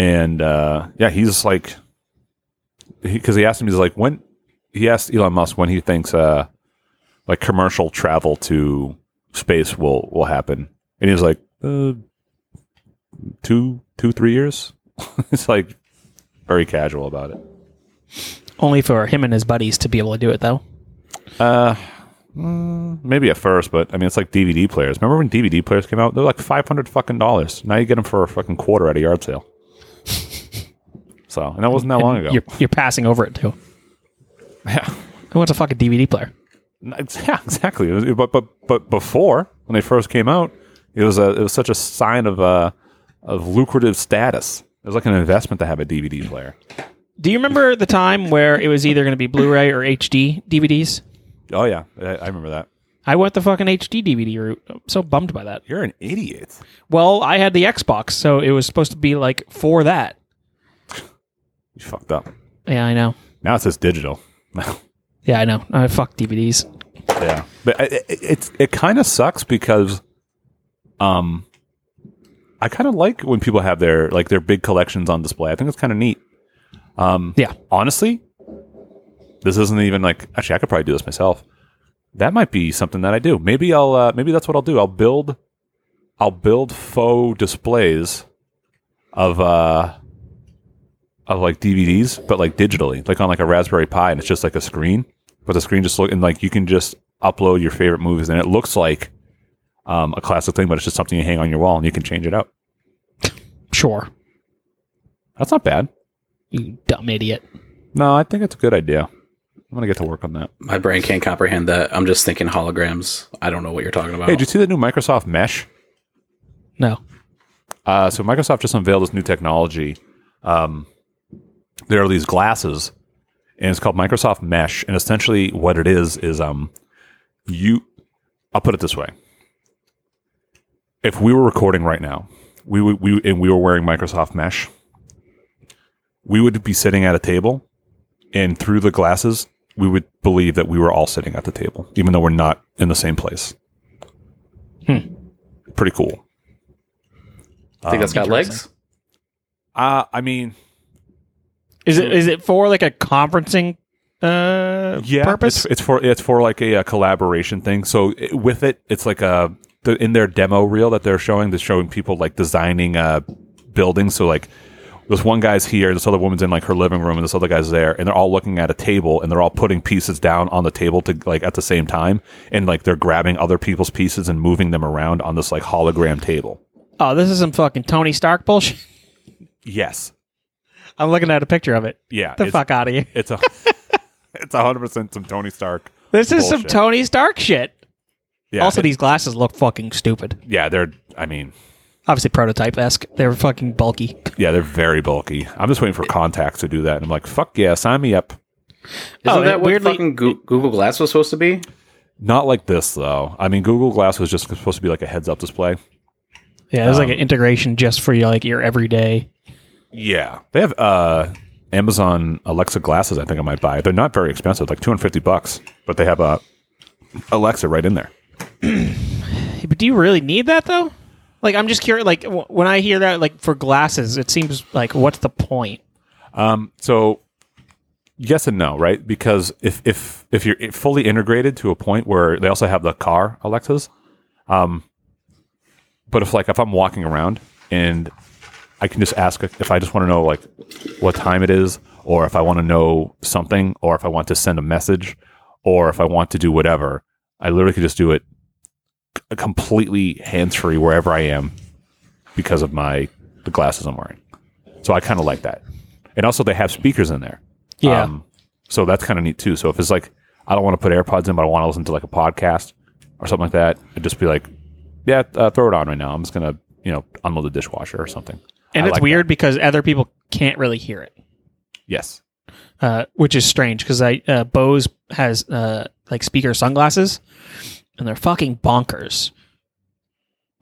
and uh, yeah, he's like, because he, asked him, he's like, when he asked Elon Musk when he thinks uh, like commercial travel to space will will happen, and he was like, uh, two two three years. it's like very casual about it. only for him and his buddies to be able to do it though. Uh, mm, maybe at first, but I mean, it's like DVD players. Remember when DVD players came out? They're like five hundred fucking dollars. Now you get them for a fucking quarter at a yard sale. So, and that wasn't that And long ago. You're, you're passing over it too. Yeah. Who wants a fucking DVD player? Ex- Yeah, exactly. It was- but but but before when they first came out, it was a it was such a sign of uh of lucrative status. It was like an investment to have a DVD player. Do you remember the time where it was either going to be Blu-ray or HD DVDs? Oh yeah, I, I remember that. I went the fucking HD DVD route. I'm so bummed by that. You're an idiot. Well, I had the Xbox, so it was supposed to be like for that. You fucked up. Yeah, I know. Now it says digital. Yeah, I know. I fuck DVDs. Yeah, but it, it, it's it kind of sucks because, um, I kind of like when people have their like their big collections on display. I think it's kind of neat. Um, yeah, honestly, this isn't even like actually I could probably do this myself. That might be something that I do. Maybe I'll uh, maybe that's what I'll do. I'll build, I'll build faux displays of uh of like DVDs, but like digitally, like on like a Raspberry Pi, and it's just like a screen, but the screen just look and like you can just upload your favorite movies, and it looks like um, a classic thing, but it's just something you hang on your wall, and you can change it out. Sure. That's not bad. You dumb idiot. No, I think it's a good idea. I'm gonna get to work on that. My brain can't comprehend that. I'm just thinking holograms. I don't know what you're talking about. Hey, did you see the new Microsoft Mesh? No. Uh, so Microsoft just unveiled this new technology. Um, there are these glasses, and it's called Microsoft Mesh. And essentially, what it is is um, you. I'll put it this way: if we were recording right now, we would we and we were wearing Microsoft Mesh, we would be sitting at a table, and through the glasses, we would believe that we were all sitting at the table, even though we're not in the same place. Hmm. Pretty cool. I think that's Um, got legs. Uh, I mean, Is it is it for like a conferencing uh, yeah, purpose? It's, it's for it's for like a, uh collaboration thing. So it, with it, it's like a the, in their demo reel that they're showing. They're showing people like designing uh, buildings. So like this one guy's here, this other woman's in like her living room, and this other guy's there, and they're all looking at a table and they're all putting pieces down on the table to like at the same time, and like they're grabbing other people's pieces and moving them around on this like hologram table. Oh, this is some fucking Tony Stark bullshit. Yes. I'm looking at a picture of it. Yeah, the it's- fuck out of you. It's a it's hundred percent some Tony Stark. This is some bullshit. Tony Stark shit. Yeah, also, it- these glasses look fucking stupid. Yeah, they're. I mean. Obviously, prototype esque. They're fucking bulky. Yeah, they're very bulky. I'm just waiting for contacts to do that. And I'm like, fuck yeah, sign me up. Isn't Oh, that what weirdly- fucking Goo- Google Glass was supposed to be? Not like this though. I mean, Google Glass was just supposed to be like a heads up display. Yeah, it's Um, like an integration just for your like your everyday. Yeah, they have uh, Amazon Alexa glasses. I think I might buy. They're not very expensive, like 250 bucks, but they have uh, Alexa right in there. But do you really need that though? Like, I'm just curious. Like, w- when I hear that, like for glasses, it seems like what's the point? Um, so yes and no, right? Because if if if you're fully integrated to a point where they also have the car Alexas, um, but if like if I'm walking around and I can just ask if I just want to know like what time it is, or if I want to know something, or if I want to send a message, or if I want to do whatever. I literally could just do it c- completely hands free wherever I am because of my the glasses I'm wearing. So I kind of like that. And also they have speakers in there. Um, Yeah. so that's kind of neat too. So if it's like I don't want to put AirPods in, but I want to listen to like a podcast or something like that, I'd just be like, yeah, uh, throw it on right now. I'm just gonna you know unload the dishwasher or something. And I it's like weird because other people can't really hear it. Yes. uh, which is strange because I uh, Bose has uh, like speaker sunglasses, and they're fucking bonkers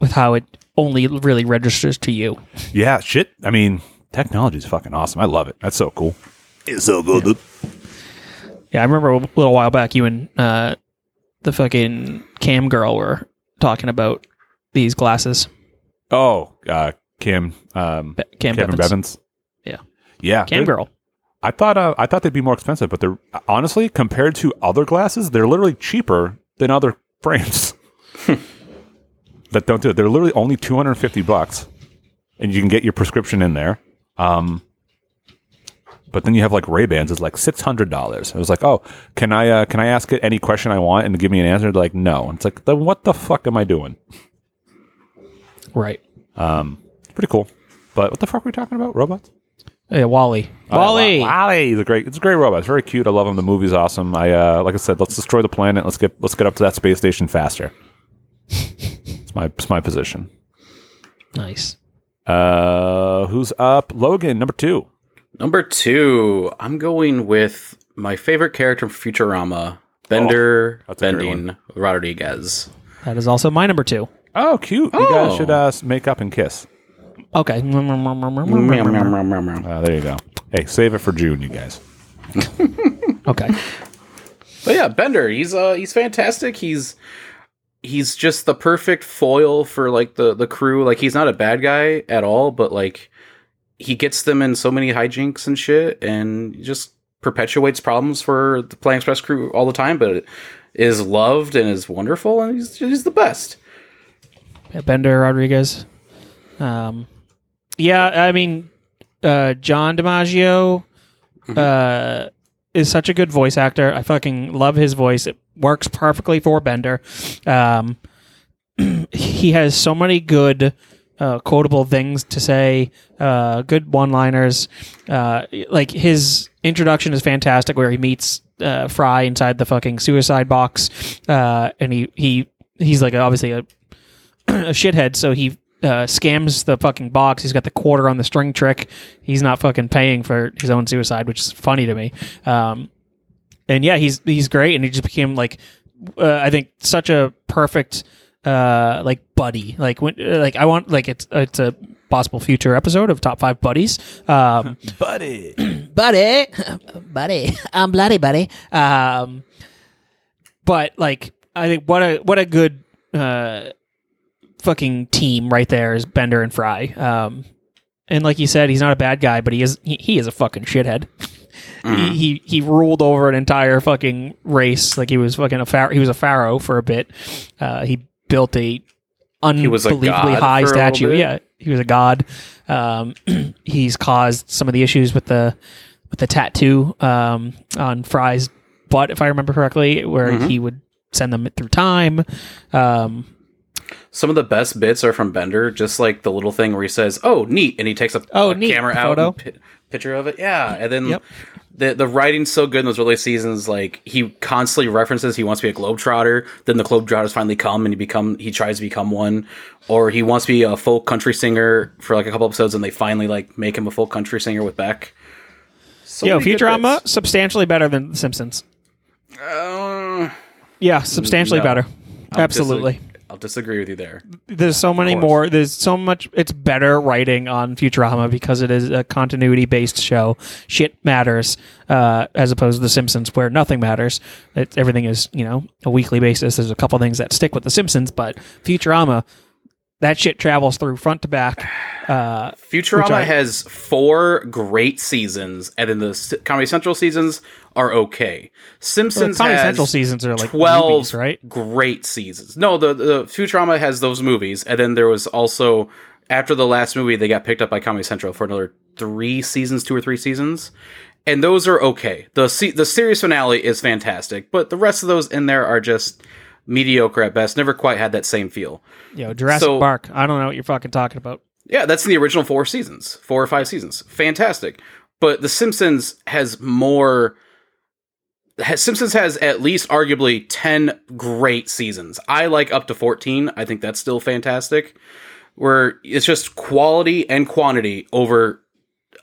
with how it only really registers to you. Yeah. Shit. I mean, technology is fucking awesome. I love it. That's so cool. It's so good. Yeah, I remember a little while back you and uh, the fucking cam girl were talking about these glasses. Oh, uh, Kim. Um, Cam Kevin Bevins. Bevins. Yeah, Yeah. cam they're- girl. I thought uh, I thought they'd be more expensive, but they're honestly compared to other glasses, they're literally cheaper than other frames that don't do it. They're literally only two hundred and fifty bucks, and you can get your prescription in there. Um, but then you have like Ray Bans is like six hundred dollars. I was like, oh, can I uh, can I ask it any question I want and give me an answer? They're like, no. And it's like, then what the fuck am I doing? Right. Um, it's pretty cool. But what the fuck are we talking about? Robots? Yeah, Wally. Oh, Wally. Wa- Wally. He's a great. It's a great robot. It's very cute. I love him. The movie's awesome. I uh, like I said, let's destroy the planet. Let's get let's get up to that space station faster. it's my it's my position. Nice. Uh, who's up? Logan, number two. Number two, I'm going with my favorite character from Futurama, Oh, Bender a great Bending Rodriguez. That is also my number two. Oh, cute. You Oh. guys should uh, make up and kiss. Okay. Mm-hmm. Uh, there you go. Hey, save it for June, you guys. Okay. But yeah, Bender, he's uh he's fantastic. He's he's just the perfect foil for like the the crew. Like he's not a bad guy at all, but like he gets them in so many hijinks and shit and just perpetuates problems for the Playing Express crew all the time, but is loved and is wonderful and he's he's the best. Yeah, Bender Rodriguez. Um, yeah, I mean, uh, John DiMaggio uh, is such a good voice actor. I fucking love his voice. It works perfectly for Bender. Um, he has so many good. Uh, quotable things to say, uh, good one-liners. Uh, like his introduction is fantastic, where he meets uh, Fry inside the fucking suicide box, uh, and he he he's like obviously a a shithead, so he uh, scams the fucking box. He's got the quarter on the string trick. He's not fucking paying for his own suicide, which is funny to me. Um, and yeah, he's he's great, and he just became like uh, I think such a perfect uh, like buddy. Like when uh, like I want like it's it's a possible future episode of top five buddies. Um, Buddy. buddy, buddy, I'm bloody buddy. Um, but like, I think what a what a good uh, fucking team right there is Bender and Fry. Um, and like you said, he's not a bad guy, but he is he, he is a fucking shithead. Mm-hmm. He, he he ruled over an entire fucking race. Like he was fucking a pharaoh. He was a pharaoh for a bit. Uh, he built a was a unbelievably god high for a little statue. bit? Yeah, he was a god. Um, he's caused some of the issues with the with the tattoo um, on Fry's butt, if I remember correctly, where Mhm. he would send them through time. Um, Some of the best bits are from Bender, just like the little thing where he says, "Oh, neat," and he takes a, Oh, a neat, camera a out, photo. and pi- picture of it. Yeah, and then Yep. the the writing's so good in those early seasons. Like he constantly references he wants to be a globetrotter. Then the globetrotters finally come, and he become he tries to become one, or he wants to be a folk country singer for like a couple episodes, and they finally like make him a folk country singer with Beck. So Yo, many good Futurama bits. substantially better than The Simpsons. Uh, Yeah, substantially no. better. I'll Absolutely. disagree- I'll disagree with you there. there's so many more. There's so much. It's better writing on Futurama because it is a continuity based show. Shit matters, uh, as opposed to The Simpsons, where nothing matters. It, everything is you know a weekly basis. There's a couple things that stick with The Simpsons, but Futurama, that shit travels through front to back. Uh, Futurama Which I- has four great seasons, and then the S- Comedy Central seasons are okay. Simpsons Comedy has Central seasons are like twelve movies, right? great seasons. No, the, the Futurama has those movies, and then there was also after the last movie they got picked up by Comedy Central for another three seasons, two or three seasons, and those are okay. the se- The series finale is fantastic, but the rest of those in there are just mediocre at best. Never quite had that same feel. you know, Jurassic So- Park. I don't know what you're fucking talking about. Yeah, that's in the original four seasons, four or five seasons. Fantastic. But The Simpsons has more. Has, Simpsons has at least arguably 10 great seasons. I like up to 14. I think that's still fantastic. Where it's just quality and quantity over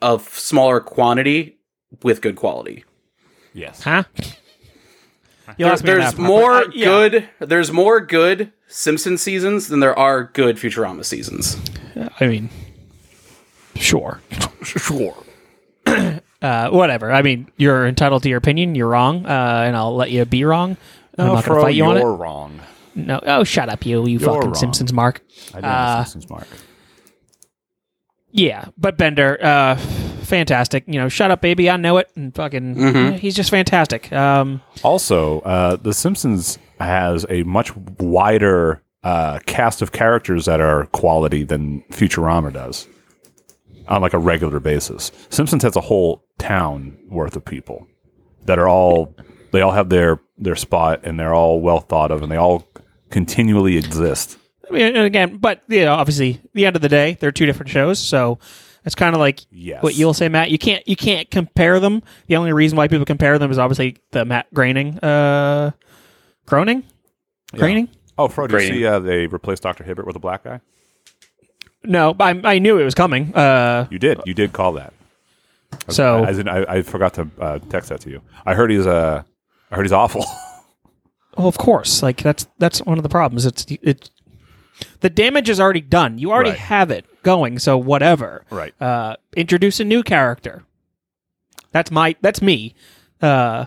a smaller quantity with good quality. Yes. Huh? You There- lost me on there's that part, but more I- yeah. good there's more good Simpsons seasons than there are good Futurama seasons. I mean, sure, sure. uh, whatever. I mean, you're entitled to your opinion. You're wrong, uh, and I'll let you be wrong. No, I'm not gonna Fro, fight you on you're it. wrong. No. Oh, shut up, you. You You're fucking wrong. Simpsons, Mark. I didn't Uh, have Simpsons mark. yeah, but Bender, uh, fantastic. You know, shut up, baby. I know it. And fucking, Mhm. yeah, he's just fantastic. Um, Also, uh, The Simpsons has a much wider uh, cast of characters that are quality than Futurama does on like a regular basis. Simpsons has a whole town worth of people that are all they all have their their spot and they're all well thought of and they all continually exist. I mean, and again, but you know, obviously, at the end of the day, they're two different shows, so it's kind of like Yes. what you'll say, Matt. You can't you can't compare them. The only reason why people compare them is obviously the Matt Groening, uh, Groening, Groening. Oh, Fro, did you Great. see uh, they replaced Doctor Hibbert with a black guy? No, but I, I knew it was coming. Uh, You did. You did call that. So- I, I, didn't- I, I forgot to uh, text that to you. I heard he's uh, I heard he's awful. well, of course, like that's that's one of the problems. It's it. The damage is already done. You already Right. have it going, so whatever. Right. Uh, introduce a new character. That's my. That's me. Uh,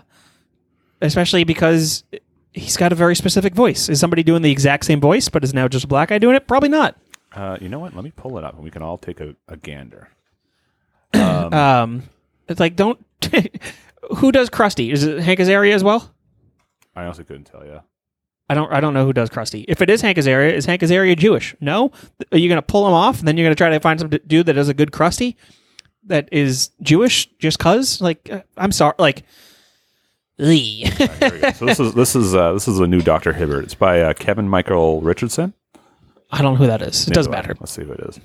especially because he's got a very specific voice. Is somebody doing the exact same voice, but is now just a black guy doing it? Probably not. Uh, you know what? Let me pull it up, and we can all take a, a gander. Um, it's like don't. who does Krusty? Is it Hank Azaria as well? I honestly couldn't tell you. I don't. I don't know who does Krusty. If it is Hank Azaria, is Hank Azaria Jewish? No. Are you going to pull him off, and then you're going to try to find some d- dude that does a good Krusty that is Jewish just cause? Like, uh, I'm sorry. Like, lee. So this is this is uh, this is a new Doctor Hibbert. It's by uh, Kevin Michael Richardson. I don't know who that is. It Neither doesn't do I. matter. Let's see who it is.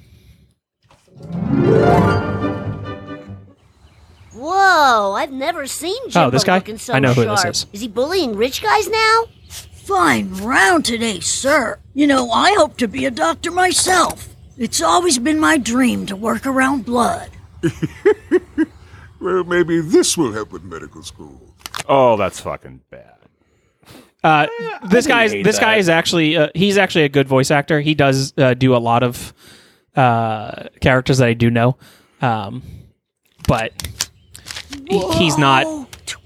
Whoa, I've never seen Jimbo Oh, this guy? looking so I know who sharp. this is. Is he bullying rich guys now? Fine round today, sir. You know, I hope to be a doctor myself. It's always been my dream to work around blood. Well, maybe this will help with medical school. Oh, that's fucking bad. Uh, didn't this guy's hate this guy that. is actually uh, he's actually a good voice actor. He does uh, do a lot of uh, characters that I do know, um, but he- he's not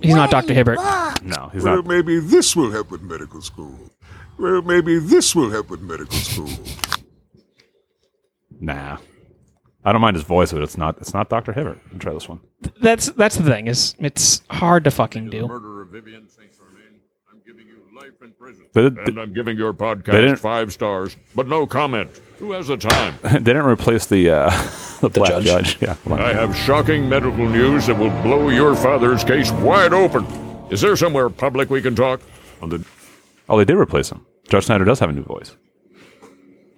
he's not Doctor Hibbert. No, well, maybe this will help with medical school. Well, maybe this will help with medical school. Nah. I don't mind his voice, but it's not it's not Doctor Hibbert. I'll try this one. That's that's the thing is it's hard to fucking do. Murder of Vivian St. Germain. I'm giving you life in prison. They did- and I'm giving your they podcast didn't- five stars, but no comment. Who has the time? they didn't replace the uh, the, black judge. Yeah, hold on. I have shocking medical news that will blow your father's case wide open. Is there somewhere public we can talk? On the Oh, they did replace him. Josh Snyder does have a new voice.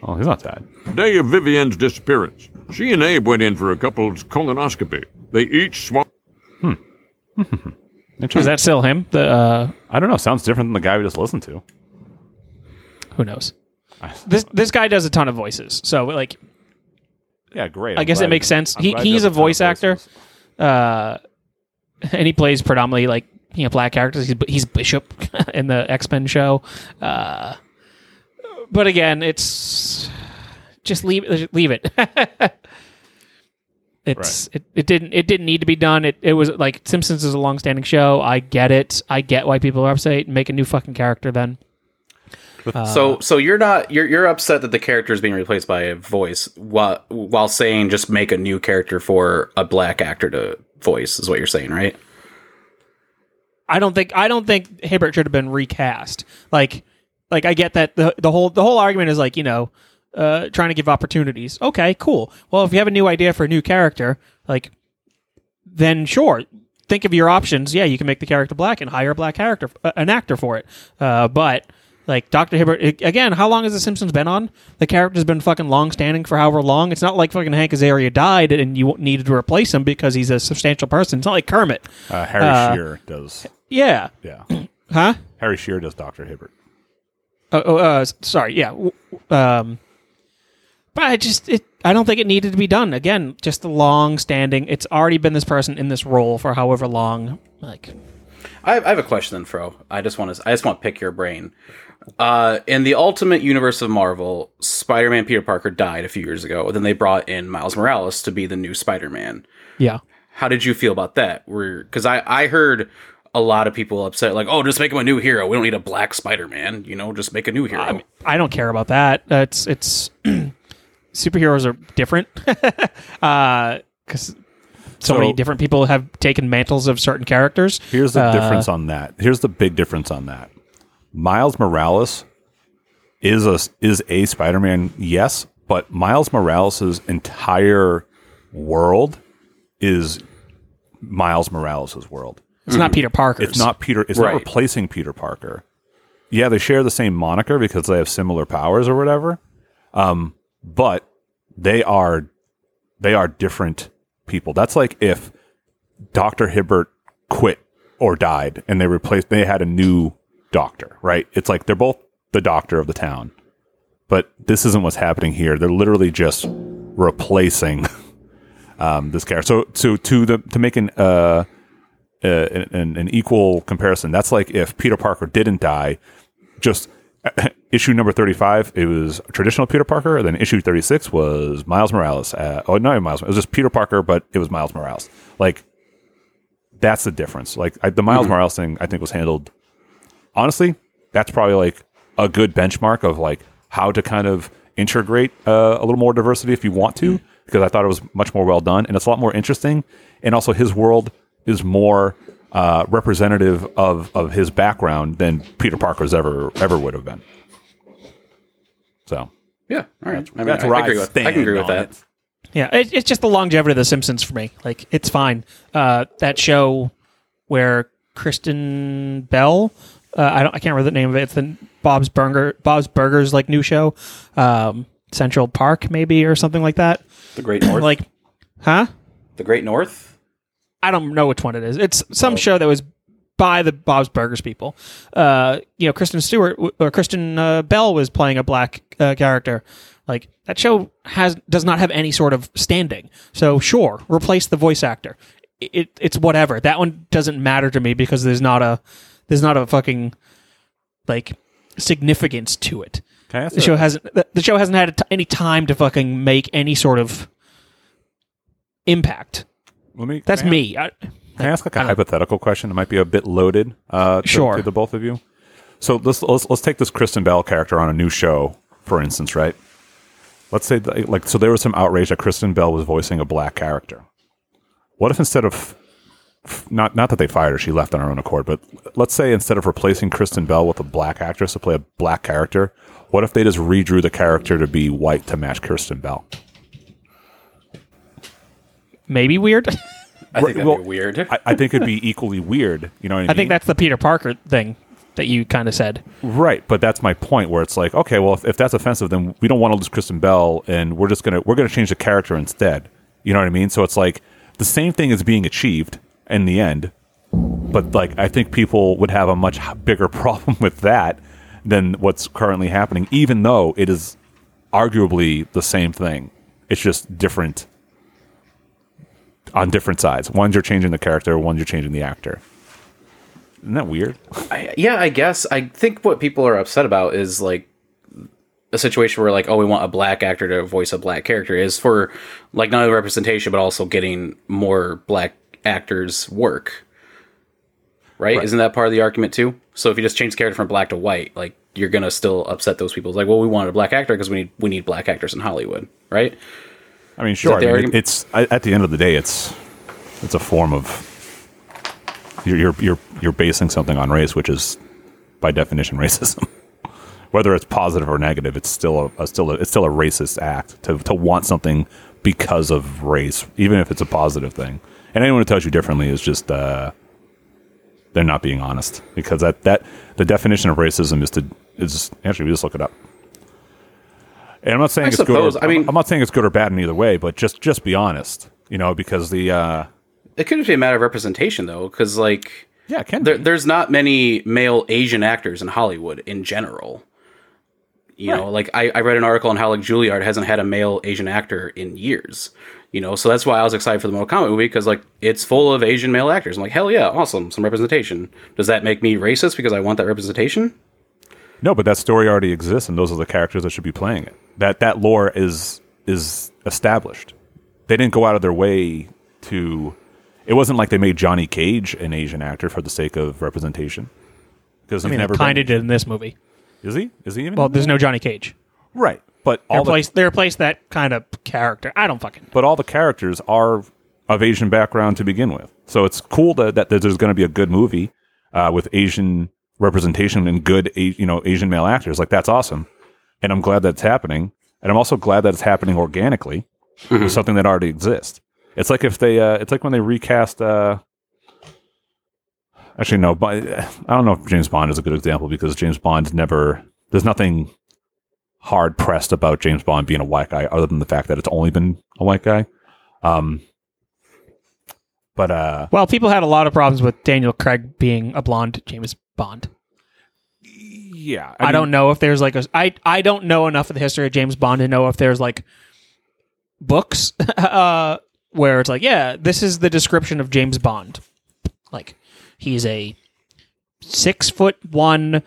Oh, he's not bad. day of Vivian's disappearance, she and Abe went in for a couple's colonoscopy. They each swallowed. Is that still him? The uh, I don't know. Sounds different than the guy we just listened to. who knows? This this guy does a ton of voices, so like Yeah, great. I I'm guess glad- it makes sense. I'm He glad he's you a have ton of voice actor, uh, and he plays predominantly like you know black characters. He's he's Bishop in the X Men show, uh, but again, it's just leave leave it. it's it, it didn't it didn't need to be done. It it was like Simpsons is a long standing show. I get it. I get why people are upset. Make a new fucking character then. so so you're not you're you're upset that the character is being replaced by a voice while while saying just make a new character for a black actor to voice is what you're saying, right? I don't think I don't think Hibbert should have been recast. Like like I get that the the whole the whole argument is like, you know, uh, trying to give opportunities. Okay, cool. Well, if you have a new idea for a new character, like then sure, think of your options. Yeah, you can make the character black and hire a black character uh, an actor for it. Uh, but like Dr. Hibbert a- again, how long has the Simpsons been on? The character's been fucking long standing for however long. It's not like fucking Hank Azaria died and you needed to replace him because he's a substantial person. It's not like Kermit. Uh, Harry Uh, Shearer does. Yeah. Yeah. Huh? Harry Shearer does Doctor Hibbert. Oh, oh, uh, s- sorry. Yeah. W- w- Um, but I just, it, I don't think it needed to be done. Again, just the long standing. It's already been this person in this role for however long. Like, I have, I have a question then, Fro. I just want to I just want to pick your brain. Uh, in the Ultimate Universe of Marvel, Spider-Man Peter Parker died a few years ago. and Then they brought in Miles Morales to be the new Spider-Man. yeah. How did you feel about that? Were because I I heard a lot of people upset like, oh, just make him a new hero. We don't need a black Spider-Man. You know, just make a new hero. I don't care about that. Uh, it's it's superheroes are different because So- so, many different people have taken mantles of certain characters. Here's the Uh, difference on that. Here's the big difference on that. Miles Morales is a is a Spider-Man, yes, but Miles Morales's entire world is Miles Morales's world. It's not Peter Parker's. Mm-hmm. It's not Peter. It's Right. not replacing Peter Parker. Yeah, they share the same moniker because they have similar powers or whatever. Um, but they are they are different people. That's like if Doctor Hibbert quit or died, and they replaced. They had a new doctor, right? It's like they're both the doctor of the town, but this isn't what's happening here. They're literally just replacing um, this character. So, so to the to make an uh, uh, an, an equal comparison, that's like if Peter Parker didn't die, just issue number thirty five, it was traditional Peter Parker. Then issue thirty six was Miles Morales. Uh, oh, not even Miles. It was just Peter Parker, but it was Miles Morales. Like that's the difference. Like I, the Miles Morales thing, I think was handled honestly. That's probably like a good benchmark of like how to kind of integrate uh, a little more diversity if you want to, because I thought it was much more well done and it's a lot more interesting. And also, his world is more uh, representative of of his background than Peter Parker's ever ever would have been. So Yeah, all right. I mean, that's I, where agree I with, I can agree with stand on that. Yeah, it, it's just the longevity of The Simpsons for me. Like, it's fine. Uh, that show where Kristen Bell, uh, I don't, I can't remember the name of it. It's the Bob's Burger, Bob's Burgers like new show, um, Central Park maybe or something like that. The Great North? like, huh? The Great North. I don't know which one it is. It's some show that was by the Bob's Burgers people. Uh, you know, Kristen Stewart or Kristen uh, Bell was playing a black uh, character. Like that show has does not have any sort of standing. So sure, replace the voice actor. It, it it's whatever. That one doesn't matter to me because there's not a there's not a fucking like significance to it. Can I ask the a- show hasn't the- the show hasn't had t- any time to fucking make any sort of impact. Let me. That's can I- me. I, Can I ask like a hypothetical question? It might be a bit loaded. Uh, to, Sure. To the both of you. So let's, let's let's take this Kristen Bell character on a new show, for instance, right? let's say th- like so there was some outrage that Kristen Bell was voicing a black character. What if instead of f- not not that they fired her, she left on her own accord, but let's say instead of replacing Kristen Bell with a black actress to play a black character, what if they just redrew the character to be white to match Kristen Bell? Maybe weird. I think that'd Well, be weird. I, I think it'd be equally weird. You know what I mean? I think that's the Peter Parker thing that you kind of said. Right, but that's my point where it's like, okay, well, if, if that's offensive, then we don't want to lose Kristen Bell, and we're just gonna we're gonna change the character instead. You know what I mean? So it's like the same thing is being achieved in the end, but like I think people would have a much h- bigger problem with that than what's currently happening, even though it is arguably the same thing. It's just different on different sides. One's you're changing the character, one's you're changing the actor. Isn't that weird? I, yeah, I guess. I think what people are upset about is like a situation where like, oh, we want a black actor to voice a black character is for like not only representation but also getting more black actors work. Right? Right. Isn't that part of the argument too? So if you just change the character from black to white, like you're gonna still upset those people. It's like, well, we want a black actor because we need we need black actors in Hollywood, right? I mean, Is that sure. I the mean, argument? it's I- at the end of the day, it's it's a form of you're you're you're, you're basing something on race, which is by definition racism. Whether it's positive or negative, it's still a, a still a, it's still a racist act to to want something because of race, even if it's a positive thing. And anyone who tells you differently is just uh, they're not being honest because that that the definition of racism is to is actually we just look it up. And I'm not saying I it's suppose, good. Or, I mean- I'm not saying it's good or bad in either way, but just just be honest, you know, because the uh, It could just be a matter of representation though, because like yeah, can there, there's not many male Asian actors in Hollywood in general. You know, like I, I read an article on how like Juilliard hasn't had a male Asian actor in years. You know, so that's why I was excited for the Mortal Kombat movie because like it's full of Asian male actors. I'm like, hell yeah, awesome, some representation. Does that make me racist because I want that representation? No, but that story already exists, and those are the characters that should be playing it. That that lore is is established. They didn't go out of their way to. It wasn't like they made Johnny Cage an Asian actor for the sake of representation. Because I he's mean, never kind been, of did in this movie. is he? Is he even? Well, there's no Johnny Cage. Right, but They all the, replaced, they replaced that kind of character. I don't fucking. but all the characters are of Asian background to begin with. So it's cool that, that there's going to be a good movie uh, with Asian representation and good, A- you know, Asian male actors. Like that's awesome, and I'm glad that's happening. And I'm also glad that it's happening organically with something that already exists. It's like if they, uh, it's like when they recast. Uh, actually, no, but uh, I don't know if James Bond is a good example because James Bond never. There's nothing hard pressed about James Bond being a white guy, other than the fact that it's only been a white guy. Um, but uh, Well, people had a lot of problems with Daniel Craig being a blonde James Bond. yeah, I, don't know if there's like a I I don't know enough of the history of James Bond to know if there's like books uh, where it's like yeah this is the description of James Bond like he's a six foot one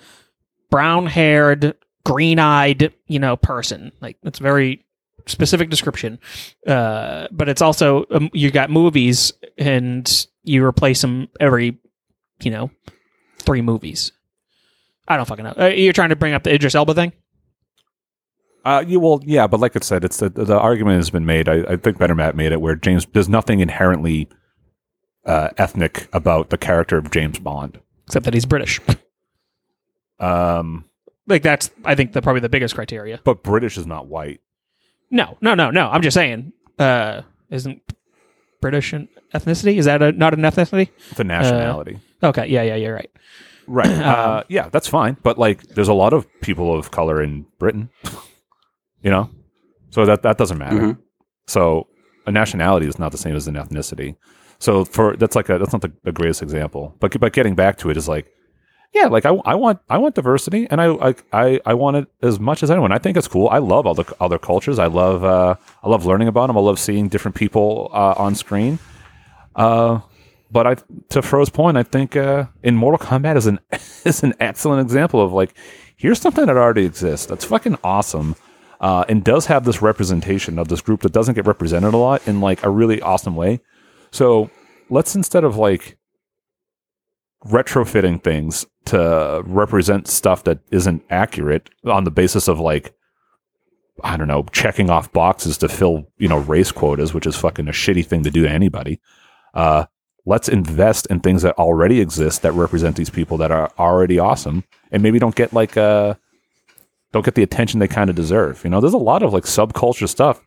brown haired green eyed you know person like that's a very specific description uh, but it's also um, you got movies and you replace them every you know three movies I don't fucking know. Uh, you're trying to bring up the Idris Elba thing? Uh, you well, yeah, but like I said, it's the, the argument has been made. I, I think Better Matt made it where James there's nothing inherently uh, ethnic about the character of James Bond. Except that he's British. Um, Like that's I think the probably the biggest criteria. but British is not white. No, no, no, no. I'm just saying. Uh, isn't British an ethnicity? Is that a, not an ethnicity? It's a nationality. Uh, okay. Yeah. Yeah. You're right. Right. uh, yeah, that's fine. But like, there's a lot of people of color in Britain. you know, so that that doesn't matter. So a nationality is not the same as an ethnicity. So for that's like a that's not the, the greatest example. But but getting back to it is like, yeah, like I, I want I want diversity, and I like I I want it as much as anyone. I think it's cool. I love all the other cultures. I love uh I love learning about them. I love seeing different people uh, on screen. Uh, but I, to Fro's point, I think uh, in Mortal Kombat is an is an excellent example of like, here's something that already exists that's fucking awesome, uh, and does have this representation of this group that doesn't get represented a lot in like a really awesome way. So let's instead of like retrofitting things to represent stuff that isn't accurate on the basis of like I don't know, checking off boxes to fill, you know, race quotas, which is fucking a shitty thing to do to anybody. Uh, let's invest in things that already exist that represent these people that are already awesome and maybe don't get like uh don't get the attention they kind of deserve. You know, there's a lot of like subculture stuff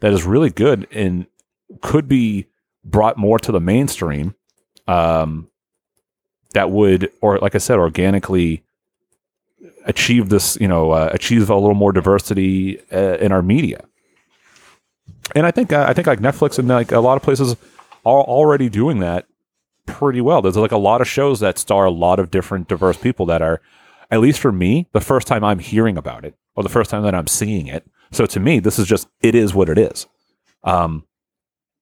that is really good and could be brought more to the mainstream. Um, that would, or like I said, organically achieve this, you know, uh, achieve a little more diversity uh, in our media. And I think uh, I think like Netflix and like a lot of places are already doing that pretty well. There's like a lot of shows that star a lot of different diverse people that are, at least for me, the first time I'm hearing about it or the first time that I'm seeing it. So to me, this is just it is what it is. Um,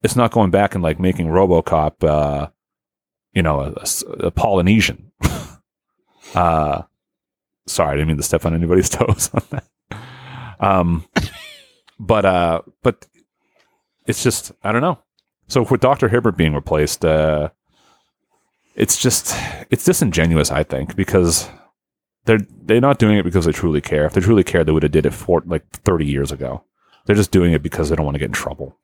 it's not going back and like making RoboCop, uh, you know, a, a s- a Polynesian. uh, sorry, I didn't mean to step on anybody's toes on that. Um, but uh, but it's just I don't know. So with Doctor Hibbert being replaced, uh, it's just it's disingenuous, I think, because they're they're not doing it because they truly care. If they truly cared, they would have did it for like thirty years ago. They're just doing it because they don't want to get in trouble.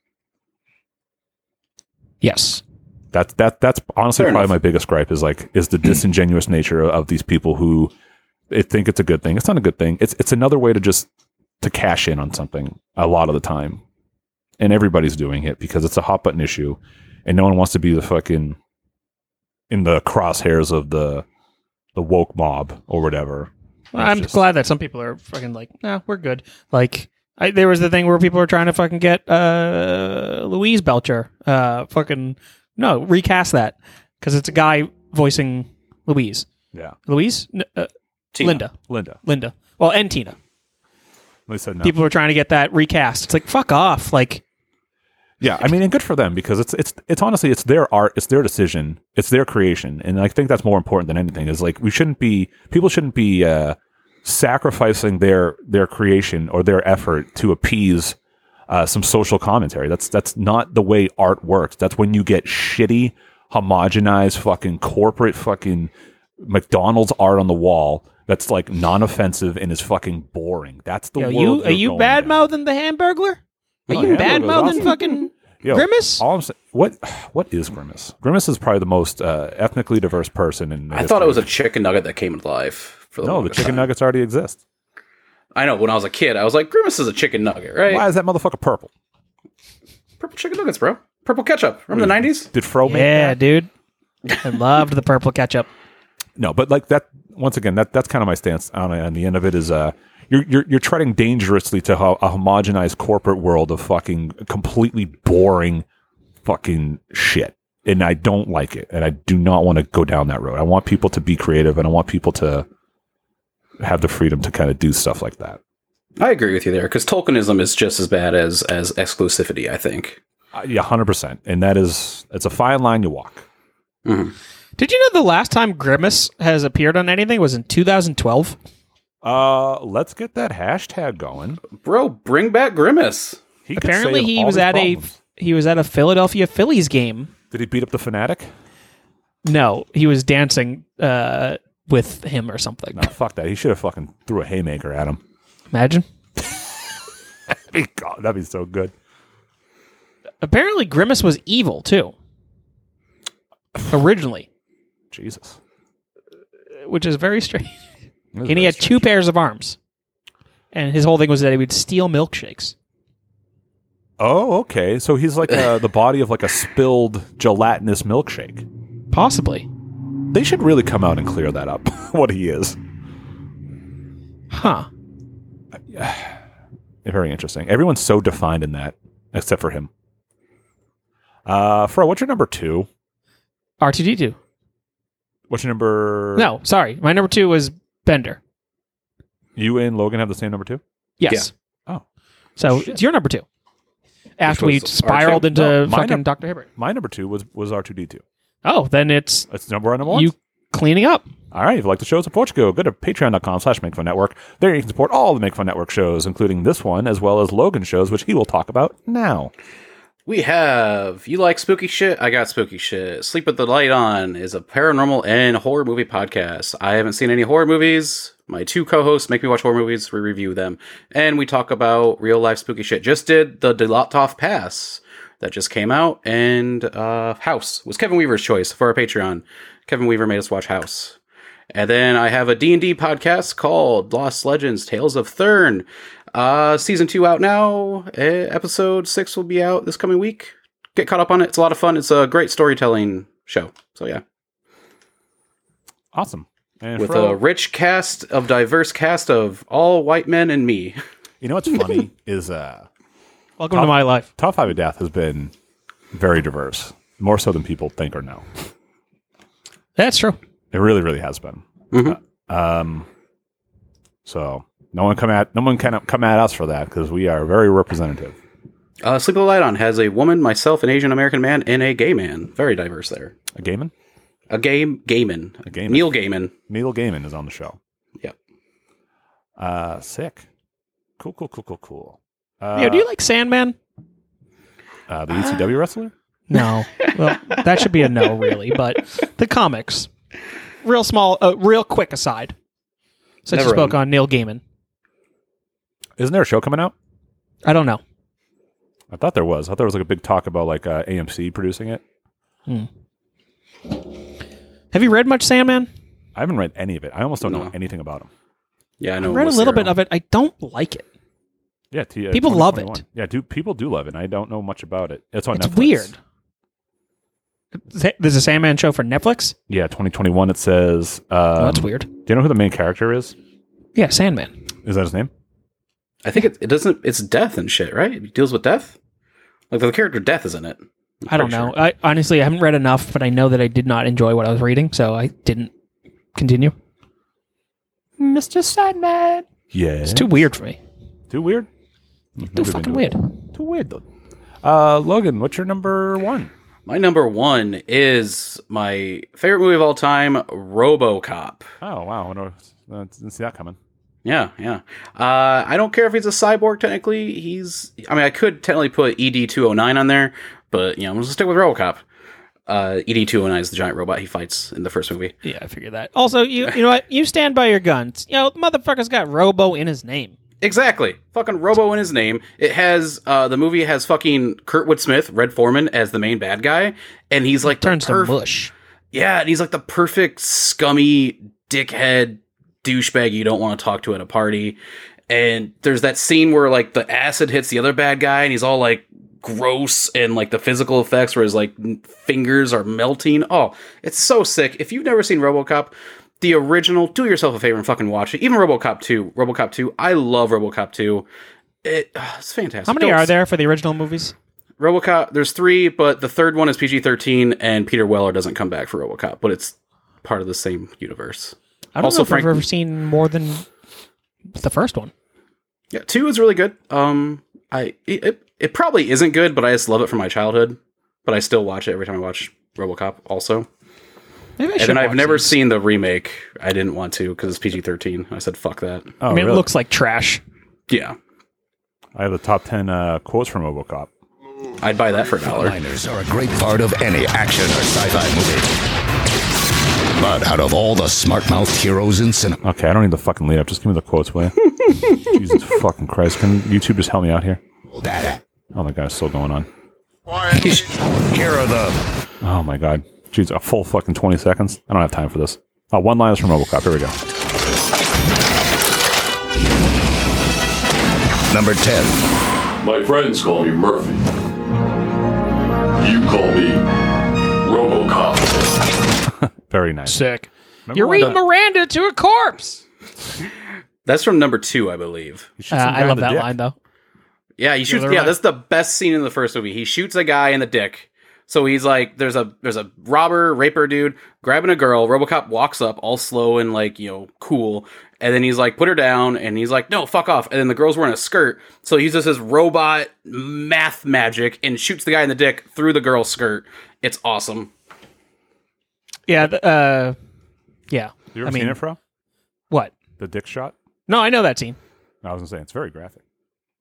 Yes. That's that that's honestly Fair probably enough. my biggest gripe is like is the disingenuous nature of these people who they think it's a good thing. It's not a good thing. It's it's another way to just to cash in on something a lot of the time. And everybody's doing it because it's a hot button issue and no one wants to be the fucking in the crosshairs of the the woke mob or whatever. I'm glad that some people are fucking like, nah, we're good. Like, I, there was the thing where people were trying to fucking get uh, Louise Belcher. Uh, fucking no, recast that because it's a guy voicing Louise. Yeah. Louise, N- uh, Tina. Linda, Linda, Linda. Well, and Tina. They said no. People were trying to get that recast. It's like fuck off. Like, Yeah, I mean, and good for them because it's it's it's honestly it's their art, it's their decision, it's their creation, and I think that's more important than anything. Is like we shouldn't be people shouldn't be uh, sacrificing their their creation or their effort to appease uh, some social commentary. That's that's not the way art works. That's when you get shitty, homogenized, fucking corporate, fucking McDonald's art on the wall. That's like non-offensive and is fucking boring. That's the yo, world you are they're you going bad mouthing the Hamburglar? Are No, you Hamburglar's bad mouthing awesome. fucking Yo, Grimace? All I'm saying, what what is Grimace? Grimace is probably the most uh, ethnically diverse person in. The I thought it was a chicken nugget that came alive. For the no. The longest chicken time. nuggets already exist. I know. When I was a kid, I was like, Grimace is a chicken nugget, right? Why is that motherfucker purple? Purple chicken nuggets, bro. Purple ketchup. Remember the nineties? Did Fro make Yeah, dude. I loved the purple ketchup. No, but like that. Once again, that that's kind of my stance on it. And the end of it is, uh, you're you're, you're treading dangerously to ho- a homogenized corporate world of fucking completely boring, fucking shit. And I don't like it. And I do not want to go down that road. I want people to be creative, and I want people to have the freedom to kind of do stuff like that. I agree with you there because Tolkienism is just as bad as as exclusivity. I think. Uh, yeah, hundred percent. And that is it's a fine line you walk. Did you know the last time Grimace has appeared on anything was in 2012? Uh, let's get that hashtag going, bro. Bring back Grimace. He could Apparently, save he all was these at problems. a he was at a Philadelphia Phillies game. Did he beat up the fanatic? No, he was dancing uh, with him or something. No, fuck that. He should have fucking threw a haymaker at him. Imagine. God, that'd be so good. Apparently, Grimace was evil too. Originally, Jesus, which is very strange. is And he had two pairs of arms, and his whole thing was that he would steal milkshakes. Oh, okay. So he's like uh the body of like a spilled gelatinous milkshake. Possibly. They should really come out and clear that up. what he is. Huh. Very interesting. Everyone's so defined in that, except for him. Uh, Fro, what's your number two? R two D two. What's your number? No, sorry, my number two was Bender. You and Logan have the same number two? Yes. Oh. So it's your number two. After we Which was spiraled R2? into No, my fucking num- Doctor Hibbert. My number two was was R two D two. Oh, then it's That's number one. Number one. You cleaning up. All right. If you like the show, support the show. Go to patreon.com slash Make Fun Network. There you can support all the Make Fun Network shows, including this one, as well as Logan shows, which he will talk about now. We have You Like Spooky Shit? I Got Spooky Shit. Sleep with the Light On is a paranormal and horror movie podcast. I haven't seen any horror movies. My two co hosts make me watch horror movies, we review them, and we talk about real life spooky shit. Just did the Delotov Pass that just came out, and uh, House was Kevin Weaver's choice for our Patreon. Kevin Weaver made us watch House. And then I have a D&D podcast called Lost Legends Tales of Thurn. Uh, season 2 out now. Eh, Episode 6 will be out this coming week. Get caught up on it. It's a lot of fun. It's a great storytelling show. So yeah. Awesome. And With for all- a rich cast of diverse cast of all white men and me. You know what's funny is uh Welcome to my life. Top five of death has been very diverse, more so than people think or know. That's true. It really, really has been. Uh, um, so no one come at no one can come at us for that because we are very representative. Uh, Sleep with the Light On has a woman, myself, an Asian American man, and a gay man. Very diverse there. A gay man? A gay gay man. A gay man. Neil Gaiman. Neil Gaiman is on the show. Yep. Uh, sick. Cool, cool, cool, cool, cool. Uh, Yo, do you like Sandman? uh, the ECW wrestler? No. well, that should be a no, really. But the comics. Real small, uh, real quick aside. Since Never you spoke owned. on Neil Gaiman. Isn't there a show coming out? I don't know. I thought there was. I thought there was like a big talk about like uh, AMC producing it. Hmm. Have you read much Sandman? I haven't read any of it. I almost don't know anything about him. Yeah, I read a little bit of it. I don't like it. Yeah, t- uh, People love 2021. it. Yeah, do people do love it? and I don't know much about it. It's on It's Netflix. weird. Sa- There's a Sandman show for Netflix? Oh, Yeah, 2021. It says. Um, that's weird. Do you know who the main character is? Yeah, Sandman. Is that his name? I think it, it doesn't. It's death and shit, right? It deals with death. Like the character death is in it. I'm I don't pretty know. sure. I honestly I haven't read enough, but I know that I did not enjoy what I was reading, so I didn't continue. Mr. Sandman. Yeah, It's too weird for me. Too weird. Too fucking weird. Too weird though. Uh, Logan, what's your number one? My number one is my favorite movie of all time, RoboCop. Oh wow, I don't- I didn't see that coming. Yeah, yeah. Uh, I don't care if he's a cyborg. Technically, he's. I mean, I could technically put ED two hundred nine on there, but you know, I'm just gonna stick with RoboCop. Uh, ED two hundred nine is the giant robot he fights in the first movie. Yeah, I figured that. Also, you you know what? You stand by your guns. You know, motherfucker's got Robo in his name. Exactly. Fucking Robo in his name. It has uh the movie has fucking Kurtwood Smith, Red Foreman, as the main bad guy, and he's like turns to mush. Yeah, and he's like the perfect scummy dickhead douchebag you don't want to talk to at a party. And there's that scene where like the acid hits the other bad guy, and he's all like gross, and like the physical effects where his like n- fingers are melting. Oh, it's so sick. If you've never seen RoboCop, the original, do yourself a favor and fucking watch it. Even RoboCop two, RoboCop two. I love RoboCop two. It, ah, it's fantastic. How many Don't- are there for the original movies? RoboCop. There's three, but the third one is PG-13, and Peter Weller doesn't come back for RoboCop, but it's part of the same universe. I don't know if I've ever seen more than the first one. yeah, two is really good. Um, I it, it it probably isn't good, but I just love it from my childhood. But I still watch it every time I watch RoboCop. Also, Maybe I and should then I've watch never seen the remake. I didn't want to because it's PG-13. I said fuck that. Oh, I mean, it looks like trash. yeah. I have the top ten uh, quotes from RoboCop. I'd buy that for a dollar. Frontliners are a great part of any action or sci-fi movie. But out of all the smart-mouthed heroes in cinema, Okay, I don't need the fucking lead up. Just give me the quotes, will you? Jesus fucking Christ! Can YouTube just help me out here? Oh my god, it's still going on. here are the Oh my god. Jeez, a full fucking 20 seconds? I don't have time for this. Oh, one line is from Robocop. Here we go. number 10. My friends call me Murphy. You call me Robocop. Very nice. Sick. Remember You when read the- Miranda to a corpse. That's from number two, I believe. Uh, I love that line though. Yeah, he shoots. they're Yeah, like- that's the best scene in the first movie. He shoots a guy in the dick. So he's like, there's a there's a robber, raper dude grabbing a girl. RoboCop walks up, all slow and like you know cool, and then he's like, put her down, and he's like, no, fuck off. And then the girl's wearing a skirt, so he uses his robot math magic and shoots the guy in the dick through the girl's skirt. It's awesome. Yeah. th- Uh, yeah. You ever I mean, seen it, Fro? What? The dick shot? No, I know that scene. I was going to say, it's very graphic.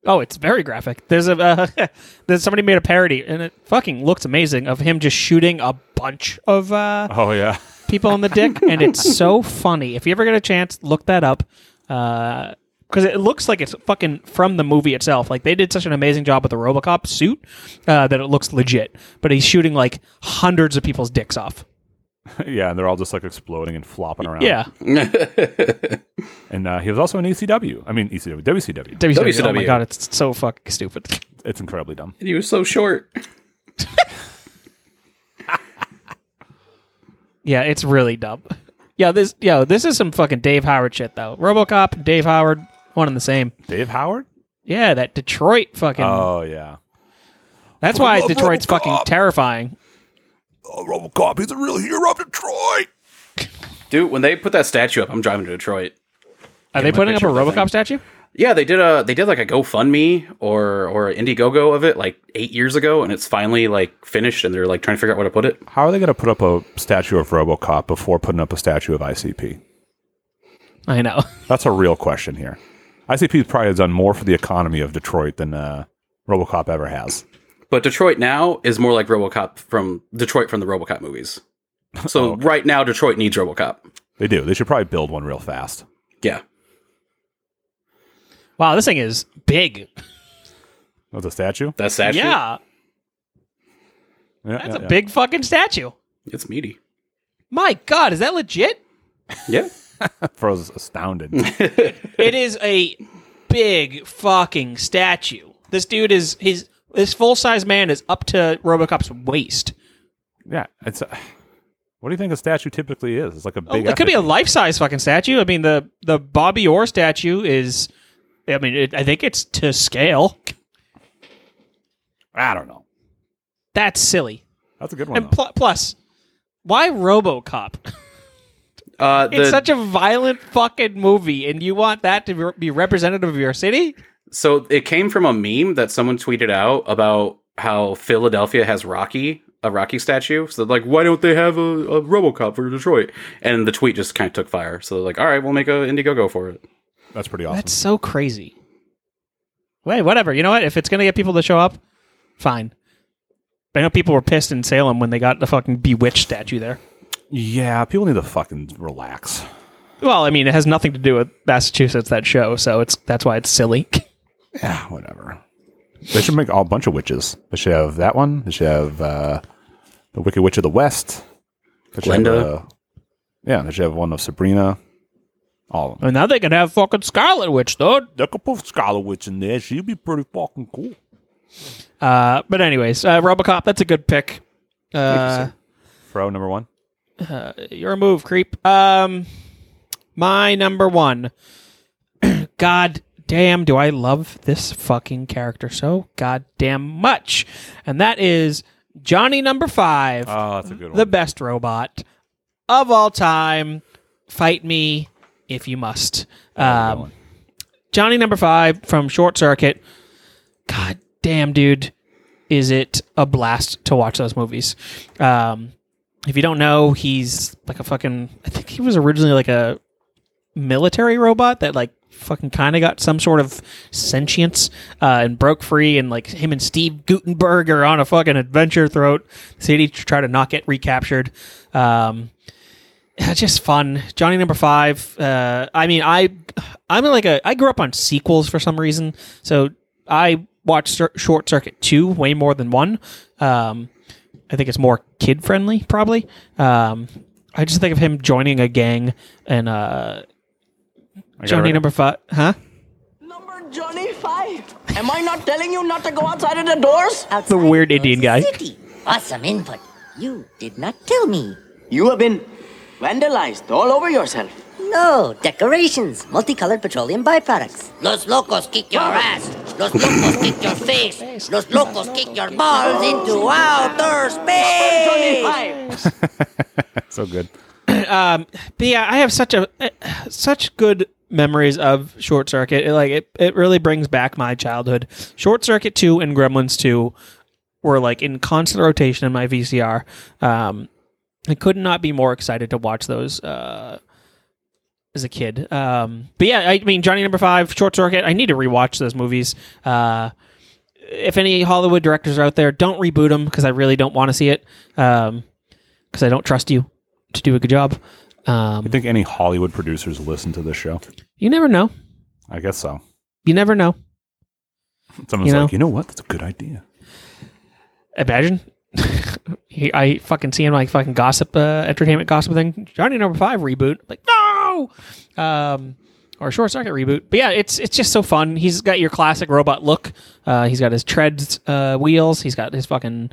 Oh, it's very graphic. There's a uh, there's somebody made a parody, and it fucking looks amazing of him just shooting a bunch of uh, Oh yeah. people in the dick, and it's so funny. If you ever get a chance, look that up because it looks like it's fucking from the movie itself. Like they did such an amazing job with the RoboCop suit uh, that it looks legit. But he's shooting like hundreds of people's dicks off. yeah, and they're all just like exploding and flopping around. Yeah. and uh, he was also in ECW. I mean E ECW, WCW, WCW. Oh my god, it's so fucking stupid. It's incredibly dumb. And he was so short. Yeah, it's really dumb. Yeah, this yo, this is some fucking Dave Howard shit though. RoboCop, Dave Howard, one and the same. Dave Howard? Yeah, that Detroit fucking. Oh yeah. That's why Detroit's fucking terrifying. Oh, RoboCop, he's a real hero of Detroit. Dude, when they put that statue up, I'm driving to Detroit. Are they Get my putting up a picture of the thing. RoboCop statue? Yeah, they did a they did like a GoFundMe or or Indiegogo of it like eight years ago, and it's finally like finished, and they're like trying to figure out where to put it. How are they going to put up a statue of RoboCop before putting up a statue of ICP? I know. That's a real question here. ICP probably has done more for the economy of Detroit than uh, RoboCop ever has. But Detroit now is more like RoboCop from Detroit from the RoboCop movies. So right now, Detroit needs RoboCop. They do. They should probably build one real fast. Yeah, Wow, this thing is big. With a statue? that statue. Yeah, Yeah, that's yeah, a yeah. big fucking statue. it's meaty. My god, is that legit? Yeah, Fro's astounded. it is a big fucking statue. This dude is he's this full size man is up to RoboCop's waist. yeah. It's a, what do you think a statue typically is? It's like a Oh, big. it could be a effigy. life size fucking statue. I mean the the Bobby Orr statue is. I mean, it, I think it's to scale. I don't know. That's silly. That's a good one. And though. pl- plus, why RoboCop? Uh, the, it's such a violent fucking movie, and you want that to re- be representative of your city? So it came from a meme that someone tweeted out about how Philadelphia has Rocky, a Rocky statue. So they're like, why don't they have a, a RoboCop for Detroit? And the tweet just kind of took fire. So they're like, all right, we'll make a Indiegogo for it. That's pretty awesome. That's so crazy. Wait, whatever. You know what? If it's gonna get people to show up, fine. But I know people were pissed in Salem when they got the fucking bewitched statue there. yeah, people need to fucking relax. Well, I mean, it has nothing to do with Massachusetts that show, so it's that's why it's silly. Yeah, Ah, whatever. They should make a bunch of witches. They should have that one. They should have uh, the Wicked Witch of the West. They should have, Glinda. uh, yeah, they should have one of Sabrina. All of them. and now they can have fucking Scarlet Witch, dude. They could put Scarlet Witch in there. She'd be pretty fucking cool. Uh, but anyways, uh, RoboCop, that's a good pick. Uh, Fro number one. uh, your move, creep. Um, my number one. God damn, do I love this fucking character so goddamn much, and that is Johnny Number Five, Oh, that's a good the best robot of all time. Fight me if you must. Um, Johnny Number Five from Short Circuit. God damn, dude, is it a blast to watch those movies? Um, if you don't know, he's like a fucking. I think he was originally like a military robot that like fucking kind of got some sort of sentience uh, and broke free. And like him and Steve Gutenberg are on a fucking adventure throughout the city to try to not get recaptured. Um, it's just fun. Johnny number five. Uh, I mean, I, I'm like a. I grew up on sequels for some reason, so I watched Cir- Short Circuit two way more than one. Um, I think it's more kid friendly, probably. Um, I just think of him joining a gang and uh, I got it Johnny right. number five, huh? Johnny Five. Am I not telling you not to go outside of the doors? The weird Indian guy. Awesome input. You did not tell me. You have been vandalized all over yourself. No, decorations, multicolored petroleum byproducts. Los locos kick your ass. Los locos kick your face. Los locos kick your balls into outer space. so good. um, but yeah, I have such a uh, such good memories of Short Circuit. It, like it, it really brings back my childhood. Short Circuit two and Gremlins two were like in constant rotation in my VCR. Um, I could not be more excited to watch those. Uh, as a kid. Um, but yeah, I mean Johnny Number Five, Short Circuit. I need to rewatch those movies. Uh, if any Hollywood directors are out there, don't reboot them because I really don't want to see it. Because I don't trust you to do a good job. Um, you think any Hollywood producers listen to this show? You never know. I guess so. You never know. Someone's You know? like, you know what? That's a good idea. Imagine. He- I fucking see him like fucking gossip, uh, entertainment gossip thing. Johnny Number Five reboot, like no, um, or short circuit reboot. But yeah, it's it's just so fun. He's got your classic robot look. Uh, he's got his treads, uh, wheels. He's got his fucking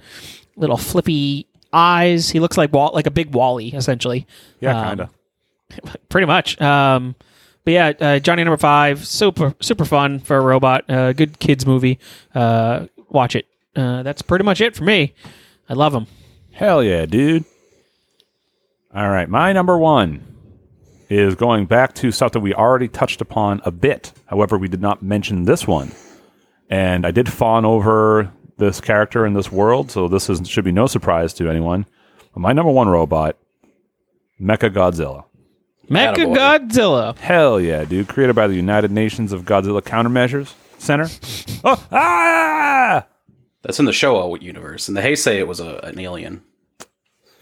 little flippy eyes. He looks like Wall- like a big Wally essentially. Yeah, Um, kinda. pretty much. Um, but yeah, uh, Johnny Number Five, super super fun for a robot. Uh, good kids movie. Uh, watch it. Uh, that's pretty much it for me. I love him. Hell yeah, dude. All right, my number one is going back to something we already touched upon a bit. However, we did not mention this one. And I did fawn over this character in this world, so this is, should be no surprise to anyone. But my number one robot, Mecha Godzilla. Mecha Attaboy. Godzilla. Hell yeah, dude. Created by the United Nations of Godzilla Countermeasures Center. oh, ah! That's in the Showa universe. In the Heisei, it was a, an alien.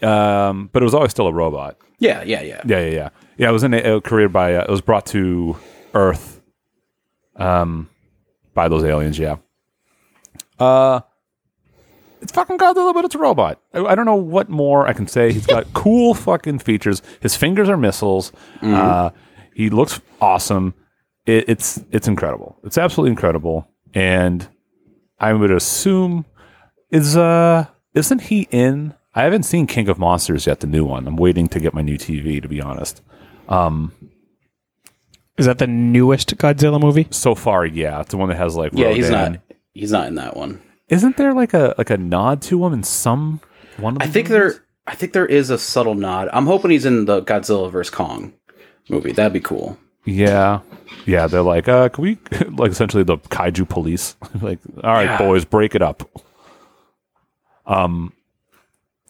Um, but it was always still a robot. Yeah, yeah, yeah. Yeah, yeah, yeah. Yeah, it was in a, career by uh, it was brought to Earth, um, by those aliens. Yeah. Uh, it's fucking Godzilla, but it's a robot. I, I don't know what more I can say. He's got cool fucking features. His fingers are missiles. Uh, he looks awesome. It, it's it's incredible. It's absolutely incredible. And I would assume is uh isn't he in? I haven't seen King of Monsters yet, the new one. I'm waiting to get my new TV, to be honest. Um, Is that the newest Godzilla movie? so far, yeah, it's the one that has like Yeah, he's Rodan. not. He's not in that one. Isn't there like a like a nod to him in some one? Of I the think movies? there. I think there is a subtle nod. I'm hoping he's in the Godzilla vs Kong movie. That'd be cool. Yeah, yeah, they're like, uh, can we like essentially the kaiju police? like, all right, Yeah. boys, break it up. Um,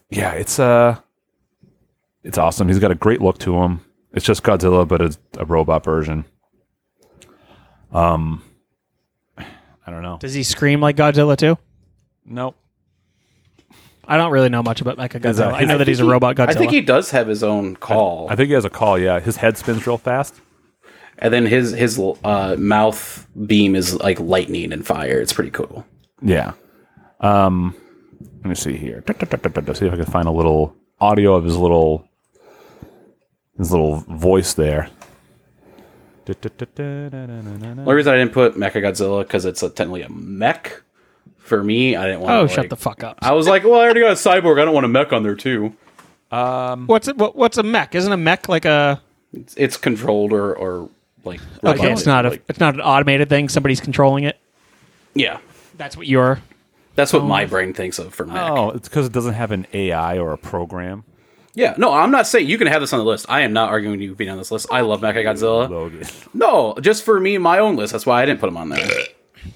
yeah, it's uh, it's awesome. He's got a great look to him. It's just Godzilla, but it's a robot version. Um, I don't know. Does he scream like Godzilla too? Nope. I don't really know much about Mecha Is that- Godzilla. I know I that he's a think he- robot Godzilla. I think he does have his own call, I think he has a call. Yeah, his head spins real fast. and then his his uh, mouth beam is like lightning and fire. It's pretty cool. Yeah. Um, let me see here. See if I can find a little audio of his little his little voice there. The only reason I didn't put Mecha Godzilla because it's a, technically a mech. For me, I didn't want. oh, like, shut the fuck up. I was like, well, I already got a cyborg. I don't want a mech on there too. Um, What's it, what, what's a mech? Isn't a mech like a? it's, it's controlled or or like Okay, it's not a. It's not an automated thing. Somebody's controlling it. yeah. That's what you're. That's what Oh. my brain thinks of for mech. Oh, it's because it doesn't have an AI or a program. Yeah, no, I'm not saying you can have this on the list. I am not arguing you being on this list. I love Mecha Logan. Godzilla. No, just for me, my own list. That's why I didn't put him on there.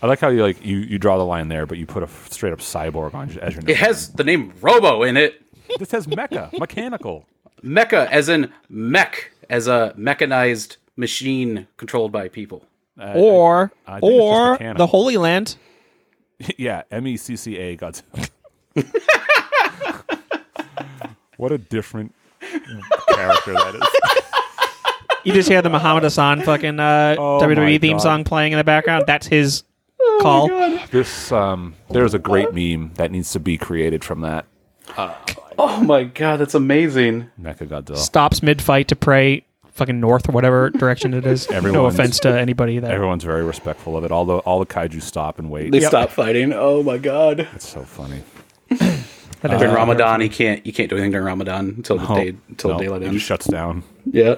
I like how you like you, you draw the line there, but you put a f- straight up cyborg on as your It name. has the name Robo in it. this has mecha, mechanical. Mecha, as in mech, as a mechanized machine controlled by people. or I think it's just or mechanical. the Holy Land. yeah, M E C C A Godzilla. what a different character that is. You just hear the Muhammad Hassan fucking uh, Oh my WWE theme God. Oh song playing in the background. That's his call. This um, there's a great meme that needs to be created from that Oh my god, that's amazing. Mecha Godzilla. Stops mid fight to pray fucking north or whatever direction it is. no Everyone's- offense to anybody that Everyone's very respectful of it. All the all the kaiju stop and wait. They stop fighting. Oh my god. It's so funny. That is during a- Ramadan, he can't you can't do anything during Ramadan until the No, day until Oh, no, daylight it ends. just shuts down. Yeah.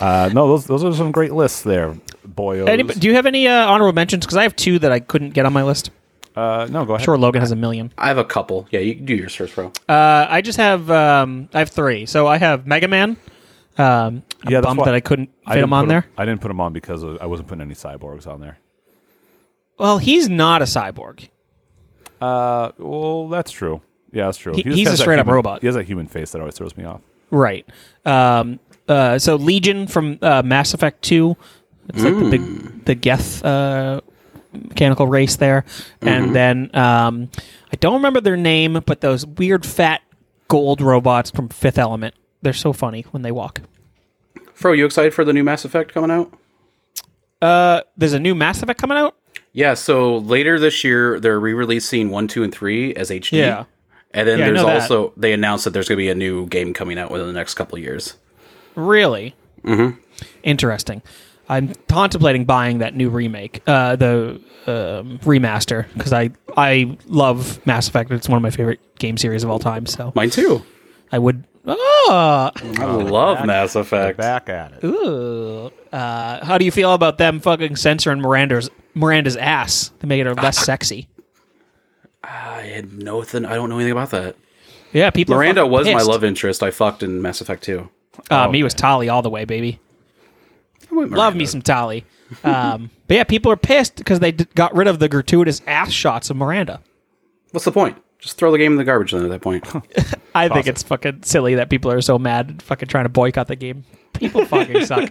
Uh, no, those those are some great lists there, boyos. Any, do you have any uh, honorable mentions? Because I have two that I couldn't get on my list. uh, no, go I'm ahead. sure Logan has a million. I have a couple. Yeah, you can do yours first, bro. Uh, I just have um, I have three. So I have Mega Man. Um, I'm Yeah, that's bummed why- that I couldn't I fit didn't him on put there. I didn't put them on because of, I wasn't putting any cyborgs on there. Well, he's not a cyborg. Uh, well, that's true. Yeah, that's true. He- just he's has a that straight-up human- robot. He has a human face that always throws me off. Right. Um, Uh, so Legion from uh, Mass Effect Two. It's like the big the Geth uh, mechanical race there, Mhm. and then um, I don't remember their name, but those weird fat gold robots from Fifth Element. They're so funny when they walk. Fro, you excited for the new Mass Effect coming out? Uh, there's a new Mass Effect coming out. Yeah, so later this year they're re-releasing one, two, and three as HD. Yeah. and then Yeah, I there's know that. also they announced that there's going to be a new game coming out within the next couple of years. Really Mm-hmm. interesting. I'm contemplating buying that new remake, uh, the um, remaster, because I I love Mass Effect. It's one of my favorite game series of all time. So mine too. I would. Oh, I love Mass Effect. Back at it. Ooh. Uh, how do you feel about them fucking censoring Miranda's Miranda's ass to make it less sexy? I had nothing. I don't know anything about that. Yeah, people. are Miranda fucking was my Oh, pissed. love interest. I fucked in Mass Effect 2. Uh, me was Tolly all the way, baby. Love me some Tolly. Um, but yeah, people are pissed because they d- got rid of the gratuitous ass shots of Miranda. What's the point? Just throw the game in the garbage then at that point. I think Awesome. it's fucking silly that people are so mad and fucking trying to boycott the game. People fucking suck.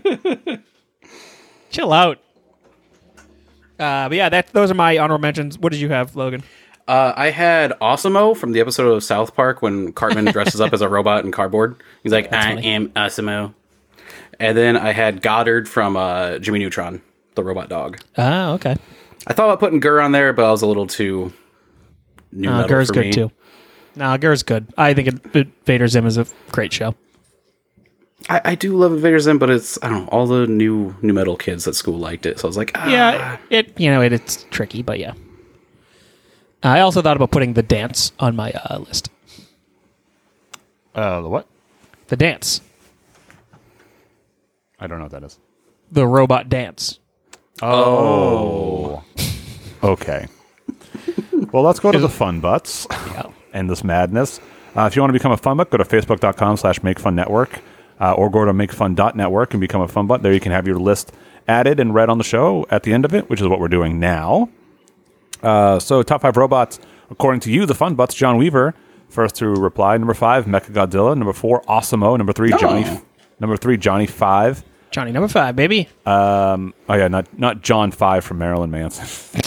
Chill out. Uh, but yeah, that those are my honorable mentions. What did you have, Logan? Uh, I had Osimo from the episode of South Park when Cartman dresses up as a robot in cardboard. He's like, I am Osimo. And then I had Goddard from uh, Jimmy Neutron, the robot dog. Oh, okay. I thought about putting Gurr on there, but I was a little too new No, metal Uh, Gurr's for good me. too. No, Gurr's good. I think it, it, Vader Zim is a great show. I, I do love Invader Zim, but it's I don't know all the new new metal kids at school liked it, so I was like, ah, Yeah, it you know it, it's tricky, but yeah. I also thought about putting the dance on my uh, list. Uh, the what? The dance, I don't know what that is. the robot dance. Oh. okay. well, let's go to the fun butts and this madness. Uh, if you want to become a fun butt, go to facebook.com slash makefunnetwork uh, or go to makefun.network and become a fun butt. There you can have your list added and read on the show at the end of it, which is what we're doing now. Uh, so, top five robots, according to you, the fun butts, John Weaver, first to reply. Number five, Mecha Godzilla. Number four, Osimo. Number three, Johnny. Number three, Johnny Five. Johnny number five, baby. Um, oh yeah, not not John Five from Marilyn Manson.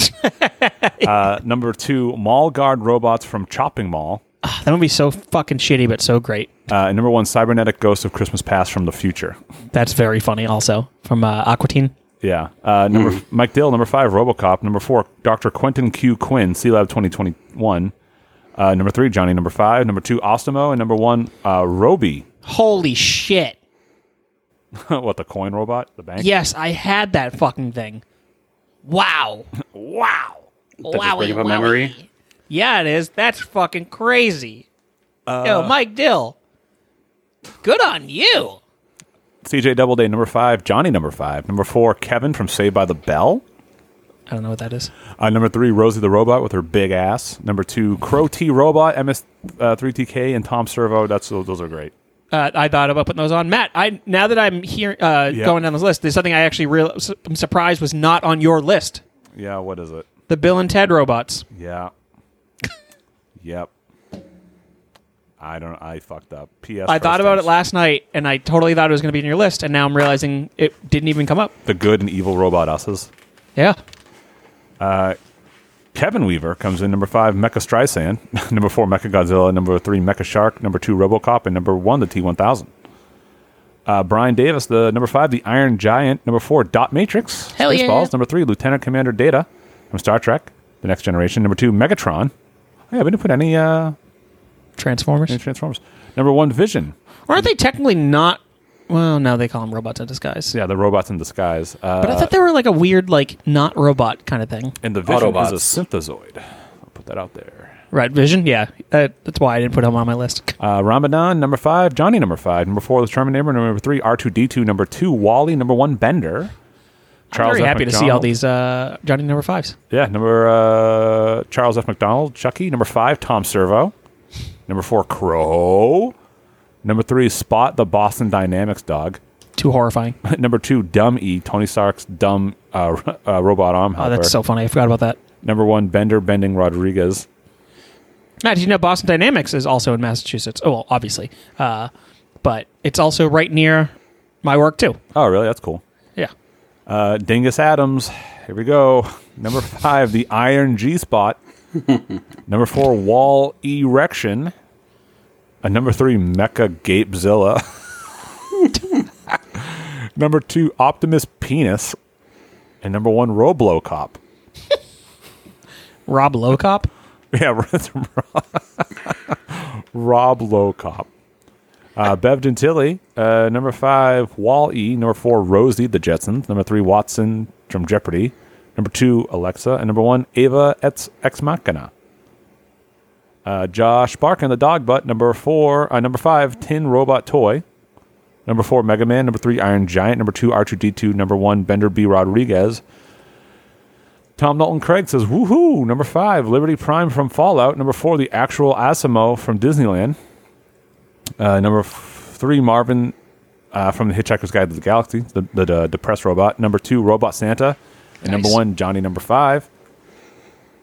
uh, number two, Mall Guard robots from Chopping Mall. Ah, That would be so fucking shitty, but so great. Uh, and number one, cybernetic ghosts of Christmas past from the future. That's very funny. Also from uh, Aquatine. Yeah. Uh, number Mike Dill, number five, RoboCop. Number four, Doctor Quentin Q Quinn, C Lab twenty twenty one. Uh, number three, Johnny. Number five, number two, Ostimo, and number one, uh, Roby. Holy shit! what the coin robot? The bank? Yes, I had that fucking thing. Wow! wow! that just bring Wowie! up a wowie. memory. Yeah, it is. That's fucking crazy. Uh, Yo, Mike Dill. Good on you. CJ Doubleday, number five, Johnny, number five, number four, Kevin from Saved by the Bell. I don't know what that is. Uh, number three, Rosie the Robot with her big ass. Number two, Crow T Robot, uh, MS3TK, and Tom Servo. That's those are great. Uh, I thought about putting those on. Matt, I now that I'm here uh, Yeah. going down this list, there's something I actually real su- I'm surprised was not on your list. Yeah, what is it? The Bill and Ted robots. Yeah. yep. I don't. I fucked up. P.S. I thought about it Preston's. last night, and I totally thought it was going to be in your list, and now I'm realizing it didn't even come up. the good and evil robot usses. Yeah. Uh, Kevin Weaver comes in number five, Mecha Streisand. number four, Mecha Godzilla. Number three, Mecha Shark. Number two, Robocop. And number one, the T 1000. Uh, Brian Davis, the number five, the Iron Giant. Number four, Dot Matrix. Hell yeah. Spaceballs. Number three, Lieutenant Commander Data from Star Trek, The Next Generation. Number two, Megatron. Oh, yeah, we didn't put any uh, Transformers. Any Transformers. Number one, Vision. Aren't they technically not? Well, no, they call them robots in disguise. Yeah, the robots in disguise. Uh, But I thought they were like a weird, like not robot kind of thing. and the Vision is a synthesoid. I'll put that out there. right vision. Yeah, uh, that's why I didn't put him on my list. Uh, Ramadan, number five. Johnny, number five. Number four, The Terminator. Number three, R2D2. Number two, Wally. Number one, Bender. I'm very F. happy to see McDonald. all these uh, Johnny Number Fives. Yeah, number uh, Charles F. McDonald, Chucky. Number five, Tom Servo. Number four, Crow. Number three, Spot, the Boston Dynamics dog. Too horrifying. number two, Dumb E, Tony Stark's dumb uh, uh, robot arm Oh, helper. that's so funny. I forgot about that. Number one, Bender Bending Rodriguez. Matt, did you know Boston Dynamics is also in Massachusetts? Oh, well, obviously, uh, but it's also right near My work too. Oh, really? That's cool. Yeah. Uh, Dingus Adams. Here we go. Number five, the Iron G spot. number four, Wall Erection. And number three, Mecha Gapezilla. number two, Optimus Penis. And number one, Roblocop. Rob Locop? Yeah, that's Rob, Rob Locop. Uh, Bev Gentilly, uh, number five, Wall E. Number four, Rosie the Jetsons. Number three, Watson from Jeopardy. Number two, Alexa. And number one, Ava Ex, Ex Machina. Uh, Josh Barkin, the dog butt. Number four, uh, number five, Tin Robot Toy. Number four, Mega Man. Number three, Iron Giant. Number two, Archer D2. Number one, Bender B. Rodriguez. Tom Dalton Craig says, woohoo. Number five, Liberty Prime from Fallout. Number four, the actual Asimo from Disneyland. Uh, number f- three, Marvin uh, from The Hitchhiker's Guide to the Galaxy, the, the, the depressed robot. Number two, Robot Santa. And number Nice. one, Johnny number five.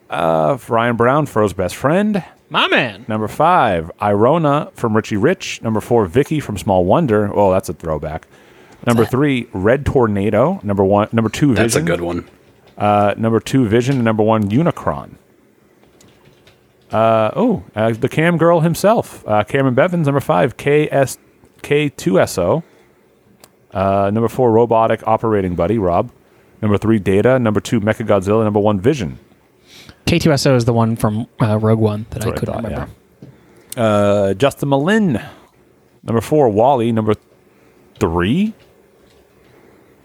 Uh, Ryan Brown, Fro's best friend. My man. Number five, Irona from Richie Rich. Number four, Vicky from Small Wonder. Oh, that's a throwback. Number three, Red Tornado. Number one, number two, Vision. That's a good one. Uh, number two, Vision. And number one, Unicron. Uh, oh, uh, the Cam Girl himself, uh, Cameron Bevins. Number five, KS K2SO. Uh, number four, Robotic Operating Buddy Rob. Number three, Data. Number two, Mechagodzilla. Number one, Vision. K2SO is the one from uh, Rogue One that I couldn't remember. Uh, Justin Malin, number four. Wally, number three.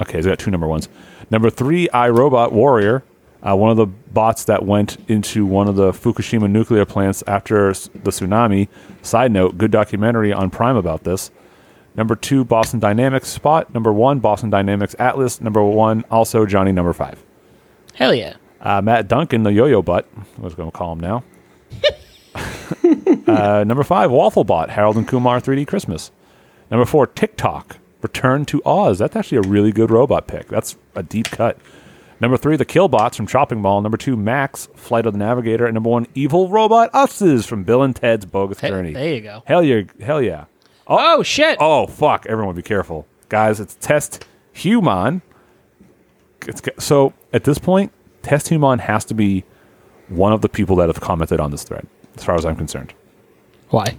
Okay, he's got two number ones. Number three, iRobot Warrior, uh, one of the bots that went into one of the Fukushima nuclear plants after s- the tsunami. Side note: good documentary on Prime about this. Number two, Boston Dynamics Spot. Number one, Boston Dynamics Atlas. Number one, also Johnny. Number five. Hell yeah. Uh, Matt Duncan, the yo-yo butt. I was going to call him now. uh, number five, Wafflebot, Harold and Kumar 3D Christmas. Number four, TikTok, Return to Oz. That's actually a really good robot pick. That's a deep cut. Number three, the Killbots from Chopping Mall. Number two, Max, Flight of the Navigator. And number one, Evil Robot Us's from Bill and Ted's Bogus Journey. there you go. Hell yeah. Hell yeah. Oh, shit. Oh, fuck. Everyone be careful. Guys, it's Test Human. It's, g- so at this point, Test Human has to be one of the people that have commented on this thread, as far as I'm concerned. Why?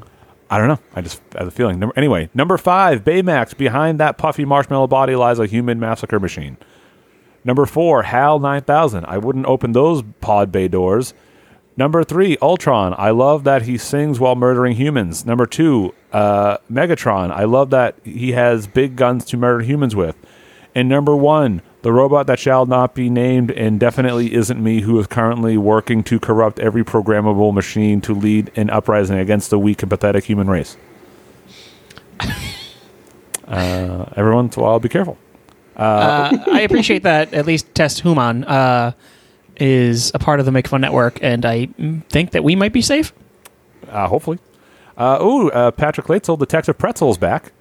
I don't know. I just have a feeling. Number, anyway, number five, Baymax. Behind that puffy marshmallow body lies a human massacre machine. Number four, HAL 9000. I wouldn't open those pod bay doors. Number three, Ultron. I love that he sings while murdering humans. Number two, uh, Megatron. I love that he has big guns to murder humans with. And number one, the robot that shall not be named and definitely isn't me, who is currently working to corrupt every programmable machine to lead an uprising against the weak and pathetic human race. uh, everyone, once in a while, be careful. Uh, Uh, I appreciate that at least Test Human uh, is a part of the Make Fun Network, and I mm, think that we might be safe. Uh, hopefully. Uh, ooh, uh, Patrick Latzel, Detective Pretzel's back.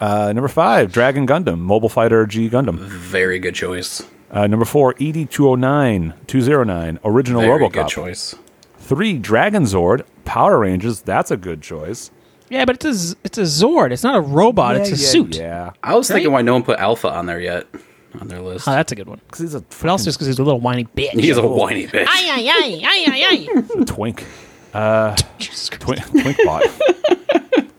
Uh, number five, Dragon Gundam, Mobile Fighter G Gundam. Very good choice. Uh, number four, ED209, 209, Original Very Robocop. good choice. Three, Dragon Zord, Power Rangers. That's a good choice. Yeah, but it's a z- it's a Zord. It's not a robot. it's a suit. Yeah. I was Right? thinking why no one put Alpha on there yet on their list. Oh, that's a good one. Because he's a but also just because he's a little whiny bitch. He's a whiny bitch. Ay ay ay ay ay. Twink. Uh, twink, twink bot.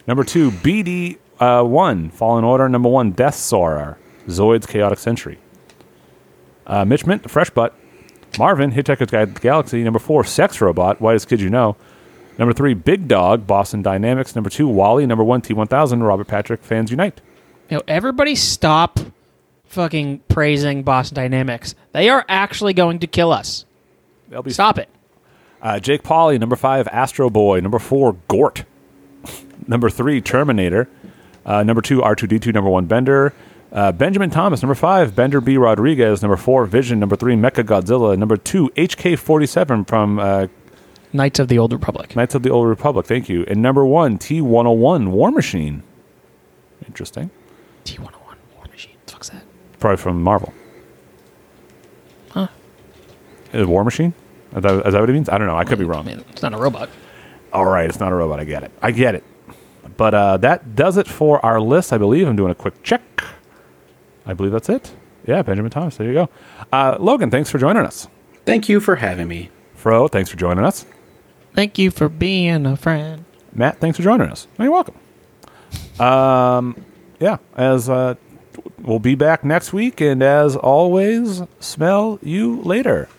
number two, BD uh, one, Fallen Order. Number one, Death Soarer, Zoid's Chaotic Century. Uh, Mitch Mint, the Fresh Butt. Marvin, Hitchhiker's Guide to the Galaxy. Number four, Sex Robot, Whitest Kid You Know. Number three, Big Dog, Boston Dynamics. Number two, Wally. Number one, T1000, Robert Patrick, Fans Unite. You know, everybody stop fucking praising Boston Dynamics. They are actually going to kill us. They'll be stop it. Uh, Jake Pauley, number five, Astro Boy. Number four, Gort. number three, Terminator. Uh, number two, R2D2. Number one, Bender. Uh, Benjamin Thomas, number five, Bender B. Rodriguez. Number four, Vision. Number three, Mecha Godzilla. Number two, HK 47 from uh, Knights of the Old Republic. Knights of the Old Republic. Thank you. And number one, T 101, War Machine. Interesting. T one hundred one War Machine. Fuck's that? Probably from Marvel. Huh. Is it Uh, War Machine? Is that, is that what it means? I don't know. I could be wrong. It's not a robot. All right, it's not a robot. I get it. I get it. But uh, that does it for our list, I believe. I'm doing a quick check. I believe that's it. Yeah, Benjamin Thomas. There you go. Uh, Logan, thanks for joining us. Thank you for having me. Fro, thanks for joining us. Thank you for being a friend. Matt, thanks for joining us. Oh, You're welcome. Um, yeah, as uh, we'll be back next week, and as always, smell you later.